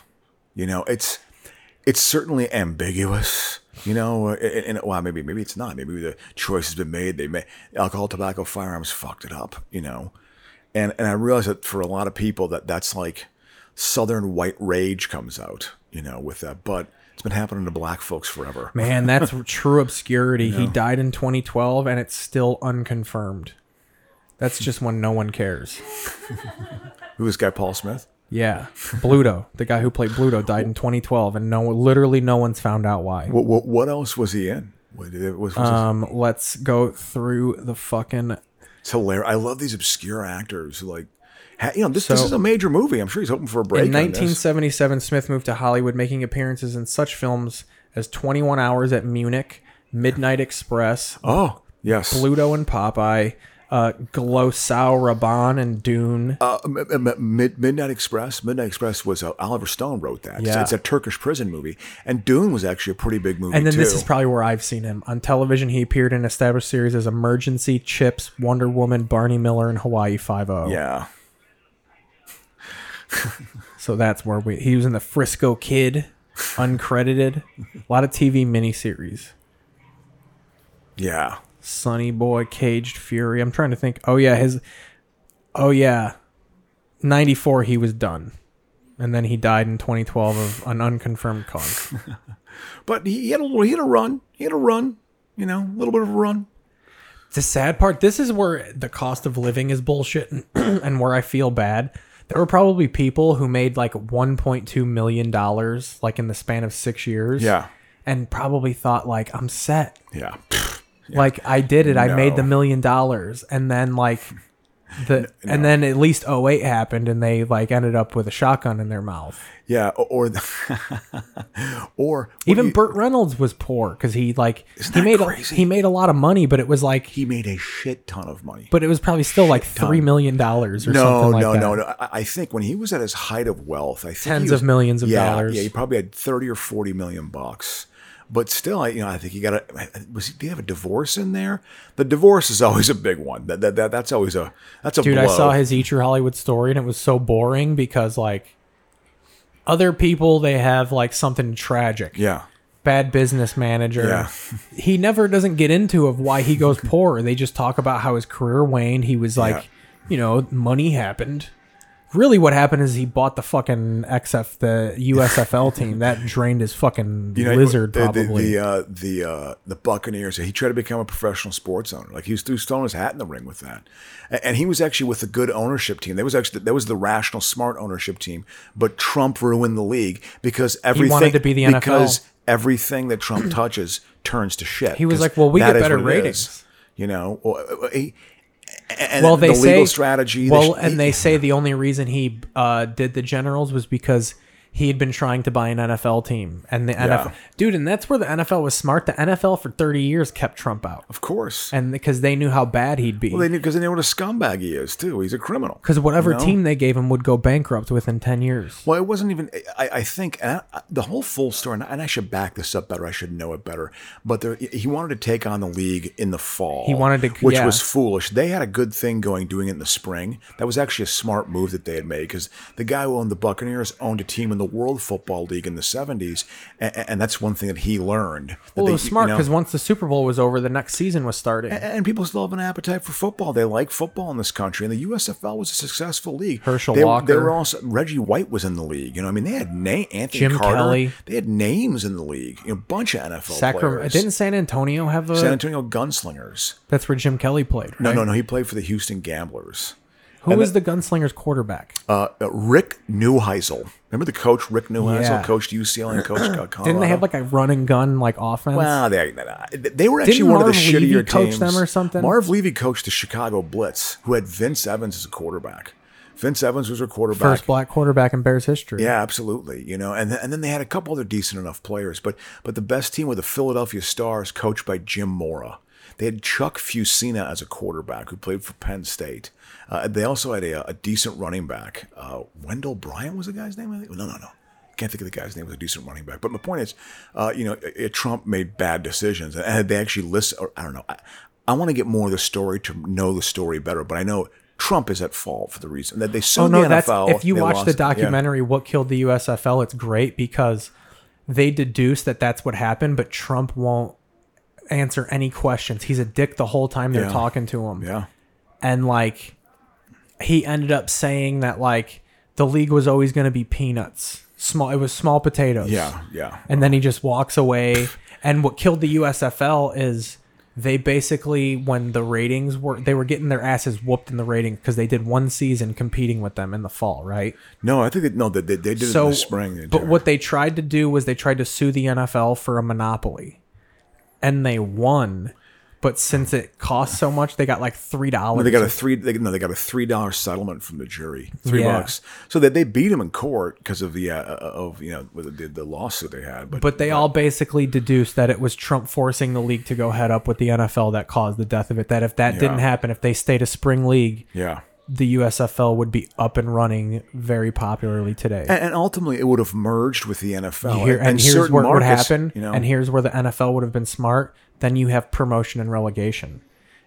[SPEAKER 2] you know, it's it's certainly ambiguous. You know, uh, and, and well, maybe maybe it's not. Maybe the choice has been made. They made alcohol, tobacco, firearms fucked it up. You know, and and I realize that for a lot of people that that's like southern white rage comes out. You know, with that, but it's been happening to black folks forever.
[SPEAKER 1] Man, that's true obscurity. He died in 2012, and it's still unconfirmed. That's just when no one cares.
[SPEAKER 2] Who is this guy Paul Smith?
[SPEAKER 1] Yeah, Bluto, the guy who played Bluto, died in 2012, and no, literally no one's found out why.
[SPEAKER 2] What what, what else was he in? What, what was his-
[SPEAKER 1] Um, let's go through the fucking.
[SPEAKER 2] It's
[SPEAKER 1] Um,
[SPEAKER 2] hilarious. I love these obscure actors. who, Like, ha- you know, this, this
[SPEAKER 1] So-
[SPEAKER 2] is a major movie. I'm sure he's hoping for a break.
[SPEAKER 1] in
[SPEAKER 2] on this.
[SPEAKER 1] 1977, Smith moved to Hollywood, making appearances in such films as 21 Hours at Munich, Midnight Express,
[SPEAKER 2] Oh, yes.
[SPEAKER 1] Pluto and Popeye, uh, Glosau Raban and Dune.
[SPEAKER 2] Uh, M- M- M- Mid- Midnight Express. Midnight Express was uh, Oliver Stone wrote that. It's,
[SPEAKER 1] Yeah.
[SPEAKER 2] it's a Turkish prison movie, and Dune was actually a pretty big movie
[SPEAKER 1] and then
[SPEAKER 2] too.
[SPEAKER 1] this is probably where I've seen him. On television, he appeared in established series as Emergency, Chips, Wonder Woman, Barney Miller, and Hawaii Five-O.
[SPEAKER 2] yeah.
[SPEAKER 1] So that's where we. He was in the Frisco Kid, uncredited. a lot of TV miniseries.
[SPEAKER 2] Yeah.
[SPEAKER 1] Sonny Boy, Caged Fury. I'm trying to think. Oh yeah, his. Oh yeah, ninety four. He was done, and then he died in 2012 of an unconfirmed cause.
[SPEAKER 2] But he had a little. He had a run. He had a run. You know, a little bit of a run.
[SPEAKER 1] the sad part. This is where the cost of living is bullshit, and, and where I feel bad. There were probably people who made like 1.2 million dollars, like in the span of six years.
[SPEAKER 2] Yeah.
[SPEAKER 1] and probably thought like I'm set.
[SPEAKER 2] Yeah.
[SPEAKER 1] Like I did it. I made the
[SPEAKER 2] No.
[SPEAKER 1] million dollars, and then like the and then at least 08 happened, and they like ended up with a shotgun in their mouth.
[SPEAKER 2] Yeah. o- Or, the- or what
[SPEAKER 1] Even
[SPEAKER 2] do you-
[SPEAKER 1] Burt Reynolds was poor because he like
[SPEAKER 2] Isn't
[SPEAKER 1] he
[SPEAKER 2] that
[SPEAKER 1] made a,
[SPEAKER 2] crazy?
[SPEAKER 1] he made a lot of money, but it was like
[SPEAKER 2] he made a shit ton of money.
[SPEAKER 1] but it was probably still like three million dollars or something like
[SPEAKER 2] no,
[SPEAKER 1] that.
[SPEAKER 2] No, no, I I think when he was at his height of wealth, I think he
[SPEAKER 1] Tens
[SPEAKER 2] was-
[SPEAKER 1] of millions of
[SPEAKER 2] yeah,
[SPEAKER 1] dollars.
[SPEAKER 2] Yeah, he probably had thirty or forty million bucks. But still, I you know I think he got a was he did he have a divorce in there? The divorce is always a big one. That that, that that's always a that's a
[SPEAKER 1] Dude, I
[SPEAKER 2] blow.
[SPEAKER 1] saw his Eat Your Hollywood story, and it was so boring because like other people they have like something tragic.
[SPEAKER 2] yeah
[SPEAKER 1] bad business manager.
[SPEAKER 2] Yeah.
[SPEAKER 1] he never doesn't get into of why he goes poor. They just talk about how his career waned. He was like,
[SPEAKER 2] Yeah.
[SPEAKER 1] you know, money happened. Really, what happened is he bought the fucking XF, the USFL team that drained his fucking
[SPEAKER 2] you know,
[SPEAKER 1] lizard.
[SPEAKER 2] the,
[SPEAKER 1] Probably.
[SPEAKER 2] the the uh, the, uh, the Buccaneers. He tried to become a professional sports owner. Like he was, he was throwing his hat in the ring with that, A- and he was actually with a good ownership team. That was actually that was the rational, smart ownership team. But Trump ruined the league because everything
[SPEAKER 1] to be the NFL.
[SPEAKER 2] because everything that Trump touches turns to shit.
[SPEAKER 1] He was
[SPEAKER 2] 'Cause
[SPEAKER 1] like, "Well, we
[SPEAKER 2] that
[SPEAKER 1] get
[SPEAKER 2] is
[SPEAKER 1] better
[SPEAKER 2] what it is,
[SPEAKER 1] ratings."
[SPEAKER 2] you know. Well, uh, uh, he- and
[SPEAKER 1] well, they
[SPEAKER 2] the
[SPEAKER 1] say,
[SPEAKER 2] legal strategy. the
[SPEAKER 1] Well,
[SPEAKER 2] sh-
[SPEAKER 1] and they say the only reason he uh, did the Generals was because he had been trying to buy an NFL team, and the NFL dude, and that's where the NFL was smart. The NFL for thirty years kept Trump out,
[SPEAKER 2] of course.
[SPEAKER 1] and because they knew how bad he'd be.
[SPEAKER 2] well, they knew because they know what a scumbag he is too. He's a criminal.
[SPEAKER 1] because whatever
[SPEAKER 2] you know?
[SPEAKER 1] team they gave him would go bankrupt within 10 years.
[SPEAKER 2] Well, it wasn't even. I, I think and I, the whole full story, and I, and I should back this up better. I should know it better. But there, he wanted to take on the league in the fall.
[SPEAKER 1] He wanted to-
[SPEAKER 2] which
[SPEAKER 1] yeah.
[SPEAKER 2] was foolish. They had a good thing going, doing it in the spring. That was actually a smart move that they had made because the guy who owned the Buccaneers owned a team in the World Football League in the '70s, and, and that's one thing that he learned. that
[SPEAKER 1] Well,
[SPEAKER 2] they-
[SPEAKER 1] it was smart
[SPEAKER 2] you know-
[SPEAKER 1] because once the Super Bowl was over, the next season was starting.
[SPEAKER 2] and people still have an appetite for football. They like football in this country, and the USFL was a successful league.
[SPEAKER 1] Herschel
[SPEAKER 2] they,
[SPEAKER 1] Walker.
[SPEAKER 2] They were also Reggie White was in the league. You know, I mean, they had na- Anthony
[SPEAKER 1] Jim
[SPEAKER 2] Carter.
[SPEAKER 1] Kelly.
[SPEAKER 2] They had names in the league. You know, a bunch of NFL
[SPEAKER 1] Sacramento.
[SPEAKER 2] players.
[SPEAKER 1] Didn't San Antonio have a?
[SPEAKER 2] San Antonio Gunslingers.
[SPEAKER 1] that's where Jim Kelly played. Right?
[SPEAKER 2] No, no, no. He played for the Houston Gamblers.
[SPEAKER 1] Who was the Gunslingers quarterback?
[SPEAKER 2] Uh, uh, Rick Neuheisel. Remember the coach, Rick Neuheisel,
[SPEAKER 1] Yeah.
[SPEAKER 2] coached UCLA and coached uh, Colorado.
[SPEAKER 1] Didn't they have like a run and gun like offense?
[SPEAKER 2] Well, they, they were actually
[SPEAKER 1] Didn't
[SPEAKER 2] one of
[SPEAKER 1] Marv
[SPEAKER 2] the
[SPEAKER 1] Levy
[SPEAKER 2] shittier
[SPEAKER 1] coach
[SPEAKER 2] teams.
[SPEAKER 1] them or something?
[SPEAKER 2] Marv Levy coached the Chicago Blitz, who had Vince Evans as a quarterback. Vince Evans was their quarterback.
[SPEAKER 1] First black quarterback in Bears history.
[SPEAKER 2] Yeah, absolutely. You know, and th- and then they had a couple other decent enough players, but but the best team were the Philadelphia Stars, coached by Jim Mora. They had Chuck Fusina as a quarterback who played for Penn State. Uh, they also had a, a decent running back. Uh, Wendell Bryant was the guy's name. I think. No, no, no. Can't think of the guy's name. Was a decent running back. But my point is, uh, you know, i- i- Trump made bad decisions, and had they actually listen. Or, I don't know. I, I want to get more of the story to know the story better, but I know. Trump is at fault for the reason that they sued
[SPEAKER 1] Oh no,
[SPEAKER 2] the
[SPEAKER 1] that's
[SPEAKER 2] NFL.
[SPEAKER 1] if you
[SPEAKER 2] they
[SPEAKER 1] watch
[SPEAKER 2] lost
[SPEAKER 1] the
[SPEAKER 2] it. Yeah.
[SPEAKER 1] documentary "What Killed the USFL," it's great because they deduce that that's what happened, but Trump won't answer any questions. He's a dick the whole time they're
[SPEAKER 2] Yeah.
[SPEAKER 1] talking to him.
[SPEAKER 2] Yeah.
[SPEAKER 1] and like he ended up saying that like the league was always going to be peanuts small it was small potatoes
[SPEAKER 2] Yeah, yeah.
[SPEAKER 1] and then he just walks away and what killed the usfl is they basically when the ratings were they were getting their asses whooped in the ratings because they did one season competing with them in the fall right
[SPEAKER 2] No, I think that no, they, they they did it
[SPEAKER 1] so
[SPEAKER 2] in the spring. the
[SPEAKER 1] but
[SPEAKER 2] entire-
[SPEAKER 1] what they tried to do was they tried to sue the nfl for a monopoly and they won but since it cost so much they got like three dollars
[SPEAKER 2] they got a three? They, no, they got a three dollar settlement from the jury, three
[SPEAKER 1] Yeah.
[SPEAKER 2] bucks. So that they beat him in court because of the uh, uh, of you know with the, the lawsuit they had. But,
[SPEAKER 1] But they all basically deduced that it was Trump forcing the league to go head up with the NFL that caused the death of it. That if that didn't
[SPEAKER 2] Yeah.
[SPEAKER 1] happen, if they stayed a spring league,
[SPEAKER 2] yeah,
[SPEAKER 1] the USFL would be up and running very popularly today.
[SPEAKER 2] and, and ultimately it would have merged with the NFL.
[SPEAKER 1] Here- and, here's
[SPEAKER 2] certain
[SPEAKER 1] where it would
[SPEAKER 2] markets,
[SPEAKER 1] happen,
[SPEAKER 2] You know,
[SPEAKER 1] and here's where the NFL would have been smart. Then you have promotion and relegation.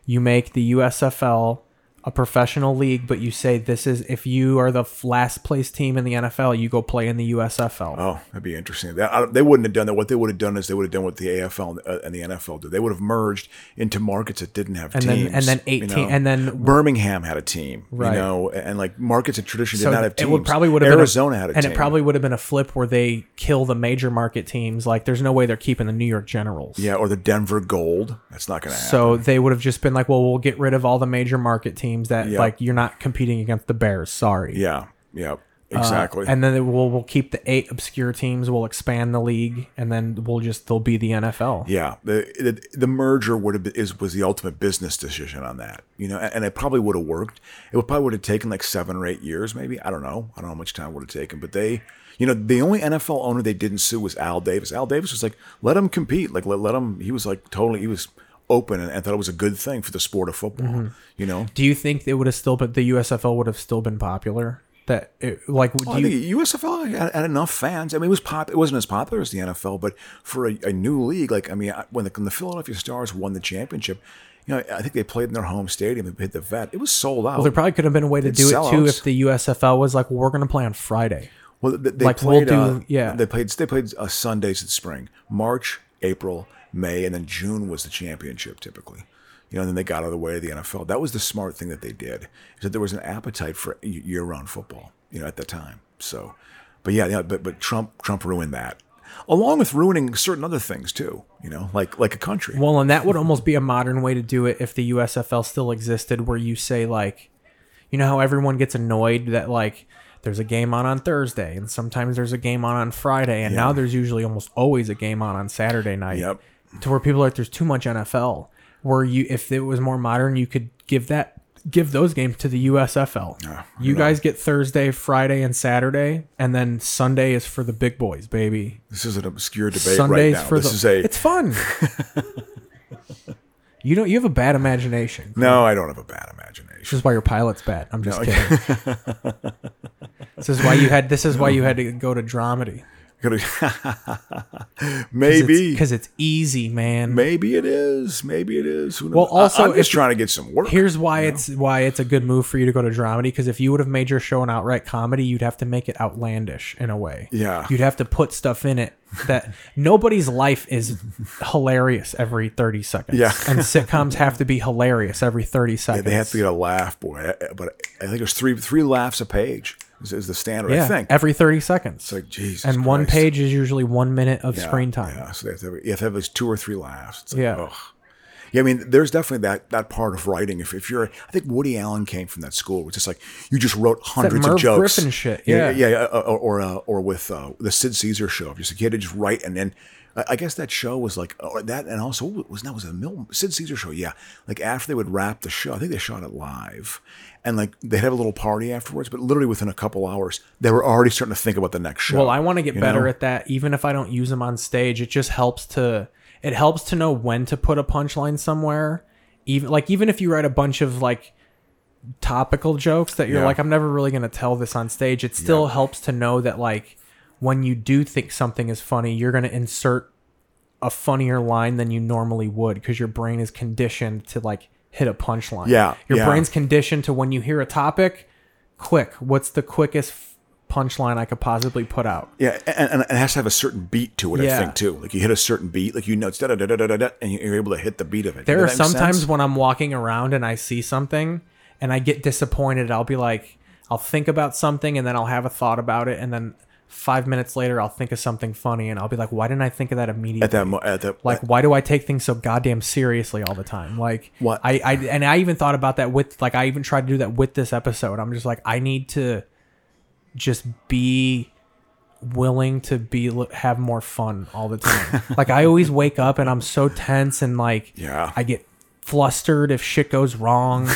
[SPEAKER 1] You make the USFL a professional league, but you say this is if you are the f- last place team in the NFL, you go play in the USFL.
[SPEAKER 2] Oh, that'd be interesting. That, I, they wouldn't have done that. What they would have done is they would have done what the AFL and, uh, and the NFL did. They would have merged into markets that didn't have
[SPEAKER 1] And then-
[SPEAKER 2] teams.
[SPEAKER 1] and then eight
[SPEAKER 2] you
[SPEAKER 1] te-
[SPEAKER 2] know.
[SPEAKER 1] and then-
[SPEAKER 2] Birmingham had a team,
[SPEAKER 1] Right.
[SPEAKER 2] you know, and like markets that traditionally
[SPEAKER 1] So
[SPEAKER 2] did not have teams.
[SPEAKER 1] It would probably would have been
[SPEAKER 2] Arizona
[SPEAKER 1] a,
[SPEAKER 2] had a
[SPEAKER 1] and
[SPEAKER 2] team,
[SPEAKER 1] it probably would have been a flip where they kill the major market teams. Like, there's no way they're keeping the New York Generals.
[SPEAKER 2] yeah, or the Denver Gold. That's not going to happen.
[SPEAKER 1] So they would have just been like, well, we'll get rid of all the major market teams that
[SPEAKER 2] Yeah.
[SPEAKER 1] like you're not competing against the Bears. Sorry.
[SPEAKER 2] yeah, yeah,
[SPEAKER 1] Uh,
[SPEAKER 2] exactly.
[SPEAKER 1] and then they- we'll we'll keep the eight obscure teams. We'll expand the league, and then we'll just they'll be the NFL.
[SPEAKER 2] yeah, the, the the merger would have been, is was the ultimate business decision on that, you know, and, and it probably would have worked. It would probably would have taken like seven or eight years, maybe. I don't know. I don't know how much time it would have taken, but they, you know, the only NFL owner they didn't sue was Al Davis. Al Davis was like, let him compete, like let, let him. He was like totally, he was open and, and thought it was a good thing for the sport of football, you know.
[SPEAKER 1] Do you think it would have still been the USFL would have still been popular? That it, like do
[SPEAKER 2] Well,
[SPEAKER 1] you
[SPEAKER 2] I think USFL had, had enough fans. I mean, it was pop. It wasn't as popular as the NFL, but for a, a new league, like I mean, I- when the, when the Philadelphia Stars won the championship, you know, I think they played in their home stadium and hit the vet. It was sold out.
[SPEAKER 1] well, there probably could have been a way to
[SPEAKER 2] It's
[SPEAKER 1] do it too
[SPEAKER 2] sellouts.
[SPEAKER 1] if the USFL was like, well, we're going to play on Friday.
[SPEAKER 2] Well, they, they
[SPEAKER 1] Like, we'll
[SPEAKER 2] played.
[SPEAKER 1] do-
[SPEAKER 2] uh,
[SPEAKER 1] yeah.
[SPEAKER 2] they played. They played uh, Sundays in spring, March, April, May, and then June was the championship typically. You know, and then they got out of the way of the NFL. That was the smart thing that they did. Is that there was an appetite for y- year-round football. You know, at the time. So, but yeah, yeah. But but Trump Trump ruined that, along with ruining certain other things too. You know, like like a country.
[SPEAKER 1] Well, and that would almost be a modern way to do it if the USFL still existed, where you say like, you know how everyone gets annoyed that like there's a game on on Thursday and sometimes there's a game on on Friday and now there's usually almost always a game on on Saturday night.
[SPEAKER 2] Yep.
[SPEAKER 1] To where people are like, there's too much NFL. Where you, if it was more modern, you could give that give those games to the USFL. you guys get Thursday, Friday, and Saturday, and then Sunday is for the big boys, baby.
[SPEAKER 2] This is an obscure debate
[SPEAKER 1] Sundays
[SPEAKER 2] right now.
[SPEAKER 1] for
[SPEAKER 2] This
[SPEAKER 1] the.
[SPEAKER 2] is a
[SPEAKER 1] it's fun. you don't. You have a bad imagination.
[SPEAKER 2] no. I don't have a bad
[SPEAKER 1] This
[SPEAKER 2] imagination.
[SPEAKER 1] is why your pilot's bad. I'm just kidding. this is why you had. This is why you had to go to dramedy.
[SPEAKER 2] maybe,
[SPEAKER 1] because it's, easy, man.
[SPEAKER 2] maybe it is. Maybe it is. Who knows?
[SPEAKER 1] Well, also,
[SPEAKER 2] I, am just
[SPEAKER 1] if-
[SPEAKER 2] trying to get some work.
[SPEAKER 1] Here's why it's why it's a good move for you to go to dramedy because if you would have made your show an outright comedy, you'd have to make it outlandish in a way.
[SPEAKER 2] Yeah.
[SPEAKER 1] you'd have to put stuff in it that nobody's life is hilarious every thirty seconds.
[SPEAKER 2] Yeah.
[SPEAKER 1] and sitcoms have to be hilarious every thirty seconds.
[SPEAKER 2] they have to get a laugh, boy. I- I- But I think it was three three laughs a page is, is the standard.
[SPEAKER 1] yeah,
[SPEAKER 2] I think
[SPEAKER 1] every thirty seconds.
[SPEAKER 2] it's like Jesus.
[SPEAKER 1] and one
[SPEAKER 2] Christ.
[SPEAKER 1] page is usually one minute of
[SPEAKER 2] Yeah,
[SPEAKER 1] screen time.
[SPEAKER 2] Yeah, so they have to, you have to have those two or three laughs. It's like,
[SPEAKER 1] Yeah.
[SPEAKER 2] ugh. Yeah, I mean, there's definitely that that part of writing. If, if you're, I think Woody Allen came from that school, which is like you just wrote hundreds of
[SPEAKER 1] Merv
[SPEAKER 2] jokes.
[SPEAKER 1] Griffin shit,
[SPEAKER 2] yeah, yeah, uh, or or, uh, or with uh, the Sid Caesar show. If you just you had to just write, and then I I guess that show was like or that, and also what was that was a Mil- Sid Caesar show. Yeah, like after they would wrap the show, I think they shot it live, and like they'd have a little party afterwards. But literally within a couple hours, they were already starting to think about the next show.
[SPEAKER 1] Well, I want to get
[SPEAKER 2] you
[SPEAKER 1] better
[SPEAKER 2] know?
[SPEAKER 1] at that. Even if I don't use them on stage, it just helps to it helps to know when to put a punchline somewhere. Even like even if you write a bunch of like topical jokes that you're
[SPEAKER 2] Yeah.
[SPEAKER 1] like, I'm never really gonna tell this on stage. It still helps to know that like when you do think something is funny, you're gonna insert a funnier line than you normally would because your brain is conditioned to like hit a punchline.
[SPEAKER 2] Yeah,
[SPEAKER 1] your
[SPEAKER 2] yeah.
[SPEAKER 1] brain's conditioned to when you hear a topic, quick. What's the quickest f- punchline I could possibly put out?
[SPEAKER 2] Yeah, and, and it has to have a certain beat to it, I
[SPEAKER 1] Yeah.
[SPEAKER 2] think, too. Like you hit a certain beat, like you know, it's da da da da da da, and you're able to hit the beat of it.
[SPEAKER 1] There are
[SPEAKER 2] Does that make
[SPEAKER 1] sometimes
[SPEAKER 2] sense?
[SPEAKER 1] when I'm walking around and I see something and I get disappointed. I'll be like, I'll think about something and then I'll have a thought about it. And then five minutes later, I'll think of something funny and I'll be like, why didn't I think of that immediately?
[SPEAKER 2] at that mo- at that
[SPEAKER 1] like, why do I take things so goddamn seriously all the time? Like,
[SPEAKER 2] What-
[SPEAKER 1] I, I, and I even thought about that with, like, I even tried to do that with this episode. I'm just like, I need to just be willing to be have more fun all the time. like I always wake up and I'm so tense and like
[SPEAKER 2] Yeah.
[SPEAKER 1] I get flustered if shit goes wrong.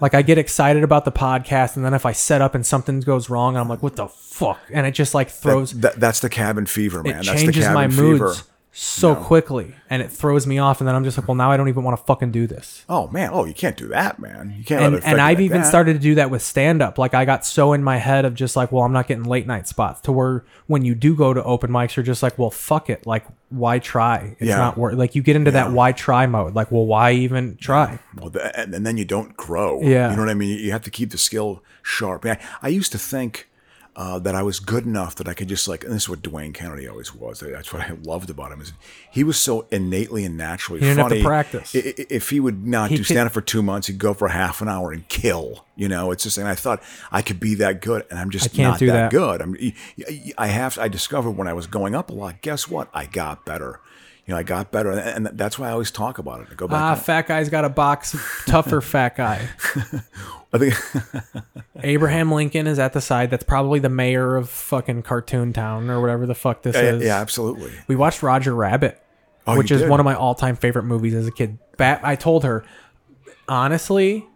[SPEAKER 1] like I get excited about the podcast and then if I set up and something goes wrong, I'm like what the fuck? And it just like throws
[SPEAKER 2] that, that, that's the cabin fever, man.
[SPEAKER 1] it
[SPEAKER 2] that's the
[SPEAKER 1] changes
[SPEAKER 2] cabin
[SPEAKER 1] my
[SPEAKER 2] fever.
[SPEAKER 1] moods so quickly and it throws me off and then I'm just like well now I don't even want to fucking do this.
[SPEAKER 2] Oh man, oh you can't do that, man. You can't. let
[SPEAKER 1] And,
[SPEAKER 2] it affect
[SPEAKER 1] and
[SPEAKER 2] you
[SPEAKER 1] I've
[SPEAKER 2] like
[SPEAKER 1] even
[SPEAKER 2] that.
[SPEAKER 1] started to do that with stand up. Like I got so in my head of just like, well, I'm not getting late night spots to where when you do go to open mics, you're just like, well, fuck it. Like, why try? It's
[SPEAKER 2] Yeah.
[SPEAKER 1] not worth like you get into that why try mode. Like, well, why even try?
[SPEAKER 2] Well, the, and, and then you don't grow.
[SPEAKER 1] Yeah.
[SPEAKER 2] You know what I mean? You, you have to keep the skill sharp. I, I used to think uh, that I was good enough that I could just like, and this is what Dwayne Kennedy always was. That's what I loved about him is he was so innately and naturally
[SPEAKER 1] He didn't have to
[SPEAKER 2] funny.
[SPEAKER 1] practice.
[SPEAKER 2] I- i- If he would not
[SPEAKER 1] He
[SPEAKER 2] do
[SPEAKER 1] could-
[SPEAKER 2] stand up for two months, he'd go for half an hour and kill. You know, it's just, and I thought I could be that good, and I'm just
[SPEAKER 1] I can't
[SPEAKER 2] not
[SPEAKER 1] do that.
[SPEAKER 2] that, good. I'm, I have. I discovered when I was going up a lot. Guess what? I got better. You know, I got better, and and that's why I always talk about it. I go back.
[SPEAKER 1] Ah,
[SPEAKER 2] and-
[SPEAKER 1] fat guy's got a box. Tougher fat guy.
[SPEAKER 2] I think
[SPEAKER 1] Abraham Lincoln is at the side. That's probably the mayor of fucking Cartoon Town or whatever the fuck this
[SPEAKER 2] Yeah,
[SPEAKER 1] is.
[SPEAKER 2] yeah, absolutely.
[SPEAKER 1] We watched Roger Rabbit,
[SPEAKER 2] Oh,
[SPEAKER 1] which
[SPEAKER 2] you
[SPEAKER 1] is
[SPEAKER 2] did?
[SPEAKER 1] one of my all-time favorite movies as a kid. Bat. I told her, honestly,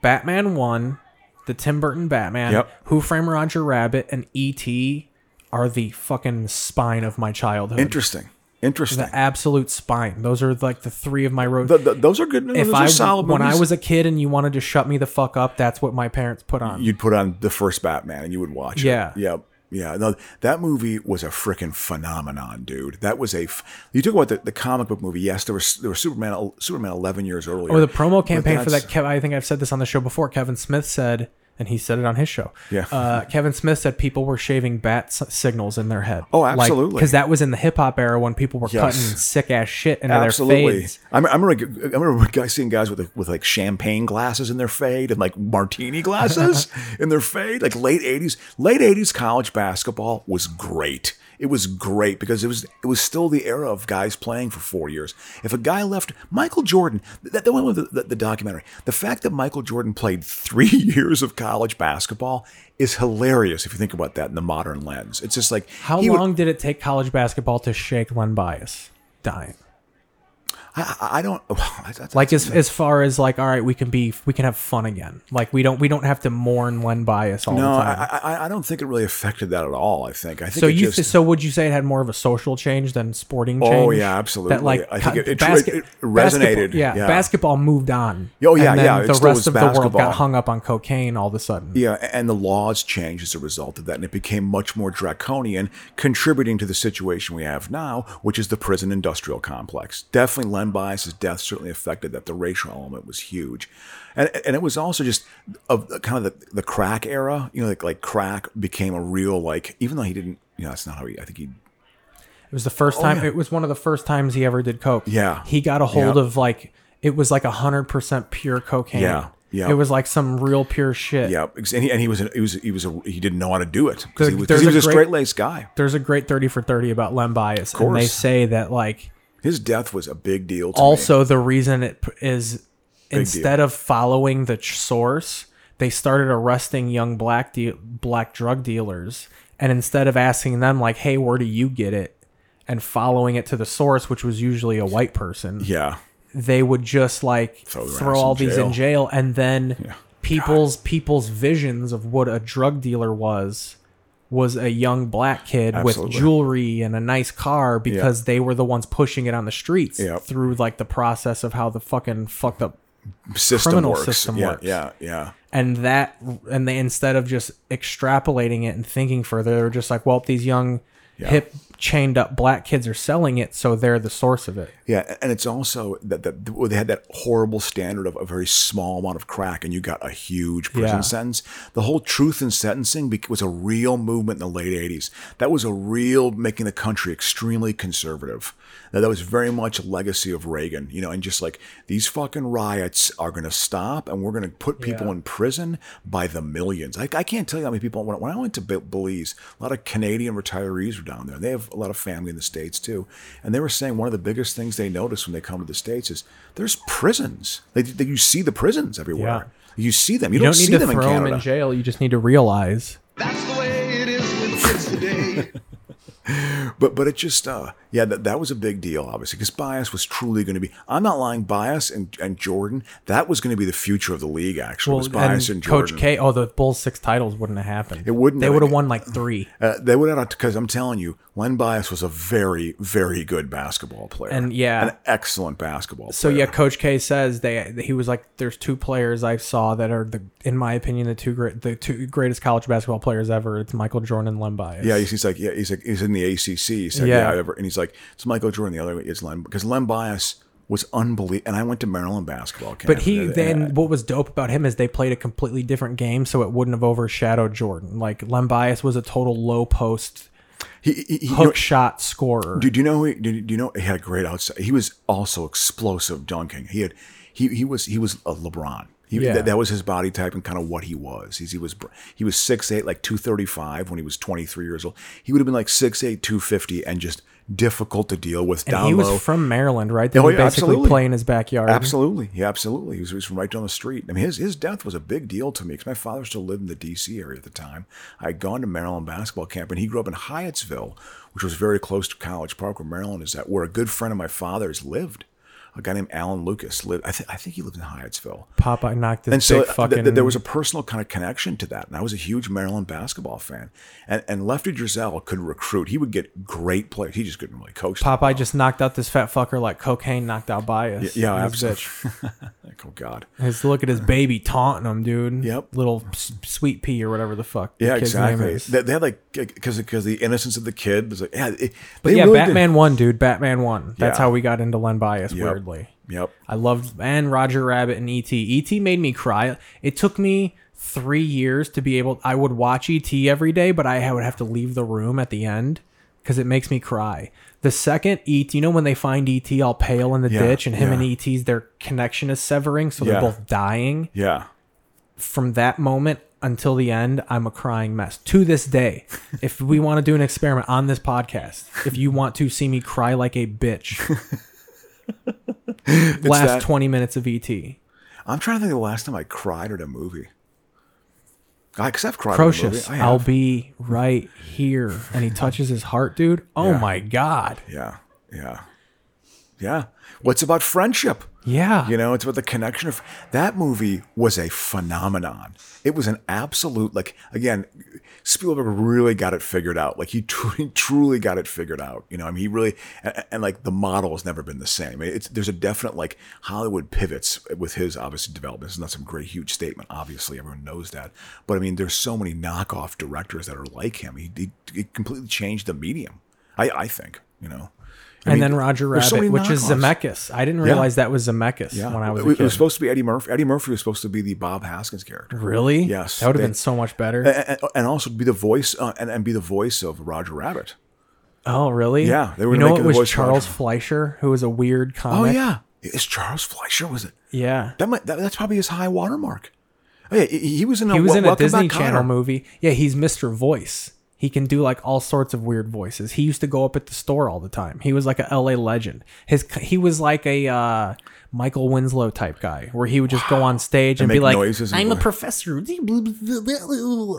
[SPEAKER 1] Batman One, the Tim Burton Batman,
[SPEAKER 2] Yep.
[SPEAKER 1] Who Framed Roger Rabbit, and E.T. are the fucking spine of my childhood.
[SPEAKER 2] Interesting. Interesting.
[SPEAKER 1] The absolute spine. Those are like the three of my road.
[SPEAKER 2] Th- th- those are good. Those
[SPEAKER 1] if
[SPEAKER 2] are
[SPEAKER 1] I
[SPEAKER 2] solid
[SPEAKER 1] when
[SPEAKER 2] movies.
[SPEAKER 1] I was a kid and you wanted to shut me the fuck up, that's what my parents put on.
[SPEAKER 2] you'd put on the first Batman and you would watch
[SPEAKER 1] Yeah.
[SPEAKER 2] it. Yeah. Yeah. No, that movie was a freaking phenomenon, dude. That was a. F- you talk about the, the comic book movie. Yes, there was there was Superman Superman eleven years earlier.
[SPEAKER 1] Or the promo campaign for
[SPEAKER 2] that's-
[SPEAKER 1] that. Kev, I think I've said this on the show before. Kevin Smith said, and he said it on his show.
[SPEAKER 2] Yeah.
[SPEAKER 1] Uh, Kevin Smith said people were shaving bat s- signals in their head.
[SPEAKER 2] Oh, absolutely.
[SPEAKER 1] Because that was in the hip hop era when people were
[SPEAKER 2] Yes.
[SPEAKER 1] cutting sick ass shit into their
[SPEAKER 2] Absolutely,
[SPEAKER 1] fades.
[SPEAKER 2] I me- I remember. I remember guys seeing guys with with like champagne glasses in their fade and like martini glasses in their fade. Like late eighties, late eighties college basketball was great. It was great because it was it was still the era of guys playing for four years. If a guy left Michael Jordan, that, that one with the, the, the documentary, the fact that Michael Jordan played three years of college basketball is hilarious if you think about that in the modern lens. It's just like
[SPEAKER 1] How
[SPEAKER 2] he would-
[SPEAKER 1] long did it take college basketball to shake Len Bias dying?
[SPEAKER 2] I, I- I don't. that's- that's-
[SPEAKER 1] Like as as far as like, all right, we can be we can have fun again. Like we don't we don't have to mourn Len Bias all
[SPEAKER 2] no,
[SPEAKER 1] the time.
[SPEAKER 2] I, I- I, I don't think it really affected that at all. I think I think
[SPEAKER 1] so
[SPEAKER 2] it
[SPEAKER 1] you
[SPEAKER 2] just,
[SPEAKER 1] so would you say it had more of a social change than sporting change?
[SPEAKER 2] Oh, yeah, absolutely.
[SPEAKER 1] That like
[SPEAKER 2] I think it- it-
[SPEAKER 1] basket-
[SPEAKER 2] it resonated,
[SPEAKER 1] basketball- Yeah,
[SPEAKER 2] yeah.
[SPEAKER 1] basketball moved on.
[SPEAKER 2] Oh, yeah,
[SPEAKER 1] and then
[SPEAKER 2] yeah, it
[SPEAKER 1] The
[SPEAKER 2] still was
[SPEAKER 1] rest of the world
[SPEAKER 2] basketball.
[SPEAKER 1] got hung up on cocaine all of a sudden.
[SPEAKER 2] Yeah, and the laws changed as a result of that, and it became much more draconian, contributing to the situation we have now, which is the prison industrial complex. Definitely, Len Bias's death certainly affected that. The racial element was huge, and and it was also just of the- kind of the, the crack era. You know, like like crack became a real like, even though he didn't. You know, that's not how he. I think he.
[SPEAKER 1] It was the first time.
[SPEAKER 2] Oh, yeah.
[SPEAKER 1] It was one of the first times he ever did coke.
[SPEAKER 2] Yeah.
[SPEAKER 1] he got a hold
[SPEAKER 2] Yeah.
[SPEAKER 1] of like it was like hundred percent pure cocaine.
[SPEAKER 2] Yeah, yeah.
[SPEAKER 1] It was like some real pure shit.
[SPEAKER 2] Yeah, ex- and he, and he was an, he was he was a, he didn't know how to do it because
[SPEAKER 1] There-
[SPEAKER 2] he was, 'cause
[SPEAKER 1] there's
[SPEAKER 2] he
[SPEAKER 1] a
[SPEAKER 2] was a
[SPEAKER 1] great-
[SPEAKER 2] straight laced guy.
[SPEAKER 1] There's a great thirty for thirty about Len Bias, and they
[SPEAKER 2] course.
[SPEAKER 1] say that like
[SPEAKER 2] His death was a big deal. To me.
[SPEAKER 1] also the reason it p- is
[SPEAKER 2] deal.
[SPEAKER 1] instead of following the ch- source they started arresting young black de- black drug dealers and instead of asking them like hey where do you get it and following it to the source which was usually a white person
[SPEAKER 2] yeah,
[SPEAKER 1] they would just like
[SPEAKER 2] Throw
[SPEAKER 1] throw,
[SPEAKER 2] their ass
[SPEAKER 1] all
[SPEAKER 2] in
[SPEAKER 1] these in jail and then people's people's visions of what a drug dealer was was a young black kid
[SPEAKER 2] Absolutely.
[SPEAKER 1] with jewelry and a nice car because they were the ones pushing it on the streets
[SPEAKER 2] Yeah.
[SPEAKER 1] through like the process of how the fucking fucked up
[SPEAKER 2] system
[SPEAKER 1] Criminal
[SPEAKER 2] works.
[SPEAKER 1] system
[SPEAKER 2] yeah,
[SPEAKER 1] works.
[SPEAKER 2] yeah, yeah.
[SPEAKER 1] and that and they instead of just extrapolating it and thinking further they were just like well these young hip chained up black kids are selling it so they're the source of it
[SPEAKER 2] Yeah, and it's also that, that well, they had that horrible standard of a very small amount of crack, and you got a huge prison
[SPEAKER 1] Yeah.
[SPEAKER 2] sentence. The whole truth in sentencing bec- was a real movement in the late '80s. That was a real making the country extremely conservative. Now, that was very much a legacy of Reagan, you know, and just like these fucking riots are going to stop, and we're going to put people
[SPEAKER 1] Yeah.
[SPEAKER 2] in prison by the millions. I, I can't tell you how many people. When, when I went to Be- Belize, a lot of Canadian retirees were down there. They have a lot of family in the states too, and they were saying one of the biggest things they notice when they come to the states is there's prisons. They, they, you see the prisons everywhere. You see them. You,
[SPEAKER 1] you
[SPEAKER 2] don't,
[SPEAKER 1] don't
[SPEAKER 2] see
[SPEAKER 1] need to
[SPEAKER 2] them in
[SPEAKER 1] throw them
[SPEAKER 2] Canada.
[SPEAKER 1] in jail you just need to realize
[SPEAKER 6] That's the way it is with kids today.
[SPEAKER 2] But but it just uh yeah that, that was a big deal obviously because bias was truly going to be I'm not lying bias and, and Jordan that was going to be the future of the league actually was bias and, Jordan.
[SPEAKER 1] Coach K. Oh, the Bulls six titles wouldn't have happened. It
[SPEAKER 2] wouldn't
[SPEAKER 1] They
[SPEAKER 2] have. e-
[SPEAKER 1] would have won like three.
[SPEAKER 2] Uh, they would have because I'm telling you, Len Bias was a very, very good basketball player,
[SPEAKER 1] And, yeah.
[SPEAKER 2] an excellent basketball.
[SPEAKER 1] So
[SPEAKER 2] player.
[SPEAKER 1] yeah, Coach K says they. He was like, "There's two players I saw that are the, in my opinion, the two great, the two greatest college basketball players ever. It's Michael Jordan and Len Bias.
[SPEAKER 2] yeah, he's, he's like, yeah, he's like, he's in the ACC. He said, yeah,
[SPEAKER 1] Yeah.
[SPEAKER 2] I ever, and he's like, it's Michael Jordan. The other is Len because Len Bias was unbelievable, and I went to Maryland basketball camp.
[SPEAKER 1] But he
[SPEAKER 2] and- and-
[SPEAKER 1] then what was dope about him is they played a completely different game, so it wouldn't have overshadowed Jordan. Like Len Bias was a total low post
[SPEAKER 2] he, he, he- you know,
[SPEAKER 1] hook shot scorer.
[SPEAKER 2] Do, do you know? who he- Do, do you know? He had a great outside. He was also explosive dunking. He had, he he was he was a LeBron. He,
[SPEAKER 1] Yeah.
[SPEAKER 2] that, that was his body type and kind of what he was. He's, he was br- he was six eight, like two thirty five when he was twenty three years old. He would have been like 6'8", 250 and just difficult to deal with.
[SPEAKER 1] and
[SPEAKER 2] down
[SPEAKER 1] he was
[SPEAKER 2] low.
[SPEAKER 1] from Maryland, right? They
[SPEAKER 2] Oh,
[SPEAKER 1] were
[SPEAKER 2] yeah,
[SPEAKER 1] basically
[SPEAKER 2] absolutely.
[SPEAKER 1] play in his backyard.
[SPEAKER 2] Absolutely, yeah, absolutely. He was, he was from right down the street. I mean, his his death was a big deal to me because my father still lived in the D.C. area at the time. I had gone to Maryland basketball camp, and he grew up in Hyattsville, which was very close to College Park, where Maryland is at, where a good friend of my father's lived. A guy named Alan Lucas lived. I, th- I think he lived in Hyattsville.
[SPEAKER 1] Popeye knocked this
[SPEAKER 2] And so uh,
[SPEAKER 1] big
[SPEAKER 2] th-
[SPEAKER 1] fucking.
[SPEAKER 2] th- there was a personal kind of connection to that. And I was a huge Maryland basketball fan. And, and Lefty Drizel could recruit. He would get great players. He just couldn't really coach. them.
[SPEAKER 1] Popeye just knocked out this fat fucker like cocaine knocked out bias.
[SPEAKER 2] Yeah,
[SPEAKER 1] His
[SPEAKER 2] absolutely.
[SPEAKER 1] bitch.
[SPEAKER 2] Like, oh, God.
[SPEAKER 1] His look at his baby taunting him, dude.
[SPEAKER 2] Yep.
[SPEAKER 1] Little s- sweet pea or whatever the fuck. the
[SPEAKER 2] Yeah,
[SPEAKER 1] kid's name
[SPEAKER 2] exactly.
[SPEAKER 1] is.
[SPEAKER 2] They, they had like because because the innocence of the kid was like yeah. It,
[SPEAKER 1] but
[SPEAKER 2] they
[SPEAKER 1] yeah,
[SPEAKER 2] really did-
[SPEAKER 1] Batman won, dude. Batman won. That's
[SPEAKER 2] Yeah.
[SPEAKER 1] how we got into Len Bias.
[SPEAKER 2] Yep.
[SPEAKER 1] Weirdly,
[SPEAKER 2] Yep.
[SPEAKER 1] I loved and Roger Rabbit and E ET. ET made me cry. It took me three years to be able. I would watch ET every day, but I would have to leave the room at the end because it makes me cry. The second ET, you know, when they find ET all pale in the
[SPEAKER 2] Yeah,
[SPEAKER 1] ditch, and him
[SPEAKER 2] yeah.
[SPEAKER 1] and ET's their connection is severing, so
[SPEAKER 2] Yeah.
[SPEAKER 1] they're both dying.
[SPEAKER 2] Yeah.
[SPEAKER 1] From that moment until the end, I'm a crying mess. To this day, if we want to do an experiment on this podcast, if you want to see me cry like a bitch, last
[SPEAKER 2] that-
[SPEAKER 1] 20 minutes of E ET.
[SPEAKER 2] I'm trying to think of the last time I cried at a movie. Because I've cried at a movie. Oh,
[SPEAKER 1] Procious,
[SPEAKER 2] I
[SPEAKER 1] I'll
[SPEAKER 2] have.
[SPEAKER 1] be right here. And he touches his heart, dude. Oh
[SPEAKER 2] Yeah.
[SPEAKER 1] my god.
[SPEAKER 2] Yeah. Yeah. Yeah. What's about friendship?
[SPEAKER 1] Yeah.
[SPEAKER 2] You know, it's about the connection of that movie was a phenomenon. It was an absolute like again, Spielberg really got it figured out. Like he truly, truly got it figured out. You know, I mean, he really and, and like the model has never been the same. It's there's a definite like Hollywood pivots with his obvious development. It's not some great huge statement. Obviously, everyone knows that. But I mean, there's so many knockoff directors that are like him. He he, he completely changed the medium. I I think you know. I
[SPEAKER 1] and
[SPEAKER 2] mean,
[SPEAKER 1] then Roger
[SPEAKER 2] there's
[SPEAKER 1] Rabbit,
[SPEAKER 2] so many
[SPEAKER 1] which is
[SPEAKER 2] knockoffs.
[SPEAKER 1] Zemeckis. I didn't realize that was Zemeckis
[SPEAKER 2] Yeah.
[SPEAKER 1] when I was
[SPEAKER 2] it,
[SPEAKER 1] a kid.
[SPEAKER 2] it was supposed to be Eddie Murphy. Eddie Murphy was supposed to be the Bob Haskins character,
[SPEAKER 1] really?
[SPEAKER 2] Yes,
[SPEAKER 1] That would have
[SPEAKER 2] they- Eh,
[SPEAKER 1] been so much better.
[SPEAKER 2] and, and- and also be the voice uh, and, and be the voice of Roger Rabbit.
[SPEAKER 1] oh, really?
[SPEAKER 2] Yeah, they were
[SPEAKER 1] you
[SPEAKER 2] gonna
[SPEAKER 1] know
[SPEAKER 2] make
[SPEAKER 1] it
[SPEAKER 2] the
[SPEAKER 1] was
[SPEAKER 2] voice of
[SPEAKER 1] Charles
[SPEAKER 2] Roger.
[SPEAKER 1] Fleischer, who was a weird
[SPEAKER 2] Oh
[SPEAKER 1] comic.
[SPEAKER 2] yeah, is Charles Fleischer was it?
[SPEAKER 1] yeah.
[SPEAKER 2] That, might, that that's probably his high watermark. Oh, yeah, he he was in a
[SPEAKER 1] He was
[SPEAKER 2] Wel-
[SPEAKER 1] in a
[SPEAKER 2] Welcome
[SPEAKER 1] Disney
[SPEAKER 2] Back,
[SPEAKER 1] Channel
[SPEAKER 2] Kotter.
[SPEAKER 1] movie. Yeah, he's Mr. Voice. He can do like all sorts of weird voices. He used to go up at the store all the time. He was like a LA legend. His he was like a uh, Michael Winslow type guy, where he would just go on stage and,
[SPEAKER 2] And
[SPEAKER 1] be like,
[SPEAKER 2] make noises and
[SPEAKER 1] "I'm a
[SPEAKER 2] blah."
[SPEAKER 1] professor,"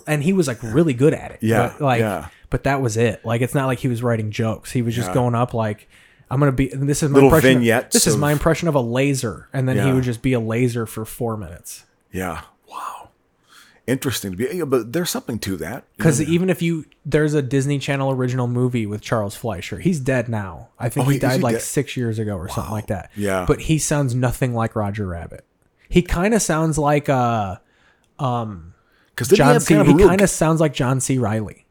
[SPEAKER 1] and he was like really good at it.
[SPEAKER 2] Yeah,
[SPEAKER 1] but, like,
[SPEAKER 2] yeah.
[SPEAKER 1] but that was it. Like, it's not like he was writing jokes. He was just going up like. I'm gonna be. and This is my
[SPEAKER 2] Little
[SPEAKER 1] impression.
[SPEAKER 2] vignettes
[SPEAKER 1] this is my
[SPEAKER 2] of-
[SPEAKER 1] impression of a laser, and then he
[SPEAKER 2] Yeah.
[SPEAKER 1] would just be a laser for four minutes.
[SPEAKER 2] Yeah, wow, interesting to be. yeah, but there's something to that you
[SPEAKER 1] Because
[SPEAKER 2] know?
[SPEAKER 1] even if you there's a Disney Channel original movie with Charles Fleischer, he's dead now. I think
[SPEAKER 2] Oh,
[SPEAKER 1] he
[SPEAKER 2] is he
[SPEAKER 1] died like
[SPEAKER 2] dead?
[SPEAKER 1] six years ago or something like that.
[SPEAKER 2] Yeah.
[SPEAKER 1] but he sounds nothing like Roger Rabbit. He kind of sounds like uh
[SPEAKER 2] 'Cause didn't
[SPEAKER 1] John
[SPEAKER 2] have
[SPEAKER 1] C.
[SPEAKER 2] kind of a
[SPEAKER 1] he
[SPEAKER 2] real-
[SPEAKER 1] kind of sounds like John C. Riley.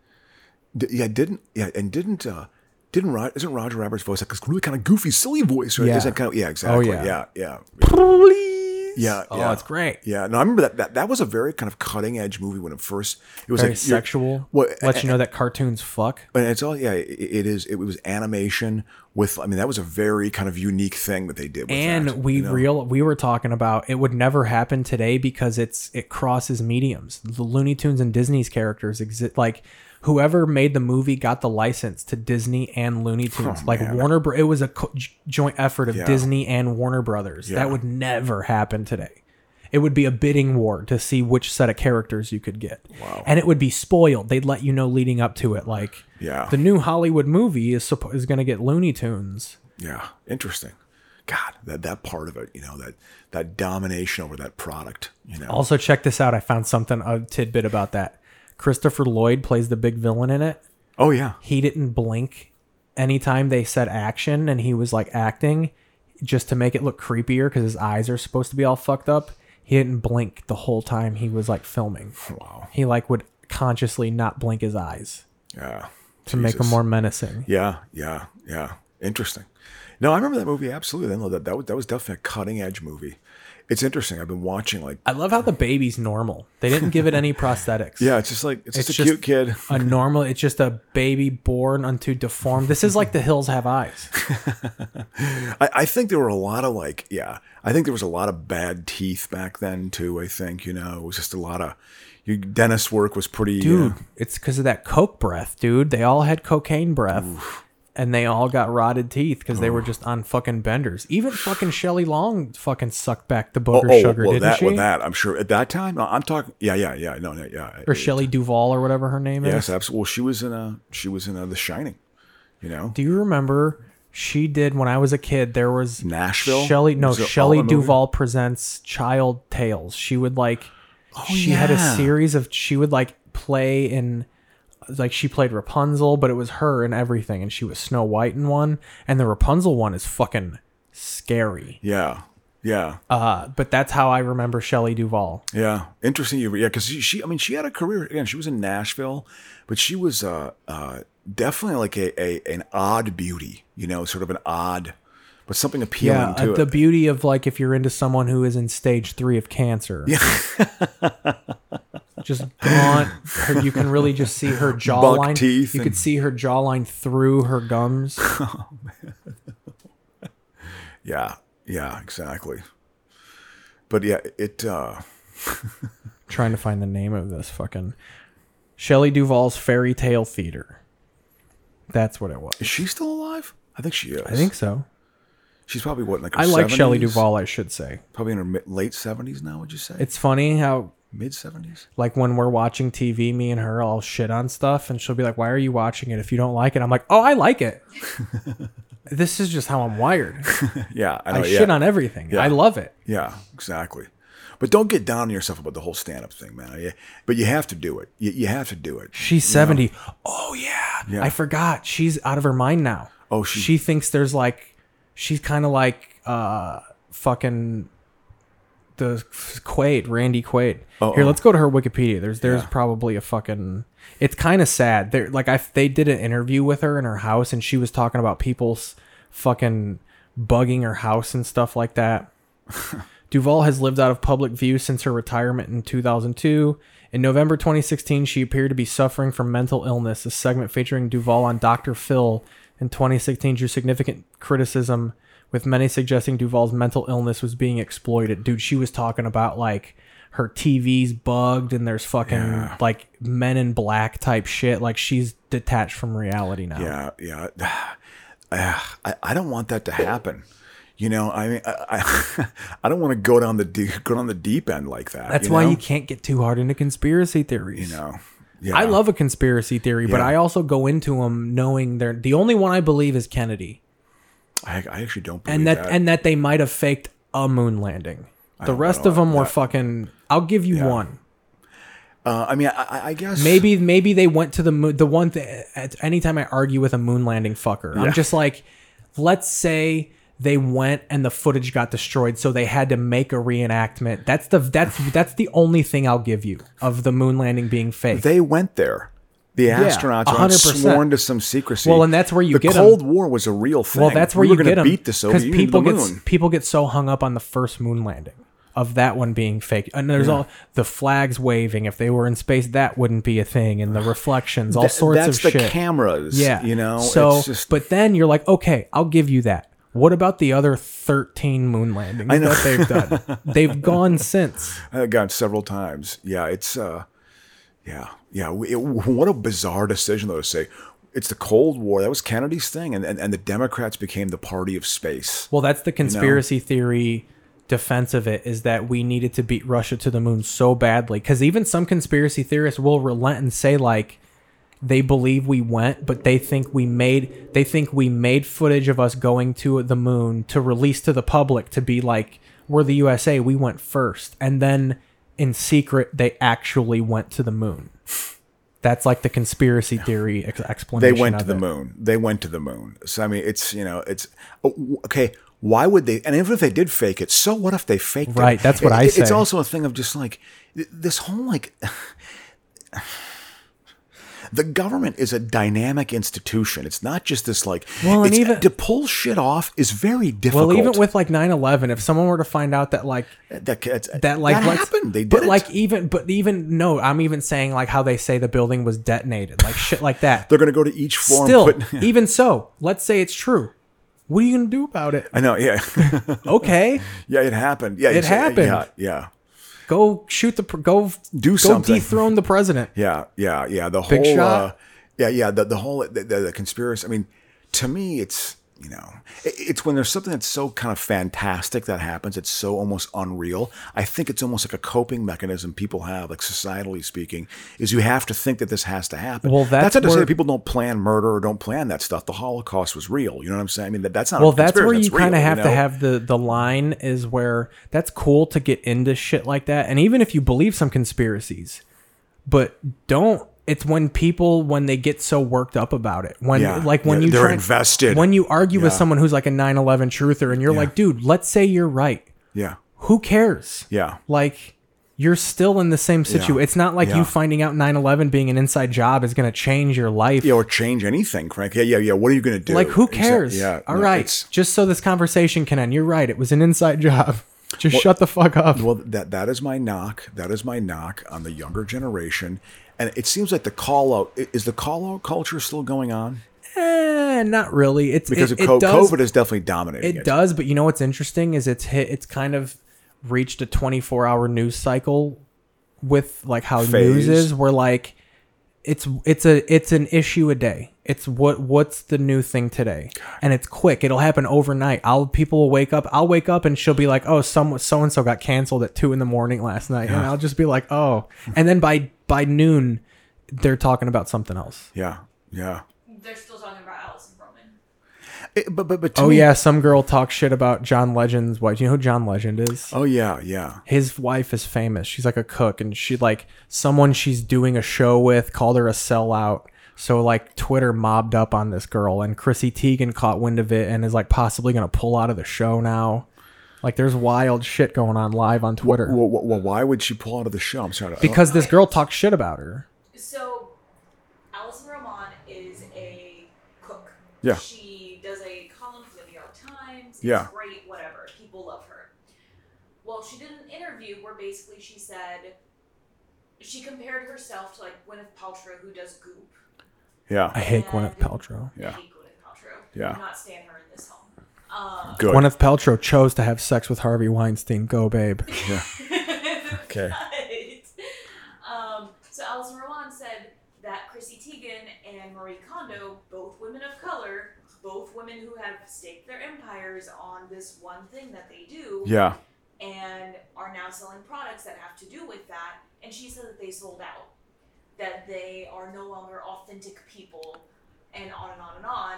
[SPEAKER 2] D- yeah, didn't yeah, and didn't uh didn't Rod isn't Roger Roberts' voice like this really kind of goofy, silly voice, right?
[SPEAKER 1] Yeah. Oh,
[SPEAKER 2] Isn't that kind of yeah, exactly.
[SPEAKER 1] yeah.
[SPEAKER 2] yeah, yeah.
[SPEAKER 1] Please.
[SPEAKER 2] Yeah,
[SPEAKER 1] Oh,
[SPEAKER 2] yeah.
[SPEAKER 1] it's great.
[SPEAKER 2] Yeah, no, I remember that, that. That was a very kind of cutting edge movie when it first. It was
[SPEAKER 1] Very
[SPEAKER 2] like you're-
[SPEAKER 1] sexual.
[SPEAKER 2] Well,
[SPEAKER 1] Let you know that cartoons fuck.
[SPEAKER 2] and it's all yeah. It, it is. It was animation with. I mean, that was a very kind of unique thing that they did. With
[SPEAKER 1] and
[SPEAKER 2] that,
[SPEAKER 1] we
[SPEAKER 2] you know?
[SPEAKER 1] real we were talking about it would never happen today because it's it crosses mediums the looney tunes and disney's characters exist like whoever made the movie got the license to disney and looney tunes like warner Bro- it was a co- j- joint effort of
[SPEAKER 2] Oh, Yeah.
[SPEAKER 1] disney and warner brothers
[SPEAKER 2] Yeah.
[SPEAKER 1] that would never happen today it would be a bidding war to see which set of characters you could get wow. and it would be spoiled they'd let you know leading up to it like
[SPEAKER 2] Yeah.
[SPEAKER 1] the new hollywood movie is suppo- is going to get looney tunes
[SPEAKER 2] Yeah, interesting. God, that that part of it, you know, that that domination over that product, you know.
[SPEAKER 1] Also, check this out. I found something a tidbit about that. Christopher Lloyd plays the big villain in it.
[SPEAKER 2] oh yeah,
[SPEAKER 1] He didn't blink anytime they said action, and he was like acting just to make it look creepier because his eyes are supposed to be all fucked up. He didn't blink the whole time he was like filming.
[SPEAKER 2] wow,
[SPEAKER 1] He like would consciously not blink his eyes
[SPEAKER 2] yeah.
[SPEAKER 1] to make him more menacing.
[SPEAKER 2] Yeah, yeah, yeah. Interesting. No, I remember that movie absolutely. I know that that was, that was definitely a cutting edge movie. It's interesting. I've been watching like
[SPEAKER 1] I love how the baby's normal. They didn't give it any prosthetics.
[SPEAKER 2] yeah, it's just like it's,
[SPEAKER 1] It's
[SPEAKER 2] just a
[SPEAKER 1] just-
[SPEAKER 2] cute kid.
[SPEAKER 1] A normal, it's just a baby born unto deformed. This is like the hills have eyes.
[SPEAKER 2] I, I think there were a lot of like yeah. I think there was a lot of bad teeth back then too. I think you know it was just a lot of your dentist work was pretty
[SPEAKER 1] dude
[SPEAKER 2] Uh,
[SPEAKER 1] it's because of that coke breath dude they all had cocaine breath and they all got rotted teeth because they were just on fucking benders even fucking Shelley long fucking sucked back the
[SPEAKER 2] oh,
[SPEAKER 1] booger
[SPEAKER 2] oh,
[SPEAKER 1] sugar
[SPEAKER 2] well
[SPEAKER 1] didn't
[SPEAKER 2] that
[SPEAKER 1] she
[SPEAKER 2] well that I'm sure at that time no, I'm talking yeah yeah yeah no no yeah
[SPEAKER 1] or Shelley Duvall or whatever her name
[SPEAKER 2] yes
[SPEAKER 1] is
[SPEAKER 2] absolutely. Well, she was in a she was in a, The Shining. You know,
[SPEAKER 1] do you remember she did when I was a kid. There was
[SPEAKER 2] Nashville?
[SPEAKER 1] Shelley, no,
[SPEAKER 2] Was it all
[SPEAKER 1] Shelley
[SPEAKER 2] that movie?
[SPEAKER 1] Duvall presents Child Tales. She would like, she had a
[SPEAKER 2] Oh, yeah.
[SPEAKER 1] series of. She would like play in like she played Rapunzel, but it was her and everything, and she was Snow White in one, and the Rapunzel one is fucking scary.
[SPEAKER 2] yeah, yeah.
[SPEAKER 1] Uh, but that's how I remember Shelley Duvall.
[SPEAKER 2] Yeah, interesting. You, yeah, because she, she, I mean, she had a career. Again, she was in Nashville, but she was uh, uh, definitely like a, a an odd beauty. You know, sort of an odd, but something appealing
[SPEAKER 1] Yeah,
[SPEAKER 2] to
[SPEAKER 1] uh, the
[SPEAKER 2] it.
[SPEAKER 1] beauty of like if you're into someone who is in stage three of cancer. Yeah. just gaunt. Her, you can really just see her jawline.
[SPEAKER 2] teeth
[SPEAKER 1] you
[SPEAKER 2] and-
[SPEAKER 1] could see her jawline through her gums.
[SPEAKER 2] yeah, yeah, exactly. But yeah, it. Uh,
[SPEAKER 1] trying to find the name of this fucking Shelley Duvall's Fairy Tale Theater. That's what it was.
[SPEAKER 2] is she still alive? I think she is.
[SPEAKER 1] I think so.
[SPEAKER 2] she's probably what like. Her
[SPEAKER 1] I like Shelley
[SPEAKER 2] 70s?
[SPEAKER 1] Duvall. I should say
[SPEAKER 2] Probably in her mid, late seventies now. Would you say
[SPEAKER 1] it's funny how
[SPEAKER 2] mid seventies?
[SPEAKER 1] like when we're watching TV, me and her all shit on stuff, and she'll be like, "Why are you watching it if you don't like it?" I'm like, "Oh, I like it." This is just how I'm wired.
[SPEAKER 2] Yeah, I, know,
[SPEAKER 1] I
[SPEAKER 2] Oh, yeah.
[SPEAKER 1] shit on everything.
[SPEAKER 2] Yeah.
[SPEAKER 1] I love it.
[SPEAKER 2] Yeah, exactly. But don't get down on yourself about the whole stand-up thing, man. I- But you have to do it. You, you have to do it.
[SPEAKER 1] She's 70. Oh yeah.
[SPEAKER 2] Yeah.
[SPEAKER 1] I forgot. She's out of her mind now.
[SPEAKER 2] Oh, she-
[SPEAKER 1] she thinks there's like she's kind of like uh fucking the Quaid, Randy Quaid. Here,
[SPEAKER 2] Uh-oh.
[SPEAKER 1] let's go to her Wikipedia. There's there's probably a fucking It's kind of sad. They like I they did an interview with her in her house and she was talking about people's fucking bugging her house and stuff like that. Duvall has lived out of public view since her retirement in 2002. In November 2016, she appeared to be suffering from mental illness. A segment featuring Duvall on Dr. Phil in 2016 drew significant criticism, with many suggesting Duvall's mental illness was being exploited. Dude, she was talking about like her TV's bugged and there's fucking like men in black type shit. Like she's detached from reality now.
[SPEAKER 2] Yeah, yeah. Ah, I, I don't want that to happen. You know, I mean, I, I, I don't want to go down the deep, go down the deep end like that.
[SPEAKER 1] That's why
[SPEAKER 2] know?
[SPEAKER 1] you can't get too hard into conspiracy theories.
[SPEAKER 2] You know, yeah.
[SPEAKER 1] I love a conspiracy theory, but
[SPEAKER 2] Yeah.
[SPEAKER 1] I also go into them knowing they're the only one I believe is Kennedy,
[SPEAKER 2] I, I actually don't believe
[SPEAKER 1] and that,
[SPEAKER 2] that.
[SPEAKER 1] and that they might have faked a moon landing. The
[SPEAKER 2] don't
[SPEAKER 1] rest
[SPEAKER 2] know.
[SPEAKER 1] of them were
[SPEAKER 2] That-
[SPEAKER 1] fucking. I'll give you
[SPEAKER 2] Yeah.
[SPEAKER 1] one.
[SPEAKER 2] uh, I mean, I- I, I guess
[SPEAKER 1] Maybe maybe they went to the moon. The one thing at any time I argue with a moon landing fucker,
[SPEAKER 2] Yeah.
[SPEAKER 1] I'm just like, let's say they went and the footage got destroyed, so they had to make a reenactment. That's the that's that's the only thing I'll give you of the moon landing being fake.
[SPEAKER 2] they went there. The astronauts were
[SPEAKER 1] 100%.
[SPEAKER 2] sworn to some secrecy.
[SPEAKER 1] Well, and that's where you
[SPEAKER 2] the
[SPEAKER 1] get 'em.
[SPEAKER 2] Cold War was a real thing.
[SPEAKER 1] Well, that's where
[SPEAKER 2] we were
[SPEAKER 1] you
[SPEAKER 2] gonna
[SPEAKER 1] get them
[SPEAKER 2] beat the Soviet Union
[SPEAKER 1] people
[SPEAKER 2] to the
[SPEAKER 1] get
[SPEAKER 2] moon.
[SPEAKER 1] people get so hung up on the first moon landing of that one being fake, and there's all the flags waving. If they were in space, that wouldn't be a thing, and the reflections, all
[SPEAKER 2] That-
[SPEAKER 1] sorts
[SPEAKER 2] that's
[SPEAKER 1] of
[SPEAKER 2] the
[SPEAKER 1] shit.
[SPEAKER 2] cameras.
[SPEAKER 1] yeah,
[SPEAKER 2] you know.
[SPEAKER 1] So,
[SPEAKER 2] it's just,
[SPEAKER 1] but then you're like, okay, I'll give you that. What about the other 13 moon landings
[SPEAKER 2] know.
[SPEAKER 1] that they've done? they've gone since.
[SPEAKER 2] Uh, God, several times. Yeah, it's uh, yeah, yeah. We- It, what a bizarre decision though to say it's the Cold War. That was Kennedy's thing, and and, and the Democrats became the party of space.
[SPEAKER 1] Well, that's the conspiracy theory defense of it is that we needed to beat Russia to the moon so badly. Because even some conspiracy theorists will relent and say like they believe we went, but they think we made they think we made footage of us going to the moon to release to the public to be like we're the USA, we went first, and then in secret they actually went to the moon. That's like the conspiracy theory ex-
[SPEAKER 2] They
[SPEAKER 1] explanation.
[SPEAKER 2] went to
[SPEAKER 1] of
[SPEAKER 2] the
[SPEAKER 1] it.
[SPEAKER 2] moon. They went to the moon. So I mean, it's you know, it's oh, w- okay. Why would they? And even if they did fake it, so what if they faked it?
[SPEAKER 1] Right, that's what
[SPEAKER 2] It-
[SPEAKER 1] I
[SPEAKER 2] it- It's
[SPEAKER 1] say.
[SPEAKER 2] also a thing of just like th- this whole like. The government is a dynamic institution. It's not just this like.
[SPEAKER 1] Well, and
[SPEAKER 2] it's-
[SPEAKER 1] even-
[SPEAKER 2] to pull shit off is very difficult.
[SPEAKER 1] Well, even with like 9/11, if someone were to find out that like
[SPEAKER 2] that, that,
[SPEAKER 1] that like
[SPEAKER 2] that
[SPEAKER 1] let's-
[SPEAKER 2] happened. They did
[SPEAKER 1] but
[SPEAKER 2] it.
[SPEAKER 1] like even but even no i'm even saying like how they say the building was detonated like shit like that
[SPEAKER 2] they're going to go to each floor.
[SPEAKER 1] still
[SPEAKER 2] and put,
[SPEAKER 1] even so let's say it's true what are you gonna do about it
[SPEAKER 2] I know. Yeah,
[SPEAKER 1] okay
[SPEAKER 2] yeah, it happened. Yeah,
[SPEAKER 1] It
[SPEAKER 2] it's-
[SPEAKER 1] happened.
[SPEAKER 2] Yeah, yeah.
[SPEAKER 1] go shoot the pr- go
[SPEAKER 2] Do
[SPEAKER 1] go
[SPEAKER 2] something.
[SPEAKER 1] dethrone the president
[SPEAKER 2] Yeah, yeah, yeah. The
[SPEAKER 1] Big
[SPEAKER 2] whole,
[SPEAKER 1] shot?
[SPEAKER 2] Uh, yeah, yeah. The, the whole the, the, the conspiracy. I mean, to me, it's you know, it, it's when there's something that's so kind of fantastic that happens. It's so almost unreal. I think it's almost like a coping mechanism people have, like societally speaking, is you have to think that this has to happen.
[SPEAKER 1] Well, that's
[SPEAKER 2] not to say
[SPEAKER 1] where-
[SPEAKER 2] that people don't plan murder or don't plan that stuff. The Holocaust was real. You know what I'm saying? I mean, that, that's not. a
[SPEAKER 1] well that's where
[SPEAKER 2] conspiracy,
[SPEAKER 1] you
[SPEAKER 2] that's
[SPEAKER 1] kind of
[SPEAKER 2] real,
[SPEAKER 1] have
[SPEAKER 2] know?
[SPEAKER 1] to have the the line is where that's cool to get into shit like that and even if you believe some conspiracies but don't it's when people when they get so worked up about it when
[SPEAKER 2] Yeah.
[SPEAKER 1] like when
[SPEAKER 2] Yeah,
[SPEAKER 1] you
[SPEAKER 2] they're
[SPEAKER 1] try-
[SPEAKER 2] invested.
[SPEAKER 1] when you argue with
[SPEAKER 2] Yeah.
[SPEAKER 1] someone who's like a 9-11 truther and you're like dude let's say you're right
[SPEAKER 2] Yeah.
[SPEAKER 1] who cares
[SPEAKER 2] Yeah.
[SPEAKER 1] like you're still in the same situation it's not like
[SPEAKER 2] Yeah.
[SPEAKER 1] you finding out 9-11 being an inside job is going to change your life
[SPEAKER 2] Yeah, or change anything, Frank. Yeah, yeah, yeah. What are you going to do?
[SPEAKER 1] like who
[SPEAKER 2] Exa-
[SPEAKER 1] cares?
[SPEAKER 2] Yeah.
[SPEAKER 1] All
[SPEAKER 2] no,
[SPEAKER 1] right.
[SPEAKER 2] it's-
[SPEAKER 1] Just so this conversation can end. You're right. It was an inside job. Just shut the fuck up.
[SPEAKER 2] Well, that that is my knock. That is my knock on the younger generation, and it seems like the call out i- is the call out culture still going on
[SPEAKER 1] Eh, not really. It's
[SPEAKER 2] because
[SPEAKER 1] it,
[SPEAKER 2] of co-
[SPEAKER 1] it does,
[SPEAKER 2] COVID is definitely dominating.
[SPEAKER 1] It does, but you know what's interesting is it's hit. It's kind of reached a 24 hour news cycle with like how news
[SPEAKER 2] Phase.
[SPEAKER 1] is. Where like it's it's a it's an issue a day. It's what what's the new thing today, and it's quick. It'll happen overnight. I'll people will wake up. I'll wake up and she'll be like, oh, some so and so got canceled at two in the morning last night, and I'll just be like, oh, and then by by noon, they're talking about something else.
[SPEAKER 2] Yeah, yeah.
[SPEAKER 7] They're still talking about Alice in Roman.
[SPEAKER 2] It- Eh, but but but to
[SPEAKER 1] Oh
[SPEAKER 2] me-
[SPEAKER 1] yeah, some girl talks shit about John Legend's wife. You know who John Legend is?
[SPEAKER 2] Oh yeah, yeah.
[SPEAKER 1] His wife is famous. She's like a cook, and she like someone she's doing a show with called her a sellout. So like Twitter mobbed up on this girl, and Chrissy Teigen caught wind of it and is like possibly gonna pull out of the show now. Like there's wild shit going on live on Twitter
[SPEAKER 2] Well, well, well, why would she pull out of the show? I'm sorry. to-
[SPEAKER 1] because this girl talks shit about her.
[SPEAKER 7] So, Alison Roman is a cook.
[SPEAKER 2] Yeah.
[SPEAKER 7] She does a column for the New York Times. It's
[SPEAKER 2] Yeah.
[SPEAKER 7] great, whatever. People love her. Well, she did an interview where basically she said she compared herself to like Gwyneth Paltrow, who does Goop.
[SPEAKER 1] I
[SPEAKER 2] yeah,
[SPEAKER 1] hate Gwyneth Paltrow.
[SPEAKER 7] I
[SPEAKER 2] yeah,
[SPEAKER 7] hate Gwyneth Paltrow.
[SPEAKER 2] Yeah.
[SPEAKER 7] Do not stand her in this home. Um,
[SPEAKER 2] good.
[SPEAKER 1] Gwyneth Paltrow chose to have sex with Harvey Weinstein. Go, babe.
[SPEAKER 2] Okay.
[SPEAKER 7] But, um, so Alison Rowan said that Chrissy Teigen and Marie Kondo, both women of color, both women who have staked their empires on this one thing that they do,
[SPEAKER 2] Yeah,
[SPEAKER 7] and are now selling products that have to do with that. And she said that they sold out, that they are no longer authentic people, and on and on and on.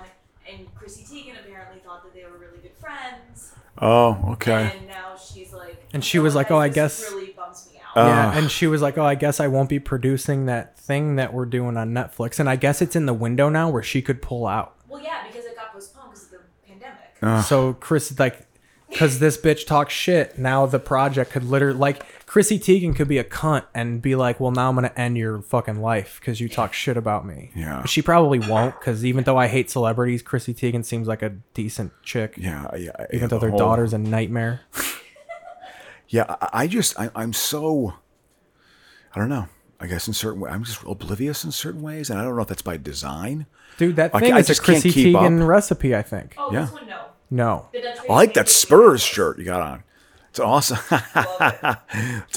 [SPEAKER 7] And Chrissy Teigen apparently thought that they were really good friends,
[SPEAKER 2] Oh, okay.
[SPEAKER 7] and now she's like,
[SPEAKER 1] And she was like, "Oh, I
[SPEAKER 7] this
[SPEAKER 1] guess-
[SPEAKER 7] really bums me out."
[SPEAKER 1] Yeah,
[SPEAKER 2] Ugh.
[SPEAKER 1] and she was like, "Oh, I guess I won't be producing that thing that we're doing on Netflix." And I guess it's in the window now where she could pull out.
[SPEAKER 7] Well, yeah, because it got postponed because of the pandemic.
[SPEAKER 2] Uh,
[SPEAKER 1] So Chris, like, because this bitch talks shit, now the project could literally, like, Chrissy Teigen could be a cunt and be like, "Well, now I'm gonna end your fucking life because you talk shit about me."
[SPEAKER 2] Yeah.
[SPEAKER 1] But she probably won't because even though I hate celebrities, Chrissy Teigen seems like a decent chick.
[SPEAKER 2] Yeah, yeah. yeah,
[SPEAKER 1] Even though
[SPEAKER 2] the
[SPEAKER 1] their
[SPEAKER 2] whole-
[SPEAKER 1] daughter's a nightmare.
[SPEAKER 2] Yeah, I, I just I, I'm so. I don't know. I guess in certain ways, I'm just oblivious in certain ways, and I don't know if that's by design.
[SPEAKER 1] Dude, that
[SPEAKER 2] I
[SPEAKER 1] thing
[SPEAKER 2] ca- I
[SPEAKER 1] is a
[SPEAKER 2] just can't
[SPEAKER 1] Chrissy
[SPEAKER 2] keep
[SPEAKER 1] Teigen
[SPEAKER 2] up.
[SPEAKER 1] recipe, I think.
[SPEAKER 7] Oh,
[SPEAKER 2] Yeah.
[SPEAKER 7] this one, no.
[SPEAKER 1] No.
[SPEAKER 7] The Dutch
[SPEAKER 2] I like
[SPEAKER 7] Lady
[SPEAKER 2] that
[SPEAKER 7] Lady
[SPEAKER 2] Spurs
[SPEAKER 7] Lady.
[SPEAKER 2] shirt you got on. It's awesome. it's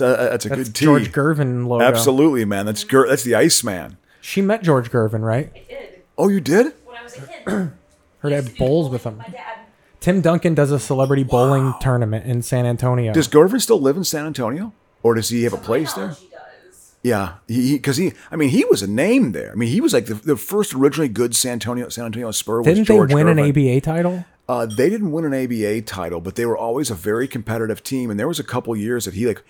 [SPEAKER 2] a, that's a
[SPEAKER 1] That's
[SPEAKER 2] good tee.
[SPEAKER 1] George Gervin logo.
[SPEAKER 2] Absolutely, man. That's Ger- that's the Iceman.
[SPEAKER 1] She met George Gervin, right?
[SPEAKER 7] I did
[SPEAKER 2] Oh, you did?
[SPEAKER 7] when I was a kid.
[SPEAKER 1] Heard I had bowls with him.
[SPEAKER 7] My dad.
[SPEAKER 1] Tim Duncan does a celebrity bowling tournament in San Antonio.
[SPEAKER 2] Does Gervin still live in San Antonio, or does he have a
[SPEAKER 7] my
[SPEAKER 2] place there?
[SPEAKER 7] knowledge, He does.
[SPEAKER 2] Yeah, because he, I mean, he was a name there. I mean, he was like the, the first originally good San Antonio San Antonio Spur. was
[SPEAKER 1] Didn't
[SPEAKER 2] George
[SPEAKER 1] they win
[SPEAKER 2] Gervin.
[SPEAKER 1] an ABA title?
[SPEAKER 2] Uh, they didn't win an ABA title, but they were always a very competitive team. And there was a couple years that he like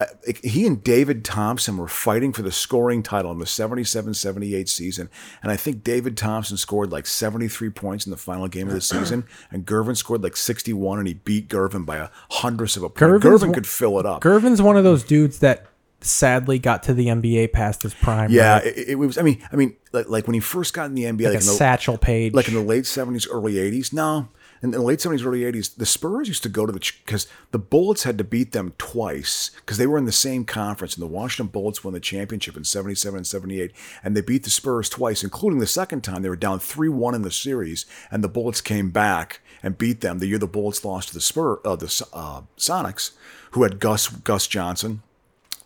[SPEAKER 2] uh, he and David Thompson were fighting for the scoring title in the 77-78 season. And I think David Thompson scored like 73 points in the final game of the season. And Gervin scored like 61 and he beat Gervin by a hundredths of a point.
[SPEAKER 1] Gervin's
[SPEAKER 2] Gervin
[SPEAKER 1] one-
[SPEAKER 2] could fill it up.
[SPEAKER 1] Gervin's one of those dudes that sadly got to the NBA past his prime.
[SPEAKER 2] yeah,
[SPEAKER 1] right?
[SPEAKER 2] it, it was I mean, I mean like, like when he first got in the NBA
[SPEAKER 1] like a
[SPEAKER 2] in the-
[SPEAKER 1] satchel page.
[SPEAKER 2] like in the late 70s early 80s no in the late 70s early 80s the spurs used to go to the because the bullets had to beat them twice because they were in the same conference and the washington bullets won the championship in 77 and 78 and they beat the spurs twice including the second time they were down 3-1 in the series and the bullets came back and beat them the year the bullets lost to the spur uh, the uh, sonics who had gus gus johnson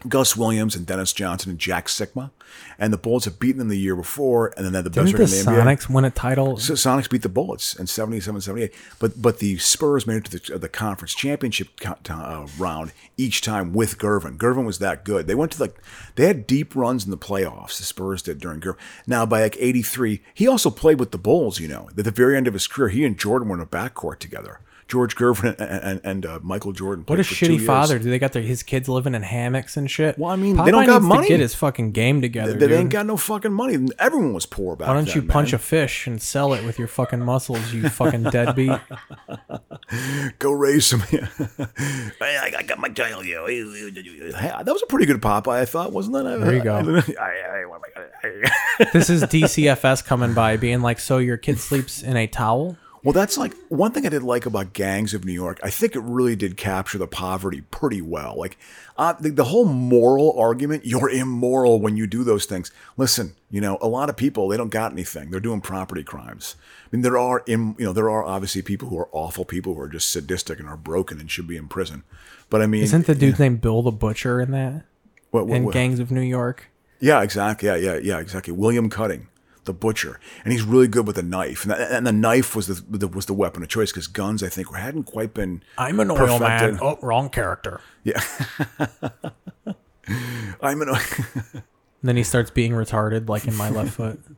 [SPEAKER 2] Gus Williams and Dennis Johnson and Jack Sigma, and the Bullets had beaten them the year before, and then they had the best
[SPEAKER 1] Didn't the
[SPEAKER 2] record in the NBA.
[SPEAKER 1] Sonics win a title?
[SPEAKER 2] So Sonics beat the Bullets in 77 78. But but the Spurs made it to the, the conference championship co- uh, round each time with Gervin. Gervin was that good. They went to like, they had deep runs in the playoffs, the Spurs did during Gervin. Now, by like 83, he also played with the Bulls, you know. At the very end of his career, he and Jordan were in a backcourt together. George Gervin and, and, and uh, Michael Jordan.
[SPEAKER 1] what
[SPEAKER 2] played
[SPEAKER 1] a
[SPEAKER 2] for two
[SPEAKER 1] shitty
[SPEAKER 2] years.
[SPEAKER 1] father! Do they got their his kids living in hammocks and shit?
[SPEAKER 2] Well, I mean, they don't
[SPEAKER 1] Popeye
[SPEAKER 2] got
[SPEAKER 1] needs
[SPEAKER 2] money.
[SPEAKER 1] To get his fucking game together.
[SPEAKER 2] They, they
[SPEAKER 1] dude.
[SPEAKER 2] ain't got no fucking money. Everyone was poor back
[SPEAKER 1] Why don't
[SPEAKER 2] then,
[SPEAKER 1] you punch a
[SPEAKER 2] man.
[SPEAKER 1] fish and sell it with your fucking muscles, you fucking deadbeat?
[SPEAKER 2] go raise some. Hey, I, I got my tail, yo. Hey, that was a pretty good Popeye, I thought, wasn't it?
[SPEAKER 1] There you go. this is DCFS coming by, being like, "So your kid sleeps in a towel?"
[SPEAKER 2] well, that's like one thing I did like about Gangs of New York. I think it really did capture the poverty pretty well. Like uh, the, the whole moral argument, you're immoral when you do those things. Listen, you know, a lot of people they don't got anything. They're doing property crimes. I mean, there are, im, you know, there are obviously people who are awful people who are just sadistic and are broken and should be in prison. But I mean,
[SPEAKER 1] Isn't the dude's name Bill the Butcher in that?
[SPEAKER 2] what- what-
[SPEAKER 1] In
[SPEAKER 2] what-
[SPEAKER 1] Gangs of New York?
[SPEAKER 2] Yeah, exactly. Yeah, yeah, yeah, exactly. William Cutting, the butcher, and he's really good with a knife. And, and the knife was the, the was the weapon of choice because guns, I think, hadn't quite been.
[SPEAKER 1] I'm an oil
[SPEAKER 2] Perfected.
[SPEAKER 1] man. Oh, wrong character.
[SPEAKER 2] I'm an.
[SPEAKER 1] And then he starts being retarded, like in My Left Foot.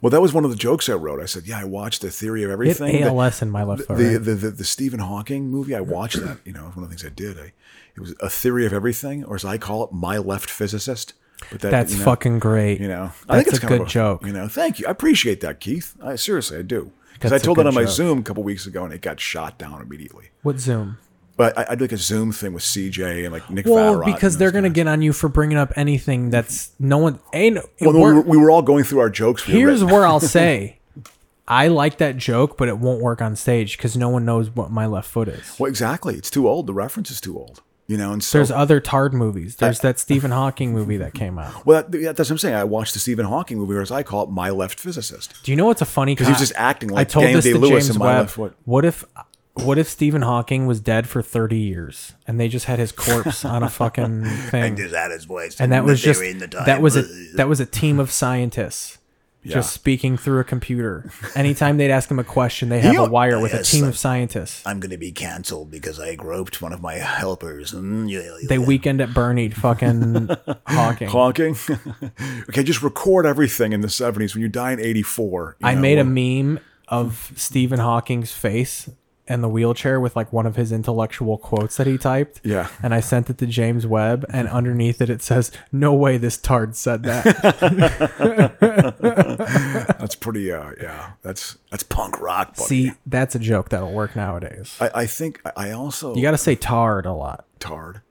[SPEAKER 2] Well, that was one of the jokes I wrote. I said, "Yeah, I watched the Theory of
[SPEAKER 1] It
[SPEAKER 2] Everything." The-
[SPEAKER 1] ALS in my left foot.
[SPEAKER 2] the,
[SPEAKER 1] right?
[SPEAKER 2] the, the the Stephen Hawking movie. I watched that. You know, it was one of the things I did. I, it was a theory of everything, or as I call it, my left physicist. But that,
[SPEAKER 1] That's
[SPEAKER 2] you know,
[SPEAKER 1] fucking great.
[SPEAKER 2] You know,
[SPEAKER 1] That's a
[SPEAKER 2] kind of
[SPEAKER 1] good joke.
[SPEAKER 2] You know, thank you. I appreciate that, Keith. I seriously, I do. Because I
[SPEAKER 1] That's a
[SPEAKER 2] told that
[SPEAKER 1] good
[SPEAKER 2] on my
[SPEAKER 1] joke.
[SPEAKER 2] Zoom a couple weeks ago, and it got shot down immediately.
[SPEAKER 1] What Zoom?
[SPEAKER 2] But I, I did like a Zoom thing with CJ and like Nick.
[SPEAKER 1] Well,
[SPEAKER 2] Vatterott
[SPEAKER 1] because
[SPEAKER 2] and
[SPEAKER 1] they're going
[SPEAKER 2] those
[SPEAKER 1] to
[SPEAKER 2] guys.
[SPEAKER 1] get on you for bringing up anything that's no one. Ain't,
[SPEAKER 2] Well, no,
[SPEAKER 1] we're-
[SPEAKER 2] we, were, we were all going through our jokes. we had
[SPEAKER 1] here's
[SPEAKER 2] written.
[SPEAKER 1] where I'll say I like that joke, but it won't work on stage because no one knows what my left foot is.
[SPEAKER 2] Well, exactly. It's too old. The reference is too old. You know, and so
[SPEAKER 1] There's other Tard movies. There's that Stephen Hawking movie that came out.
[SPEAKER 2] well, that, yeah, that's what I'm saying. I watched the Stephen Hawking movie, or as I call it, My Left Physicist.
[SPEAKER 1] Do you know what's a funny?
[SPEAKER 2] 'Cause he was
[SPEAKER 1] con-
[SPEAKER 2] just acting
[SPEAKER 1] I
[SPEAKER 2] like
[SPEAKER 1] told
[SPEAKER 2] Daniel
[SPEAKER 1] this to
[SPEAKER 2] Day-Lewis in
[SPEAKER 1] James
[SPEAKER 2] My
[SPEAKER 1] Webb.
[SPEAKER 2] Left Foot.
[SPEAKER 1] What if, what if Stephen Hawking was dead for 30 years and they just had his corpse on a fucking thing, and,
[SPEAKER 11] that is voice.
[SPEAKER 1] that was just
[SPEAKER 11] in the time.
[SPEAKER 1] that was a that was a team of scientists.
[SPEAKER 2] Yeah.
[SPEAKER 1] Just speaking through a computer. Anytime they'd ask him a question, they have a
[SPEAKER 11] He'll-
[SPEAKER 1] wire with a
[SPEAKER 11] Yes,
[SPEAKER 1] team
[SPEAKER 11] I-
[SPEAKER 1] of scientists.
[SPEAKER 11] I'm going to be canceled because I groped one of my helpers. Mm, yeah, yeah.
[SPEAKER 1] They weekend at Bernie fucking Hawking.
[SPEAKER 2] Honking. okay, just record everything in the 70s when you die in 84. you
[SPEAKER 1] I
[SPEAKER 2] know,
[SPEAKER 1] made a
[SPEAKER 2] we'll-
[SPEAKER 1] meme of Stephen Hawking's face and the wheelchair with like one of his intellectual quotes that he typed.
[SPEAKER 2] Yeah.
[SPEAKER 1] And I sent it to James Webb, and underneath it, it says, No way this tard said that.
[SPEAKER 2] That's pretty, uh, yeah. That's that's punk rock. Buddy.
[SPEAKER 1] See, that's a joke that'll work nowadays.
[SPEAKER 2] I, I think I- I also.
[SPEAKER 1] You got to say tard a lot.
[SPEAKER 2] tard.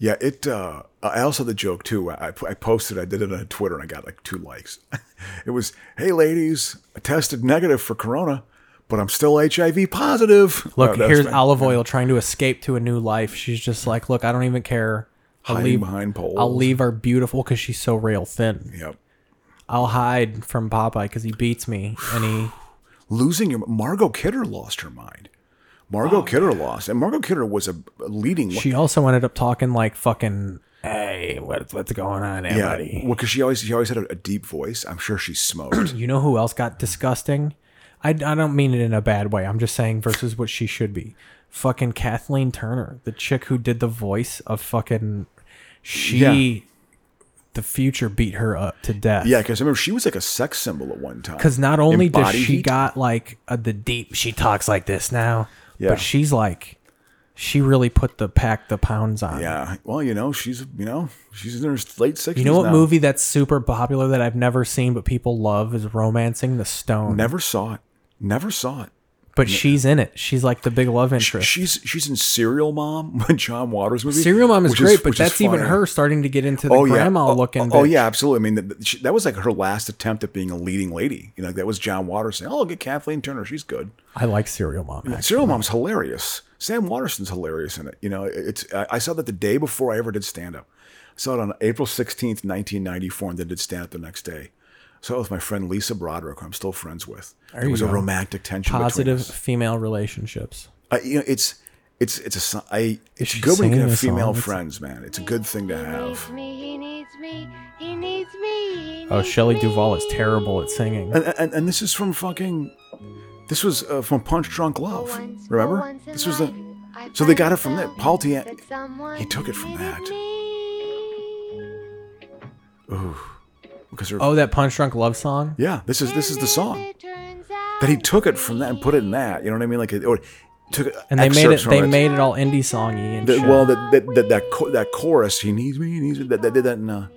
[SPEAKER 2] Yeah, it. Uh, I also the joke too. I, I posted. I did it on Twitter, and I got like two likes. it was, "Hey ladies, I tested negative for corona, but I'm still HIV positive."
[SPEAKER 1] Look,
[SPEAKER 2] Oh, that's
[SPEAKER 1] here's
[SPEAKER 2] right.
[SPEAKER 1] olive oil trying to escape to a new life. She's just like, Look, I don't even care. I'll
[SPEAKER 2] Hiding
[SPEAKER 1] leave,
[SPEAKER 2] behind poles.
[SPEAKER 1] I'll leave our beautiful because she's so rail thin.
[SPEAKER 2] Yep.
[SPEAKER 1] I'll hide from Popeye because he beats me and he
[SPEAKER 2] Losing your Margot Kidder lost her mind. Margot Kidder lost, and Margot Kidder was a a leading.
[SPEAKER 1] Oh, She also ended up talking like fucking. Hey, what, what's going on,
[SPEAKER 2] yeah,
[SPEAKER 1] everybody?
[SPEAKER 2] well, because she always she always had a, a deep voice. I'm sure she smoked.
[SPEAKER 1] You know who else got disgusting? I, I don't mean it in a bad way. I'm just saying versus what she should be. Fucking Kathleen Turner, the chick who did the voice of fucking. She,
[SPEAKER 2] Yeah.
[SPEAKER 1] the future beat her up to death.
[SPEAKER 2] yeah, because I remember she was like a sex symbol at one time.
[SPEAKER 1] Because not only
[SPEAKER 2] In
[SPEAKER 1] does
[SPEAKER 2] Body
[SPEAKER 1] she
[SPEAKER 2] Heat.
[SPEAKER 1] got like uh, the deep, she talks like this now,
[SPEAKER 2] Yeah.
[SPEAKER 1] but she's like, she really put the pack the pounds on.
[SPEAKER 2] Yeah, well, you know, she's you know she's in her late sixties.
[SPEAKER 1] You know what
[SPEAKER 2] now.
[SPEAKER 1] movie that's super popular that I've never seen but people love is Romancing the Stone.
[SPEAKER 2] Never saw it. Never saw it.
[SPEAKER 1] But she's in it. She's like the big love interest.
[SPEAKER 2] She's she's in Serial Mom, a John Waters movie.
[SPEAKER 1] Serial Mom is
[SPEAKER 2] which
[SPEAKER 1] great, but
[SPEAKER 2] which is
[SPEAKER 1] that's even
[SPEAKER 2] funny.
[SPEAKER 1] her starting to get into the grandma
[SPEAKER 2] oh,
[SPEAKER 1] looking.
[SPEAKER 2] Oh
[SPEAKER 1] bitch.
[SPEAKER 2] yeah, absolutely. I mean, that, that- she, that was like her last attempt at being a leading lady. You know, that was John Waters saying, "Oh, I'll get Kathleen Turner. She's good."
[SPEAKER 1] I like Serial Mom. actually.
[SPEAKER 2] Serial Mom's hilarious. Sam Waterston's hilarious in it. You know, it's I, I saw that the day before I ever did stand up. I saw it on April sixteenth, nineteen ninety four, and then did stand up the next day. So it was my friend Lisa Broderick, who I'm still friends with. There
[SPEAKER 1] you
[SPEAKER 2] was
[SPEAKER 1] go.
[SPEAKER 2] a romantic tension. between
[SPEAKER 1] Positive
[SPEAKER 2] us.
[SPEAKER 1] female relationships.
[SPEAKER 2] I, you know, it's it's it's a si- I it's
[SPEAKER 1] she
[SPEAKER 2] good when you
[SPEAKER 1] singing
[SPEAKER 2] can
[SPEAKER 1] a
[SPEAKER 2] have female
[SPEAKER 1] song? It's-
[SPEAKER 2] friends, man. It's a good thing to have.
[SPEAKER 4] He needs me. He needs me. He needs
[SPEAKER 1] Oh, Shelley
[SPEAKER 4] me.
[SPEAKER 1] Duvall is terrible at singing.
[SPEAKER 2] And, and, and this is from fucking, this was uh, from Punch Drunk Love. Remember? This was the, so they got it from that. Paul Tian, he took it from that because her.
[SPEAKER 1] Oh, that Punch Drunk Love song?
[SPEAKER 2] Yeah, this is this is the song that he took it from that and put it in that. You know what I mean? Like it, or took
[SPEAKER 1] And they made
[SPEAKER 2] excerpts
[SPEAKER 1] it
[SPEAKER 2] from
[SPEAKER 1] they made it all indie songy and
[SPEAKER 2] The,
[SPEAKER 1] shit.
[SPEAKER 2] well, that that that that, cho- that chorus. He needs me. He needs me. That, that did that in uh,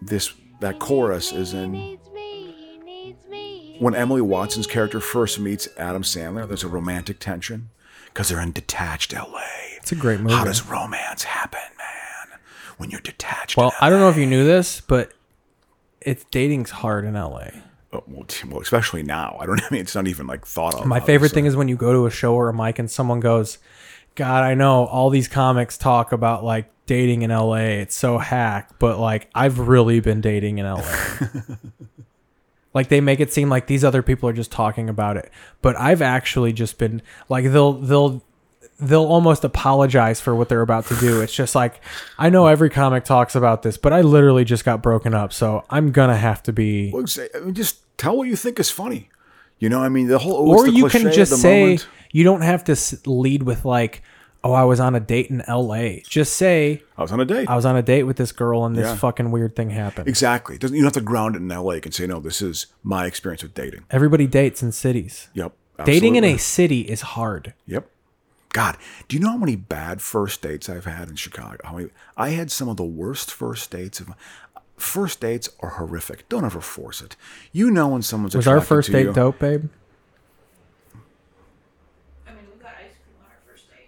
[SPEAKER 2] this. That chorus is in when Emily Watson's character first meets Adam Sandler. There's a romantic tension because they're in detached LA.
[SPEAKER 1] it's a great movie.
[SPEAKER 2] How does romance happen, man? When you're detached.
[SPEAKER 1] well, I don't know if you knew this, but it's dating's hard in LA.
[SPEAKER 2] Oh, well, t- well, especially now. I don't. I mean, it's not even like thought of.
[SPEAKER 1] My favorite thing is when you go to a show or a mic and someone goes, God, I know all these comics talk about like dating in LA. It's so hack, but like I've really been dating in LA. like they make it seem like these other people are just talking about it. But I've actually just been like they'll they'll they'll almost apologize for what they're about to do. It's just like I know every comic talks about this, but I literally just got broken up, so I'm gonna have to be
[SPEAKER 2] Well, say- I mean, just tell what you think is funny. You know, I mean, the whole. oh, it's
[SPEAKER 1] or
[SPEAKER 2] the
[SPEAKER 1] you can
[SPEAKER 2] cliche of
[SPEAKER 1] just
[SPEAKER 2] the
[SPEAKER 1] say
[SPEAKER 2] moment.
[SPEAKER 1] you don't have to s- lead with like oh, I was on a date in L.A. Just say
[SPEAKER 2] I was on a date.
[SPEAKER 1] I was on a date with this girl, and this
[SPEAKER 2] Yeah.
[SPEAKER 1] fucking weird thing happened.
[SPEAKER 2] Exactly. Doesn't you don't have to ground it in L.A. You can say no. This is my experience of dating.
[SPEAKER 1] Everybody dates in cities.
[SPEAKER 2] Yep.
[SPEAKER 1] Dating in
[SPEAKER 2] absolutely.
[SPEAKER 1] a city is hard.
[SPEAKER 2] Yep. God, do you know how many bad first dates I've had in Chicago? How many, I had some of the worst first dates of. my- First dates are horrific. Don't ever force it. You know when someone's
[SPEAKER 1] Was our
[SPEAKER 2] attracted
[SPEAKER 1] first
[SPEAKER 2] to
[SPEAKER 1] date
[SPEAKER 2] you.
[SPEAKER 1] dope, babe?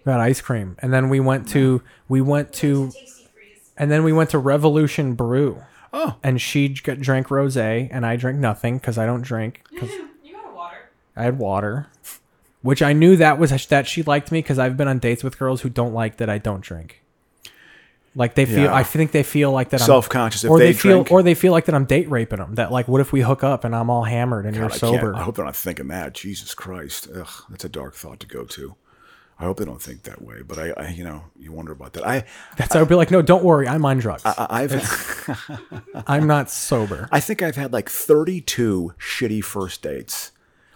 [SPEAKER 1] Got ice cream, and then we went to we went to, and then we went to Revolution Brew.
[SPEAKER 2] Oh,
[SPEAKER 1] and she j- drank rosé, and I drank nothing because I don't drink. 'cause I had water, which I knew that was that she liked me because I've been on dates with girls who don't like that I don't drink. Like they feel,
[SPEAKER 2] Yeah.
[SPEAKER 1] I think they feel like that. I'm-
[SPEAKER 2] Self-conscious if
[SPEAKER 1] or
[SPEAKER 2] they
[SPEAKER 1] feel,
[SPEAKER 2] drink.
[SPEAKER 1] or they feel like that I'm date raping them. That like, what if we hook up and I'm all hammered and
[SPEAKER 2] God,
[SPEAKER 1] you're
[SPEAKER 2] I can't-
[SPEAKER 1] sober?
[SPEAKER 2] I hope they're not thinking that. Jesus Christ. Ugh, that's a dark thought to go to. I hope they don't think that way. But I, I you know, you wonder about that. I,
[SPEAKER 1] That's I would be like, no, don't worry, I'm on drugs.
[SPEAKER 2] I I've. uh,
[SPEAKER 1] I'm not sober.
[SPEAKER 2] I think I've had like 32 shitty first dates.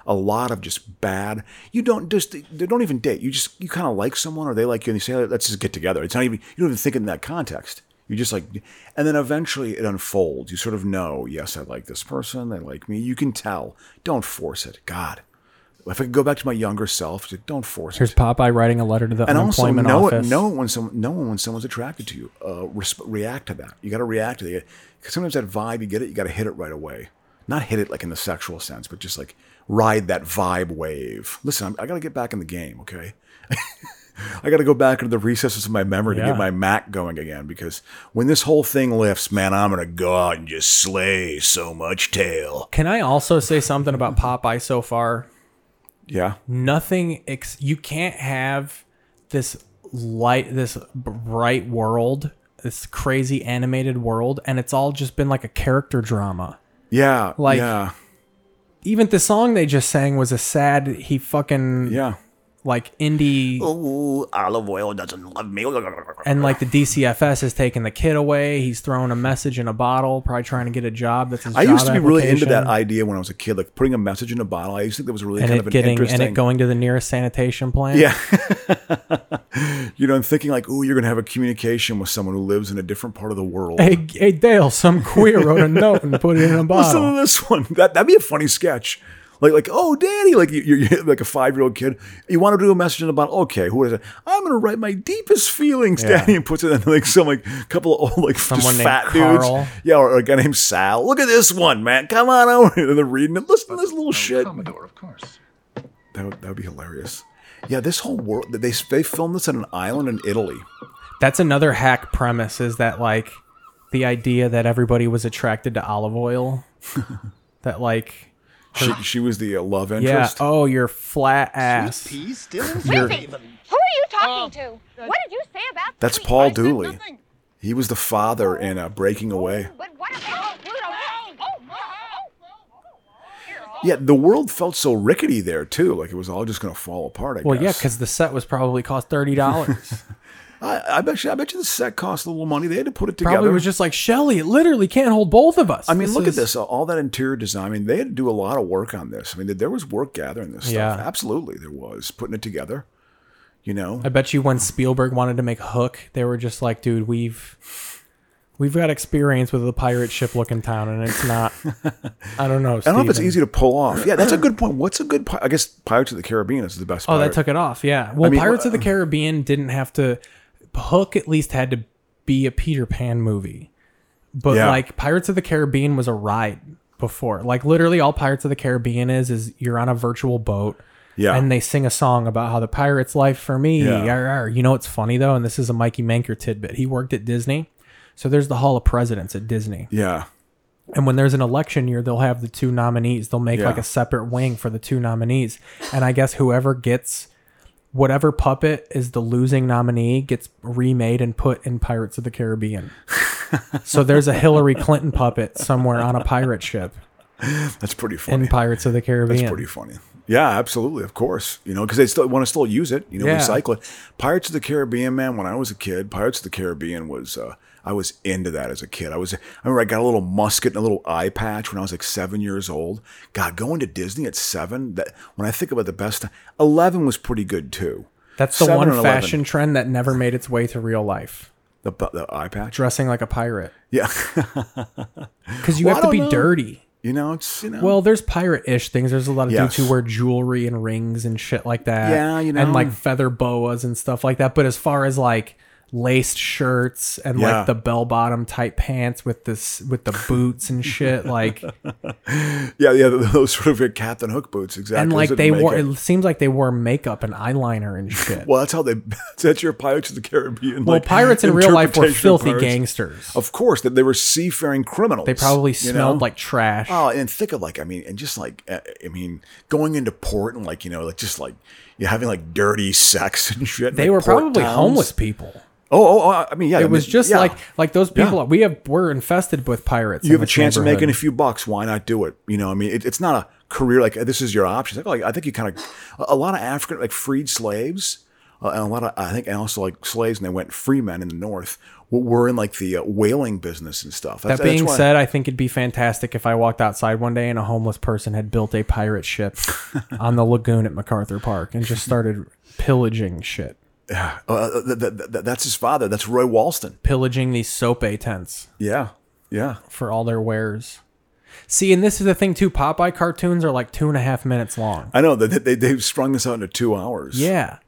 [SPEAKER 2] A lot of just bad. You don't just they don't even date. You just you kind of like someone or they like you and you say let's just get together. It's not even you don't even think it in that context. You just like and then eventually it unfolds. You sort of know, yes, I like this person, they like me. You can tell. Don't force it. God. If I could go back to my younger self, just don't force
[SPEAKER 1] Here's
[SPEAKER 2] it.
[SPEAKER 1] Popeye writing a letter to the
[SPEAKER 2] And also
[SPEAKER 1] unemployment
[SPEAKER 2] know it,
[SPEAKER 1] office.
[SPEAKER 2] know it when someone know it when someone's attracted to you. Uh, resp- react to that. You got to react to it because sometimes that vibe you get it, you got to hit it right away. Not hit it like in the sexual sense, but just like ride that vibe wave. Listen, I'm, I got to get back in the game, okay? I got to go back into the recesses of my memory to
[SPEAKER 1] Yeah.
[SPEAKER 2] get my Mac going again because when this whole thing lifts, man, I'm gonna go out and just slay so much tail.
[SPEAKER 1] Can I also say something about Popeye so far?
[SPEAKER 2] Yeah,
[SPEAKER 1] nothing ex- you can't have this light this bright world this crazy animated world and it's all just been like a character drama
[SPEAKER 2] yeah,
[SPEAKER 1] Like-
[SPEAKER 2] yeah,
[SPEAKER 1] even the song they just sang was a sad he fucking
[SPEAKER 2] yeah. Oh.
[SPEAKER 1] like indie
[SPEAKER 11] Ooh, olive oil doesn't love me.
[SPEAKER 1] and like the DCFS is taking the kid away he's throwing a message in a bottle probably trying to get a job that's his
[SPEAKER 2] I
[SPEAKER 1] job
[SPEAKER 2] used to be really into that
[SPEAKER 1] application.
[SPEAKER 2] idea when I was a kid, like putting a message in a bottle. I used to think that was really
[SPEAKER 1] and
[SPEAKER 2] kind of
[SPEAKER 1] it
[SPEAKER 2] an
[SPEAKER 1] getting
[SPEAKER 2] interesting.
[SPEAKER 1] and it going to the nearest sanitation plant
[SPEAKER 2] yeah, you know, I'm thinking like, oh, you're gonna have a communication with someone who lives in a different part of the world.
[SPEAKER 1] hey, hey Dale some queer wrote a note and put it in a
[SPEAKER 2] Listen
[SPEAKER 1] bottle
[SPEAKER 2] to this one. That that'd be a funny sketch. Like like oh Daddy, like you- you're, you're like a five year old kid. You want to do a message in a bottle? Okay, who is it? I'm gonna write my deepest feelings,
[SPEAKER 1] Yeah.
[SPEAKER 2] Daddy, and puts it in like some like couple of old like
[SPEAKER 1] Someone
[SPEAKER 2] just
[SPEAKER 1] named
[SPEAKER 2] fat
[SPEAKER 1] Carl.
[SPEAKER 2] dudes. Yeah, or a guy named Sal. Look at this one, man. Come on over. And they're reading it. Listen to this little shit.
[SPEAKER 6] Commodore, of course.
[SPEAKER 2] That would, that would be hilarious. Yeah, this whole world they they filmed this on an island in Italy.
[SPEAKER 1] that's another hack premise is that like the idea that everybody was attracted to olive oil that like
[SPEAKER 2] She, she was the uh, love
[SPEAKER 1] yeah
[SPEAKER 2] interest.
[SPEAKER 1] oh your flat ass
[SPEAKER 6] He's still
[SPEAKER 1] You're-
[SPEAKER 12] Who are you talking to? What did you say about
[SPEAKER 2] That's
[SPEAKER 12] Sweet?
[SPEAKER 2] Paul Dooley. He was the father in uh, Breaking Away.
[SPEAKER 12] But what about Pluto? Oh, oh,
[SPEAKER 2] Yeah, the world felt so rickety there too. Like it was all just going to fall apart. I
[SPEAKER 1] well yeah
[SPEAKER 2] guess.
[SPEAKER 1] because the set was probably cost $30
[SPEAKER 2] I, I bet you, I bet you the set cost a little money. They had to put it together.
[SPEAKER 1] probably was just like shelly it literally can't hold both of us
[SPEAKER 2] I mean, look
[SPEAKER 1] is-
[SPEAKER 2] at this. uh, All that interior design. I mean, they had to do a lot of work on this. I mean, there was work gathering this
[SPEAKER 1] Yeah.
[SPEAKER 2] stuff. Absolutely, there was putting it together. You know,
[SPEAKER 1] i bet you when spielberg wanted to make hook they were just like dude we've we've got experience with a pirate ship looking town and it's not i don't know
[SPEAKER 2] I don't know if it's
[SPEAKER 1] Steven.
[SPEAKER 2] easy to pull off. Yeah, that's a good point. What's a good? pi- I guess Pirates of the Caribbean is the best.
[SPEAKER 1] Oh,
[SPEAKER 2] pirate.
[SPEAKER 1] that took it off. Yeah. Well,
[SPEAKER 2] mean,
[SPEAKER 1] Pirates of the
[SPEAKER 2] uh,
[SPEAKER 1] Caribbean didn't have to. Hook at least had to be a Peter Pan movie, but
[SPEAKER 2] Yeah.
[SPEAKER 1] like Pirates of the Caribbean was a ride before. Like literally, all Pirates of the Caribbean is is you're on a virtual boat.
[SPEAKER 2] Yeah.
[SPEAKER 1] And they sing a song about how the pirate's life for me.
[SPEAKER 2] Oh. Yeah.
[SPEAKER 1] Yar, yar. You know what's funny though, and this is a Mikey Manker tidbit. He worked at Disney, so there's the Hall of Presidents at Disney.
[SPEAKER 2] Yeah,
[SPEAKER 1] And when there's an election year, they'll have the two nominees. They'll make
[SPEAKER 2] Yeah.
[SPEAKER 1] like a separate wing for the two nominees. And I guess whoever gets whatever puppet is the losing nominee gets remade and put in Pirates of the Caribbean. so there's a Hillary Clinton puppet somewhere on a pirate ship
[SPEAKER 2] that's pretty funny.
[SPEAKER 1] in Pirates of the Caribbean.
[SPEAKER 2] That's pretty funny. Yeah, absolutely, of course. You know, because they still want to still use it. You know,
[SPEAKER 1] Yeah.
[SPEAKER 2] recycle it. Pirates of the Caribbean, man. When I was a kid, Pirates of the Caribbean was. uh I was into that as a kid. I was. I remember I got a little musket and a little eye patch when I was like seven years old. God, going to Disney at seven. That when I think about the best, time, eleven was pretty good too.
[SPEAKER 1] That's the
[SPEAKER 2] Seven
[SPEAKER 1] one
[SPEAKER 2] and 11.
[SPEAKER 1] fashion trend that never made its way to real life.
[SPEAKER 2] The, the eye patch?
[SPEAKER 1] Dressing like a pirate.
[SPEAKER 2] Yeah.
[SPEAKER 1] Because you
[SPEAKER 2] Well,
[SPEAKER 1] have to
[SPEAKER 2] I don't
[SPEAKER 1] be
[SPEAKER 2] know.
[SPEAKER 1] dirty.
[SPEAKER 2] You know, it's you know.
[SPEAKER 1] Well, there's pirate ish things. There's a lot of dudes
[SPEAKER 2] Yes.
[SPEAKER 1] who wear jewelry and rings and shit like that.
[SPEAKER 2] Yeah, you know.
[SPEAKER 1] And like feather boas and stuff like that. But as far as like laced shirts and
[SPEAKER 2] Yeah.
[SPEAKER 1] like the bell bottom type pants with this with the boots and shit, like
[SPEAKER 2] yeah, yeah, those sort of Captain Hook boots, exactly.
[SPEAKER 1] and
[SPEAKER 2] Those
[SPEAKER 1] like
[SPEAKER 2] that
[SPEAKER 1] they
[SPEAKER 2] make
[SPEAKER 1] wore
[SPEAKER 2] it.
[SPEAKER 1] it seems like they wore makeup and eyeliner and shit.
[SPEAKER 2] Well, that's how they. That's your Pirates of the Caribbean.
[SPEAKER 1] Well,
[SPEAKER 2] like,
[SPEAKER 1] pirates in real life were
[SPEAKER 2] interpretation of
[SPEAKER 1] filthy
[SPEAKER 2] pirates.
[SPEAKER 1] gangsters.
[SPEAKER 2] Of course, that they were seafaring criminals.
[SPEAKER 1] They probably
[SPEAKER 2] you know?
[SPEAKER 1] smelled like trash.
[SPEAKER 2] Oh, and think of like I mean, and just like uh, I mean, going into port and like you know, like just like you're having like dirty sex and shit. in,
[SPEAKER 1] They
[SPEAKER 2] like,
[SPEAKER 1] were
[SPEAKER 2] port
[SPEAKER 1] probably
[SPEAKER 2] towns.
[SPEAKER 1] homeless people.
[SPEAKER 2] Oh, oh, oh, I mean, yeah, I
[SPEAKER 1] it was
[SPEAKER 2] mean,
[SPEAKER 1] just
[SPEAKER 2] yeah.
[SPEAKER 1] like like those
[SPEAKER 2] Yeah.
[SPEAKER 1] people. We have we're infested with pirates.
[SPEAKER 2] you
[SPEAKER 1] in
[SPEAKER 2] have a
[SPEAKER 1] this
[SPEAKER 2] chance of
[SPEAKER 1] neighborhood.
[SPEAKER 2] making a few bucks. Why not do it? You know, I mean, it, it's not a career like this is your option. I think, like, I think you kind of a lot of African like freed slaves, uh, and a lot of I think and also like slaves, and they went free men in the North. w- Were in like the uh, whaling business and stuff.
[SPEAKER 1] That being
[SPEAKER 2] why-
[SPEAKER 1] said, I think it'd be fantastic if I walked outside one day and a homeless person had built a pirate ship on the lagoon at MacArthur Park and just started pillaging shit,
[SPEAKER 2] uh, uh, th- th- th- that's his father. That's Roy Walston.
[SPEAKER 1] pillaging these soap tents
[SPEAKER 2] Yeah, yeah.
[SPEAKER 1] for all their wares. See, and this is the thing too. Popeye cartoons are like two and a half minutes long.
[SPEAKER 2] I know that they, they've strung this out into two hours.
[SPEAKER 1] Yeah,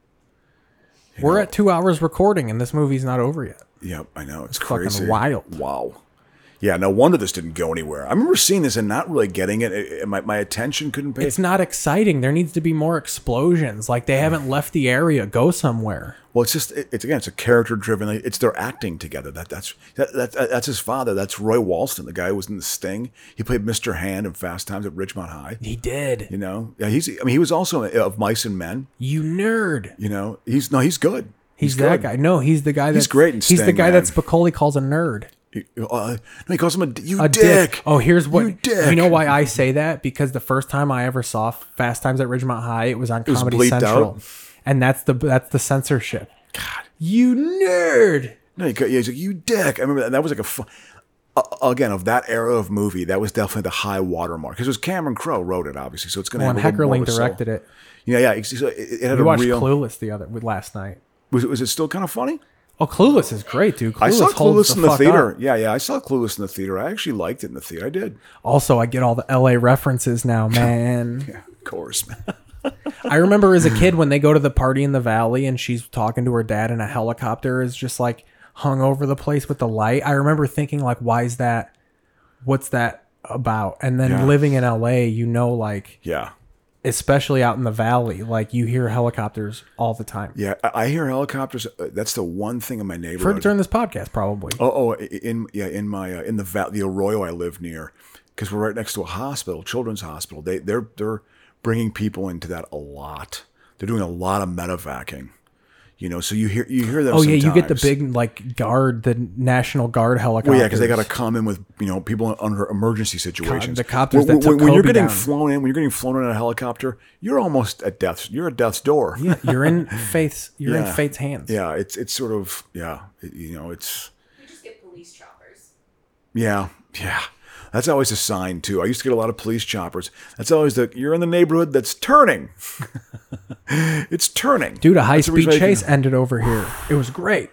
[SPEAKER 1] we're at two hours recording, and this movie's not over yet.
[SPEAKER 2] Yep, I know. It's,
[SPEAKER 1] fucking
[SPEAKER 2] crazy.
[SPEAKER 1] wild.
[SPEAKER 2] Wow. Yeah, no wonder this didn't go anywhere. I remember seeing this and not really getting it. It- it- my, my attention couldn't pay.
[SPEAKER 1] It's not exciting. There needs to be more explosions. Like they haven't left the area. Go somewhere.
[SPEAKER 2] well, it's just it- it's again, it's a character driven. like, It's their acting together. That that's that, that that's his father. That's Roy Walston, the guy who was in The Sting. He played Mr. Hand in Fast Times at Ridgemont High.
[SPEAKER 1] He did.
[SPEAKER 2] You know, yeah, he's. I mean, he was also in- of Mice and Men.
[SPEAKER 1] You nerd.
[SPEAKER 2] You know, he's no, he's good.
[SPEAKER 1] He's,
[SPEAKER 2] good.
[SPEAKER 1] that guy. No, he's the guy that's
[SPEAKER 2] He's great in
[SPEAKER 1] he's the
[SPEAKER 2] Sting,
[SPEAKER 1] guy
[SPEAKER 2] man.
[SPEAKER 1] that Spicoli calls a nerd.
[SPEAKER 2] He, uh, no, he calls him a d- you
[SPEAKER 1] A
[SPEAKER 2] dick.
[SPEAKER 1] Oh, here's what
[SPEAKER 2] You dick.
[SPEAKER 1] know why I say that? Because the first time I ever saw Fast Times at Ridgemont High, it was on
[SPEAKER 2] was
[SPEAKER 1] Comedy
[SPEAKER 2] bleeped
[SPEAKER 1] Central.
[SPEAKER 2] out.
[SPEAKER 1] And that's the that's the censorship. God. You nerd.
[SPEAKER 2] No, he, co- yeah, he's like, you dick. I remember that. That was like a, fu- uh, again, of that era of movie, that was definitely the high watermark. Because it was Cameron Crowe wrote it, obviously. So it's going to
[SPEAKER 1] Well, and
[SPEAKER 2] have a little more
[SPEAKER 1] Heckerling
[SPEAKER 2] of a soul.
[SPEAKER 1] directed it.
[SPEAKER 2] Yeah, yeah. It's, it's- it, it had
[SPEAKER 1] We
[SPEAKER 2] a
[SPEAKER 1] watched
[SPEAKER 2] real.
[SPEAKER 1] Clueless the other with last night.
[SPEAKER 2] was, it- was it still kind of funny?
[SPEAKER 1] Oh, Clueless is great, dude. Clueless
[SPEAKER 2] I saw
[SPEAKER 1] holds
[SPEAKER 2] Clueless in the
[SPEAKER 1] fuck
[SPEAKER 2] theater.
[SPEAKER 1] up.
[SPEAKER 2] Yeah, yeah. I saw Clueless in the theater. I actually liked it in the theater. I did.
[SPEAKER 1] Also, I get all the LA references now, man.
[SPEAKER 2] Of course, man.
[SPEAKER 1] I remember as a kid when they go to the party in the valley and she's talking to her dad and a helicopter is just like hung over the place with the light. I remember thinking like, why is that? What's that about? And then
[SPEAKER 2] Yeah.
[SPEAKER 1] living in LA, you know, like
[SPEAKER 2] Yeah.
[SPEAKER 1] especially out in the valley, like you hear helicopters all the time.
[SPEAKER 2] Yeah. I, I hear helicopters. Uh, that's the one thing in my
[SPEAKER 1] You've heard
[SPEAKER 2] neighborhood.
[SPEAKER 1] it during this podcast, probably.
[SPEAKER 2] Oh, oh, i- in yeah, in my uh, in the va- the Arroyo I live near, because we're right next to a hospital, children's hospital. They they're they're bringing people into that a lot. They're doing a lot of medevacing, you know. So you hear you hear them.
[SPEAKER 1] Oh yeah, you get the
[SPEAKER 2] sometimes.
[SPEAKER 1] big like guard, the National Guard helicopter.
[SPEAKER 2] Well, yeah, because they got to come in with you know people under emergency situations.
[SPEAKER 1] the copters
[SPEAKER 2] When,
[SPEAKER 1] that took
[SPEAKER 2] when- when you're
[SPEAKER 1] Kobe
[SPEAKER 2] getting
[SPEAKER 1] down.
[SPEAKER 2] flown in, when you're getting flown in a helicopter, you're almost at death's. You're at death's door. Yeah,
[SPEAKER 1] You're in faith's. You're in fate's hands.
[SPEAKER 2] Yeah, it's it's sort of yeah, it- you know, it's
[SPEAKER 7] You just get police choppers.
[SPEAKER 2] Yeah, yeah. That's always a sign too. I used to get a lot of police choppers. That's always the you're in the neighborhood that's turning. it's turning.
[SPEAKER 1] Dude, a high
[SPEAKER 2] That's the
[SPEAKER 1] speed
[SPEAKER 2] reason I can-
[SPEAKER 1] chase ended over here. It was great.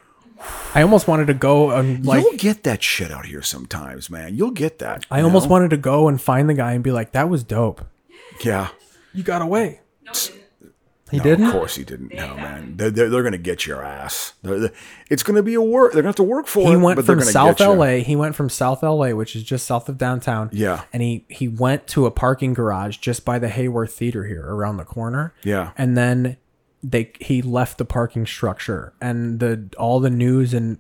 [SPEAKER 1] I almost wanted to go and like
[SPEAKER 2] You'll get that shit out here sometimes, man. You'll get that.
[SPEAKER 1] I
[SPEAKER 2] you
[SPEAKER 1] almost
[SPEAKER 2] know?
[SPEAKER 1] wanted to go and find the guy and be like, "That was dope.
[SPEAKER 2] Yeah.
[SPEAKER 1] You got away." He
[SPEAKER 2] No,
[SPEAKER 1] didn't.
[SPEAKER 2] Of course he didn't. No, man. They're, they're, they're going to get your ass. They're, they're- it's going to be a work. They're going to have to work for it.
[SPEAKER 1] He went
[SPEAKER 2] but they're
[SPEAKER 1] from
[SPEAKER 2] gonna
[SPEAKER 1] South
[SPEAKER 2] get you.
[SPEAKER 1] LA. He went from South LA, which is just south of downtown.
[SPEAKER 2] Yeah.
[SPEAKER 1] And he he went to a parking garage just by the Hayworth Theater here, around the corner.
[SPEAKER 2] Yeah.
[SPEAKER 1] And then they he left the parking structure, and the all the news and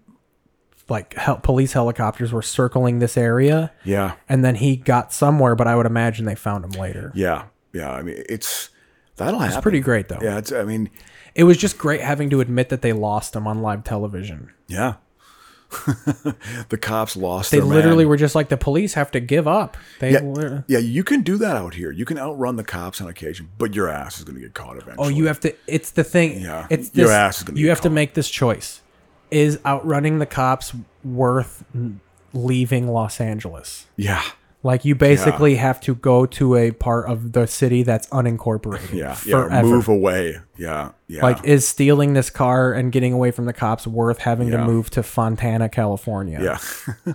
[SPEAKER 1] like hel- police helicopters were circling this area.
[SPEAKER 2] Yeah.
[SPEAKER 1] and then he got somewhere, but I would imagine they found him later.
[SPEAKER 2] Yeah. Yeah. I mean, it's that'll happen.
[SPEAKER 1] It's pretty great though.
[SPEAKER 2] Yeah. It's, I mean,
[SPEAKER 1] It was just great having to admit that they lost him on live television.
[SPEAKER 2] yeah. the cops lost.
[SPEAKER 1] They
[SPEAKER 2] their man.
[SPEAKER 1] literally were just like the police have to give up. They
[SPEAKER 2] Yeah,
[SPEAKER 1] were-
[SPEAKER 2] yeah, you can do that out here. You can outrun the cops on occasion, but your ass is going to get caught eventually.
[SPEAKER 1] Oh, you have to. It's the thing.
[SPEAKER 2] Yeah.
[SPEAKER 1] It's
[SPEAKER 2] Your
[SPEAKER 1] this-
[SPEAKER 2] ass is gonna
[SPEAKER 1] You
[SPEAKER 2] get
[SPEAKER 1] have to
[SPEAKER 2] caught.
[SPEAKER 1] make this choice. Is outrunning the cops worth leaving Los Angeles?
[SPEAKER 2] yeah,
[SPEAKER 1] Like you basically have to go to a part of the city that's unincorporated.
[SPEAKER 2] Yeah,
[SPEAKER 1] forever.
[SPEAKER 2] yeah. Move away. Yeah, yeah.
[SPEAKER 1] Like, is stealing this car and getting away from the cops worth having to
[SPEAKER 2] Yeah.
[SPEAKER 1] move to Fontana, California?
[SPEAKER 2] yeah,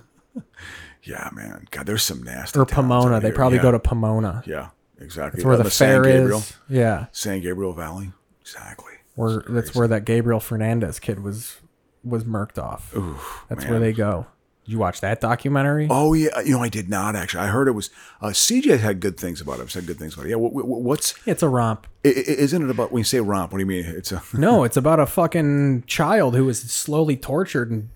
[SPEAKER 2] yeah, man. God, there's some nasty.
[SPEAKER 1] Or
[SPEAKER 2] towns
[SPEAKER 1] Pomona.
[SPEAKER 2] out
[SPEAKER 1] They
[SPEAKER 2] here.
[SPEAKER 1] probably
[SPEAKER 2] Yeah.
[SPEAKER 1] go to Pomona.
[SPEAKER 2] Yeah, exactly.
[SPEAKER 1] That's where the,
[SPEAKER 2] Uh,
[SPEAKER 1] fair
[SPEAKER 2] San Gabriel.
[SPEAKER 1] is. Yeah.
[SPEAKER 2] San Gabriel Valley. Exactly.
[SPEAKER 1] Where that's where that Gabriel Fernandez kid was was murked off.
[SPEAKER 2] Ooh,
[SPEAKER 1] that's
[SPEAKER 2] man.
[SPEAKER 1] where they go. Did you watch that documentary?
[SPEAKER 2] Oh yeah, you know I did not actually. I heard it was uh, CJ had good things about it. Said good things about it. Yeah, wh- wh- what's?
[SPEAKER 1] It's a romp.
[SPEAKER 2] I- i- isn't it about when you say romp? What do you mean? It's a
[SPEAKER 1] no, it's about a fucking child who was slowly tortured and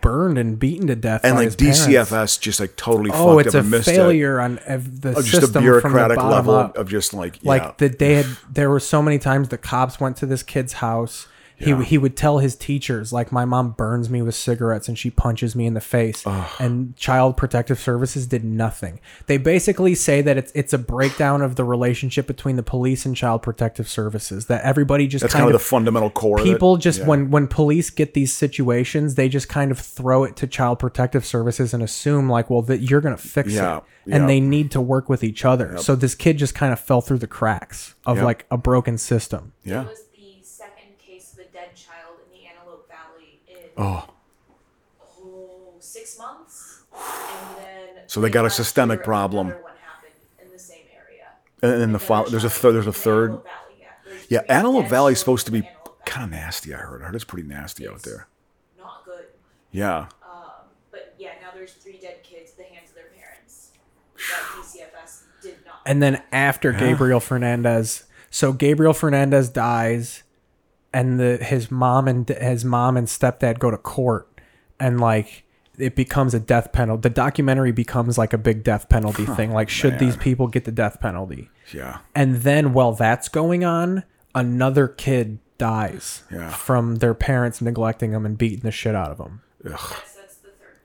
[SPEAKER 1] burned and beaten to death.
[SPEAKER 2] and
[SPEAKER 1] by
[SPEAKER 2] like
[SPEAKER 1] his parents.
[SPEAKER 2] DCFS just like totally
[SPEAKER 1] Oh,
[SPEAKER 2] fucked
[SPEAKER 1] it's
[SPEAKER 2] up
[SPEAKER 1] a
[SPEAKER 2] and missed
[SPEAKER 1] failure on ev- the
[SPEAKER 2] it. Of
[SPEAKER 1] system
[SPEAKER 2] just a bureaucratic
[SPEAKER 1] from the bottom
[SPEAKER 2] level
[SPEAKER 1] up.
[SPEAKER 2] of just like yeah.
[SPEAKER 1] like the day had, there were so many times the cops went to this kid's house. He,
[SPEAKER 2] Yeah.
[SPEAKER 1] he would tell his teachers like my mom burns me with cigarettes and she punches me in the face and child protective services did nothing they basically say that it's it's a breakdown of the relationship between the police and child protective services that everybody just
[SPEAKER 2] that's
[SPEAKER 1] kind, of
[SPEAKER 2] the fundamental core. of it.
[SPEAKER 1] people just
[SPEAKER 2] Yeah.
[SPEAKER 1] when when police get these situations they just kind of throw it to child protective services and assume like well that you're going to fix
[SPEAKER 2] Yeah,
[SPEAKER 1] it and
[SPEAKER 2] yeah.
[SPEAKER 1] they need to work with each other
[SPEAKER 2] Yep.
[SPEAKER 1] so this kid just kind of fell through the cracks of
[SPEAKER 2] Yep.
[SPEAKER 1] like a broken system
[SPEAKER 2] yeah.
[SPEAKER 7] It was the second case of a dead child in the Antelope Valley in
[SPEAKER 2] Oh.
[SPEAKER 7] oh, six months, and then
[SPEAKER 2] So they got a
[SPEAKER 7] last
[SPEAKER 2] systemic
[SPEAKER 7] year,
[SPEAKER 2] problem.
[SPEAKER 7] another one happened in the same area.
[SPEAKER 2] And then the follow, there's a third. There's a third. Yeah, Antelope Valley is supposed to be kind of nasty. I heard. I heard it's pretty nasty out there.
[SPEAKER 7] Not good.
[SPEAKER 2] Yeah.
[SPEAKER 7] Um, but yeah, now there's three dead kids at the hands of their parents. That DCFS did not.
[SPEAKER 1] and then after
[SPEAKER 2] Yeah.
[SPEAKER 1] Gabriel Fernandez, so Gabriel Fernandez dies, and the his mom and his mom and stepdad go to court, and like it becomes a death penalty. The documentary becomes like a big death penalty thing. Like, should these people get the death penalty?
[SPEAKER 2] Yeah.
[SPEAKER 1] And then while that's going on, another kid dies
[SPEAKER 2] Yeah.
[SPEAKER 1] from their parents neglecting them and beating the shit out of them.
[SPEAKER 2] Ugh.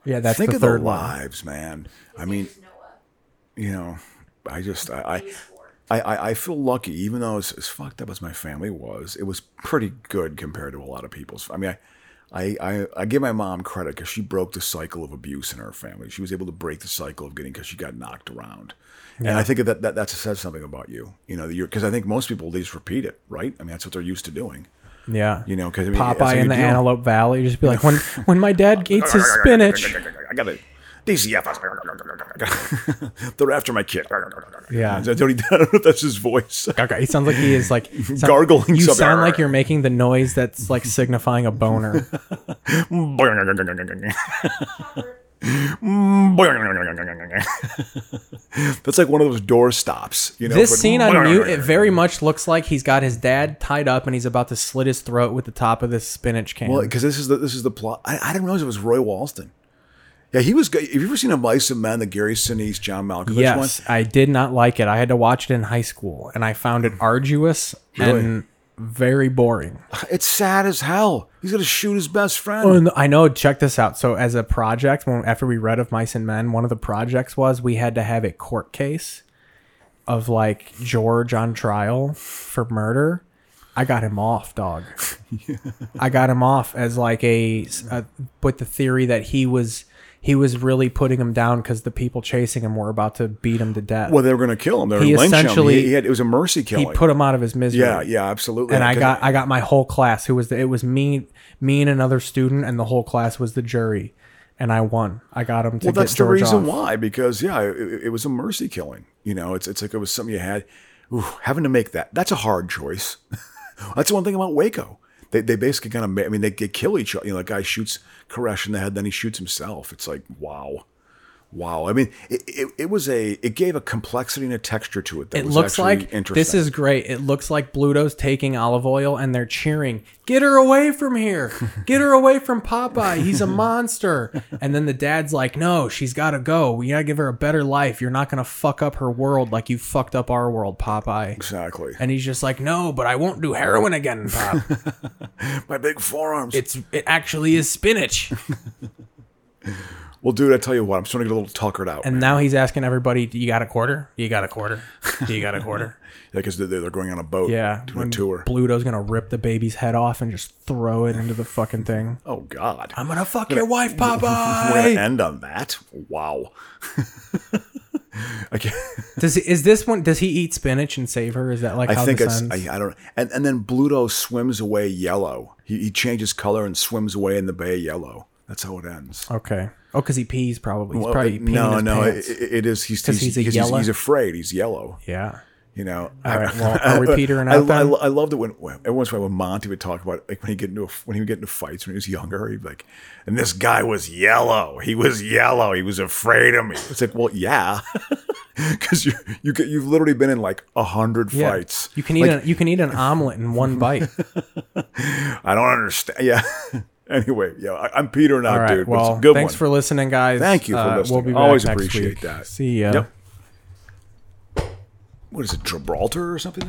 [SPEAKER 1] Yeah, that's
[SPEAKER 2] Think
[SPEAKER 1] the
[SPEAKER 2] of
[SPEAKER 1] third
[SPEAKER 2] the
[SPEAKER 1] one.
[SPEAKER 2] lives, man. I mean, you know, I just I I, I I feel lucky, even though as, as fucked up as my family was, it was pretty good compared to a lot of people's. I mean, I. I, I, I give my mom credit because she broke the cycle of abuse in her family. She was able to break the cycle of getting because she got knocked around, and
[SPEAKER 1] Yeah.
[SPEAKER 2] I think that that that says something about you. You know, because I think most people they just repeat it, right? I mean, that's what they're used to doing.
[SPEAKER 1] Yeah.
[SPEAKER 2] You know, because I mean, that's what
[SPEAKER 1] Popeye
[SPEAKER 2] you
[SPEAKER 1] in the
[SPEAKER 2] do.
[SPEAKER 1] Antelope Valley. Just be like, when when my dad eats his spinach.
[SPEAKER 2] I got it. DCF. They're after my kid.
[SPEAKER 1] Yeah.
[SPEAKER 2] I don't, even- I don't know if that's his voice.
[SPEAKER 1] Okay, he sounds like he is like sound-
[SPEAKER 2] gargling.
[SPEAKER 1] You
[SPEAKER 2] something.
[SPEAKER 1] sound like you're making the noise that's like signifying a boner.
[SPEAKER 2] That's like one of those door stops. You know,
[SPEAKER 1] this
[SPEAKER 2] but-
[SPEAKER 1] scene on mute, it very much looks like he's got his dad tied up and he's about to slit his throat with the top of this spinach can.
[SPEAKER 2] Well, because this is the this is the plot. I, I didn't realize it was Roy Walston. Yeah, he was. good. Have you ever seen a Mice and Men? The Gary Sinise, John Malkovich one.
[SPEAKER 1] yes, I did not like it. I had to watch it in high school and I found it arduous and
[SPEAKER 2] Really?
[SPEAKER 1] very boring.
[SPEAKER 2] It's sad as hell. He's gonna shoot his best friend.
[SPEAKER 1] Oh, and I know. Check this out. So, as a project, when after we read of Mice and Men, one of the projects was we had to have a court case of like George on trial for murder. I got him off, dog. I got him off as like a, a with the theory that he was he was really putting him down because the people chasing him were about to beat him to death.
[SPEAKER 2] Well, they were going to kill him. They were
[SPEAKER 1] He
[SPEAKER 2] going to lynch him.
[SPEAKER 1] essentially-
[SPEAKER 2] He, he had, it was a mercy
[SPEAKER 1] he
[SPEAKER 2] killing.
[SPEAKER 1] put him out of his misery.
[SPEAKER 2] Yeah, yeah, absolutely.
[SPEAKER 1] and I
[SPEAKER 2] 'Cause-
[SPEAKER 1] got I got my whole class who was the, it was me me and another student and the whole class was the jury and I won. I got him to
[SPEAKER 2] well,
[SPEAKER 1] get
[SPEAKER 2] that's the
[SPEAKER 1] George
[SPEAKER 2] reason
[SPEAKER 1] off.
[SPEAKER 2] why because yeah, it, it- it was a mercy killing. You know, it's it's like it was something you had. Ooh, having to make that that's a hard choice. that's the one thing about Waco. They, they basically kind of I mean they, they kill each other. You know, the guy shoots Koresh in the head, then he shoots himself. It's like wow. Wow, I mean, it, it, it was a it gave a complexity and a texture to it that
[SPEAKER 1] It
[SPEAKER 2] was
[SPEAKER 1] looks
[SPEAKER 2] actually
[SPEAKER 1] like
[SPEAKER 2] interesting.
[SPEAKER 1] this is great. It looks like Bluto's taking olive oil and they're cheering, "Get her away from here! Get her away from Popeye! He's a monster!" And then the dad's like, "No, she's got to go. We gotta give her a better life. You're not gonna fuck up her world like you fucked up our world, Popeye."
[SPEAKER 2] exactly
[SPEAKER 1] And he's just like, "No, but I won't do heroin again, Pop."
[SPEAKER 2] my big forearms.
[SPEAKER 1] It's it actually is spinach.
[SPEAKER 2] well, dude, I tell you what, I'm starting to get a little tuckered out.
[SPEAKER 1] And now he's asking everybody, "Do you got a quarter? Do you got a quarter? Do you got a quarter?"
[SPEAKER 2] because they're, they're going on a boat.
[SPEAKER 1] yeah,
[SPEAKER 2] doing
[SPEAKER 1] when
[SPEAKER 2] a tour.
[SPEAKER 1] Bluto's gonna rip the baby's head off and just throw it into the fucking thing.
[SPEAKER 2] Oh God!
[SPEAKER 1] I'm gonna fuck your wife,
[SPEAKER 2] We're gonna
[SPEAKER 1] Popeye.
[SPEAKER 2] end on that. Wow.
[SPEAKER 1] Does he, is this one? Does he eat spinach and save her? Is that like how
[SPEAKER 2] I think
[SPEAKER 1] this
[SPEAKER 2] it's
[SPEAKER 1] ends?
[SPEAKER 2] I, I don't and and then Bluto swims away yellow. He, he changes color and swims away in the bay yellow. That's how it ends.
[SPEAKER 1] okay. Oh, because he pees probably. He's
[SPEAKER 2] Well,
[SPEAKER 1] probably
[SPEAKER 2] uh,
[SPEAKER 1] peeing
[SPEAKER 2] no,
[SPEAKER 1] in his
[SPEAKER 2] no.
[SPEAKER 1] pants.
[SPEAKER 2] It, it- it is. He's
[SPEAKER 1] 'Cause
[SPEAKER 2] he's,
[SPEAKER 1] he's a
[SPEAKER 2] because he's,
[SPEAKER 1] yellow?
[SPEAKER 2] he's afraid. He's yellow.
[SPEAKER 1] Yeah.
[SPEAKER 2] You know.
[SPEAKER 1] All right, well, are we petering
[SPEAKER 2] I,
[SPEAKER 1] out
[SPEAKER 2] I,
[SPEAKER 1] then?
[SPEAKER 2] I loved it when every once in a while when Monty would talk about like when he get into a, when he would get into fights when he was younger. He'd be like, and this guy was yellow. He was yellow. He was afraid of me. It's like, well, yeah. Because you you get, you've literally been in like a hundred
[SPEAKER 1] Yeah.
[SPEAKER 2] fights.
[SPEAKER 1] You can eat
[SPEAKER 2] Like,
[SPEAKER 1] an, you can eat an omelet in one bite.
[SPEAKER 2] I don't understand. Yeah. anyway, yeah, I, I'm Peter now,
[SPEAKER 1] All right.
[SPEAKER 2] dude. but
[SPEAKER 1] well,
[SPEAKER 2] it's a good
[SPEAKER 1] thanks
[SPEAKER 2] one.
[SPEAKER 1] for listening, guys.
[SPEAKER 2] Thank you for
[SPEAKER 1] Uh,
[SPEAKER 2] listening.
[SPEAKER 1] We'll be back
[SPEAKER 2] Always
[SPEAKER 1] next
[SPEAKER 2] appreciate
[SPEAKER 1] week.
[SPEAKER 2] that.
[SPEAKER 1] See ya.
[SPEAKER 2] Yep. What is it, Gibraltar or something?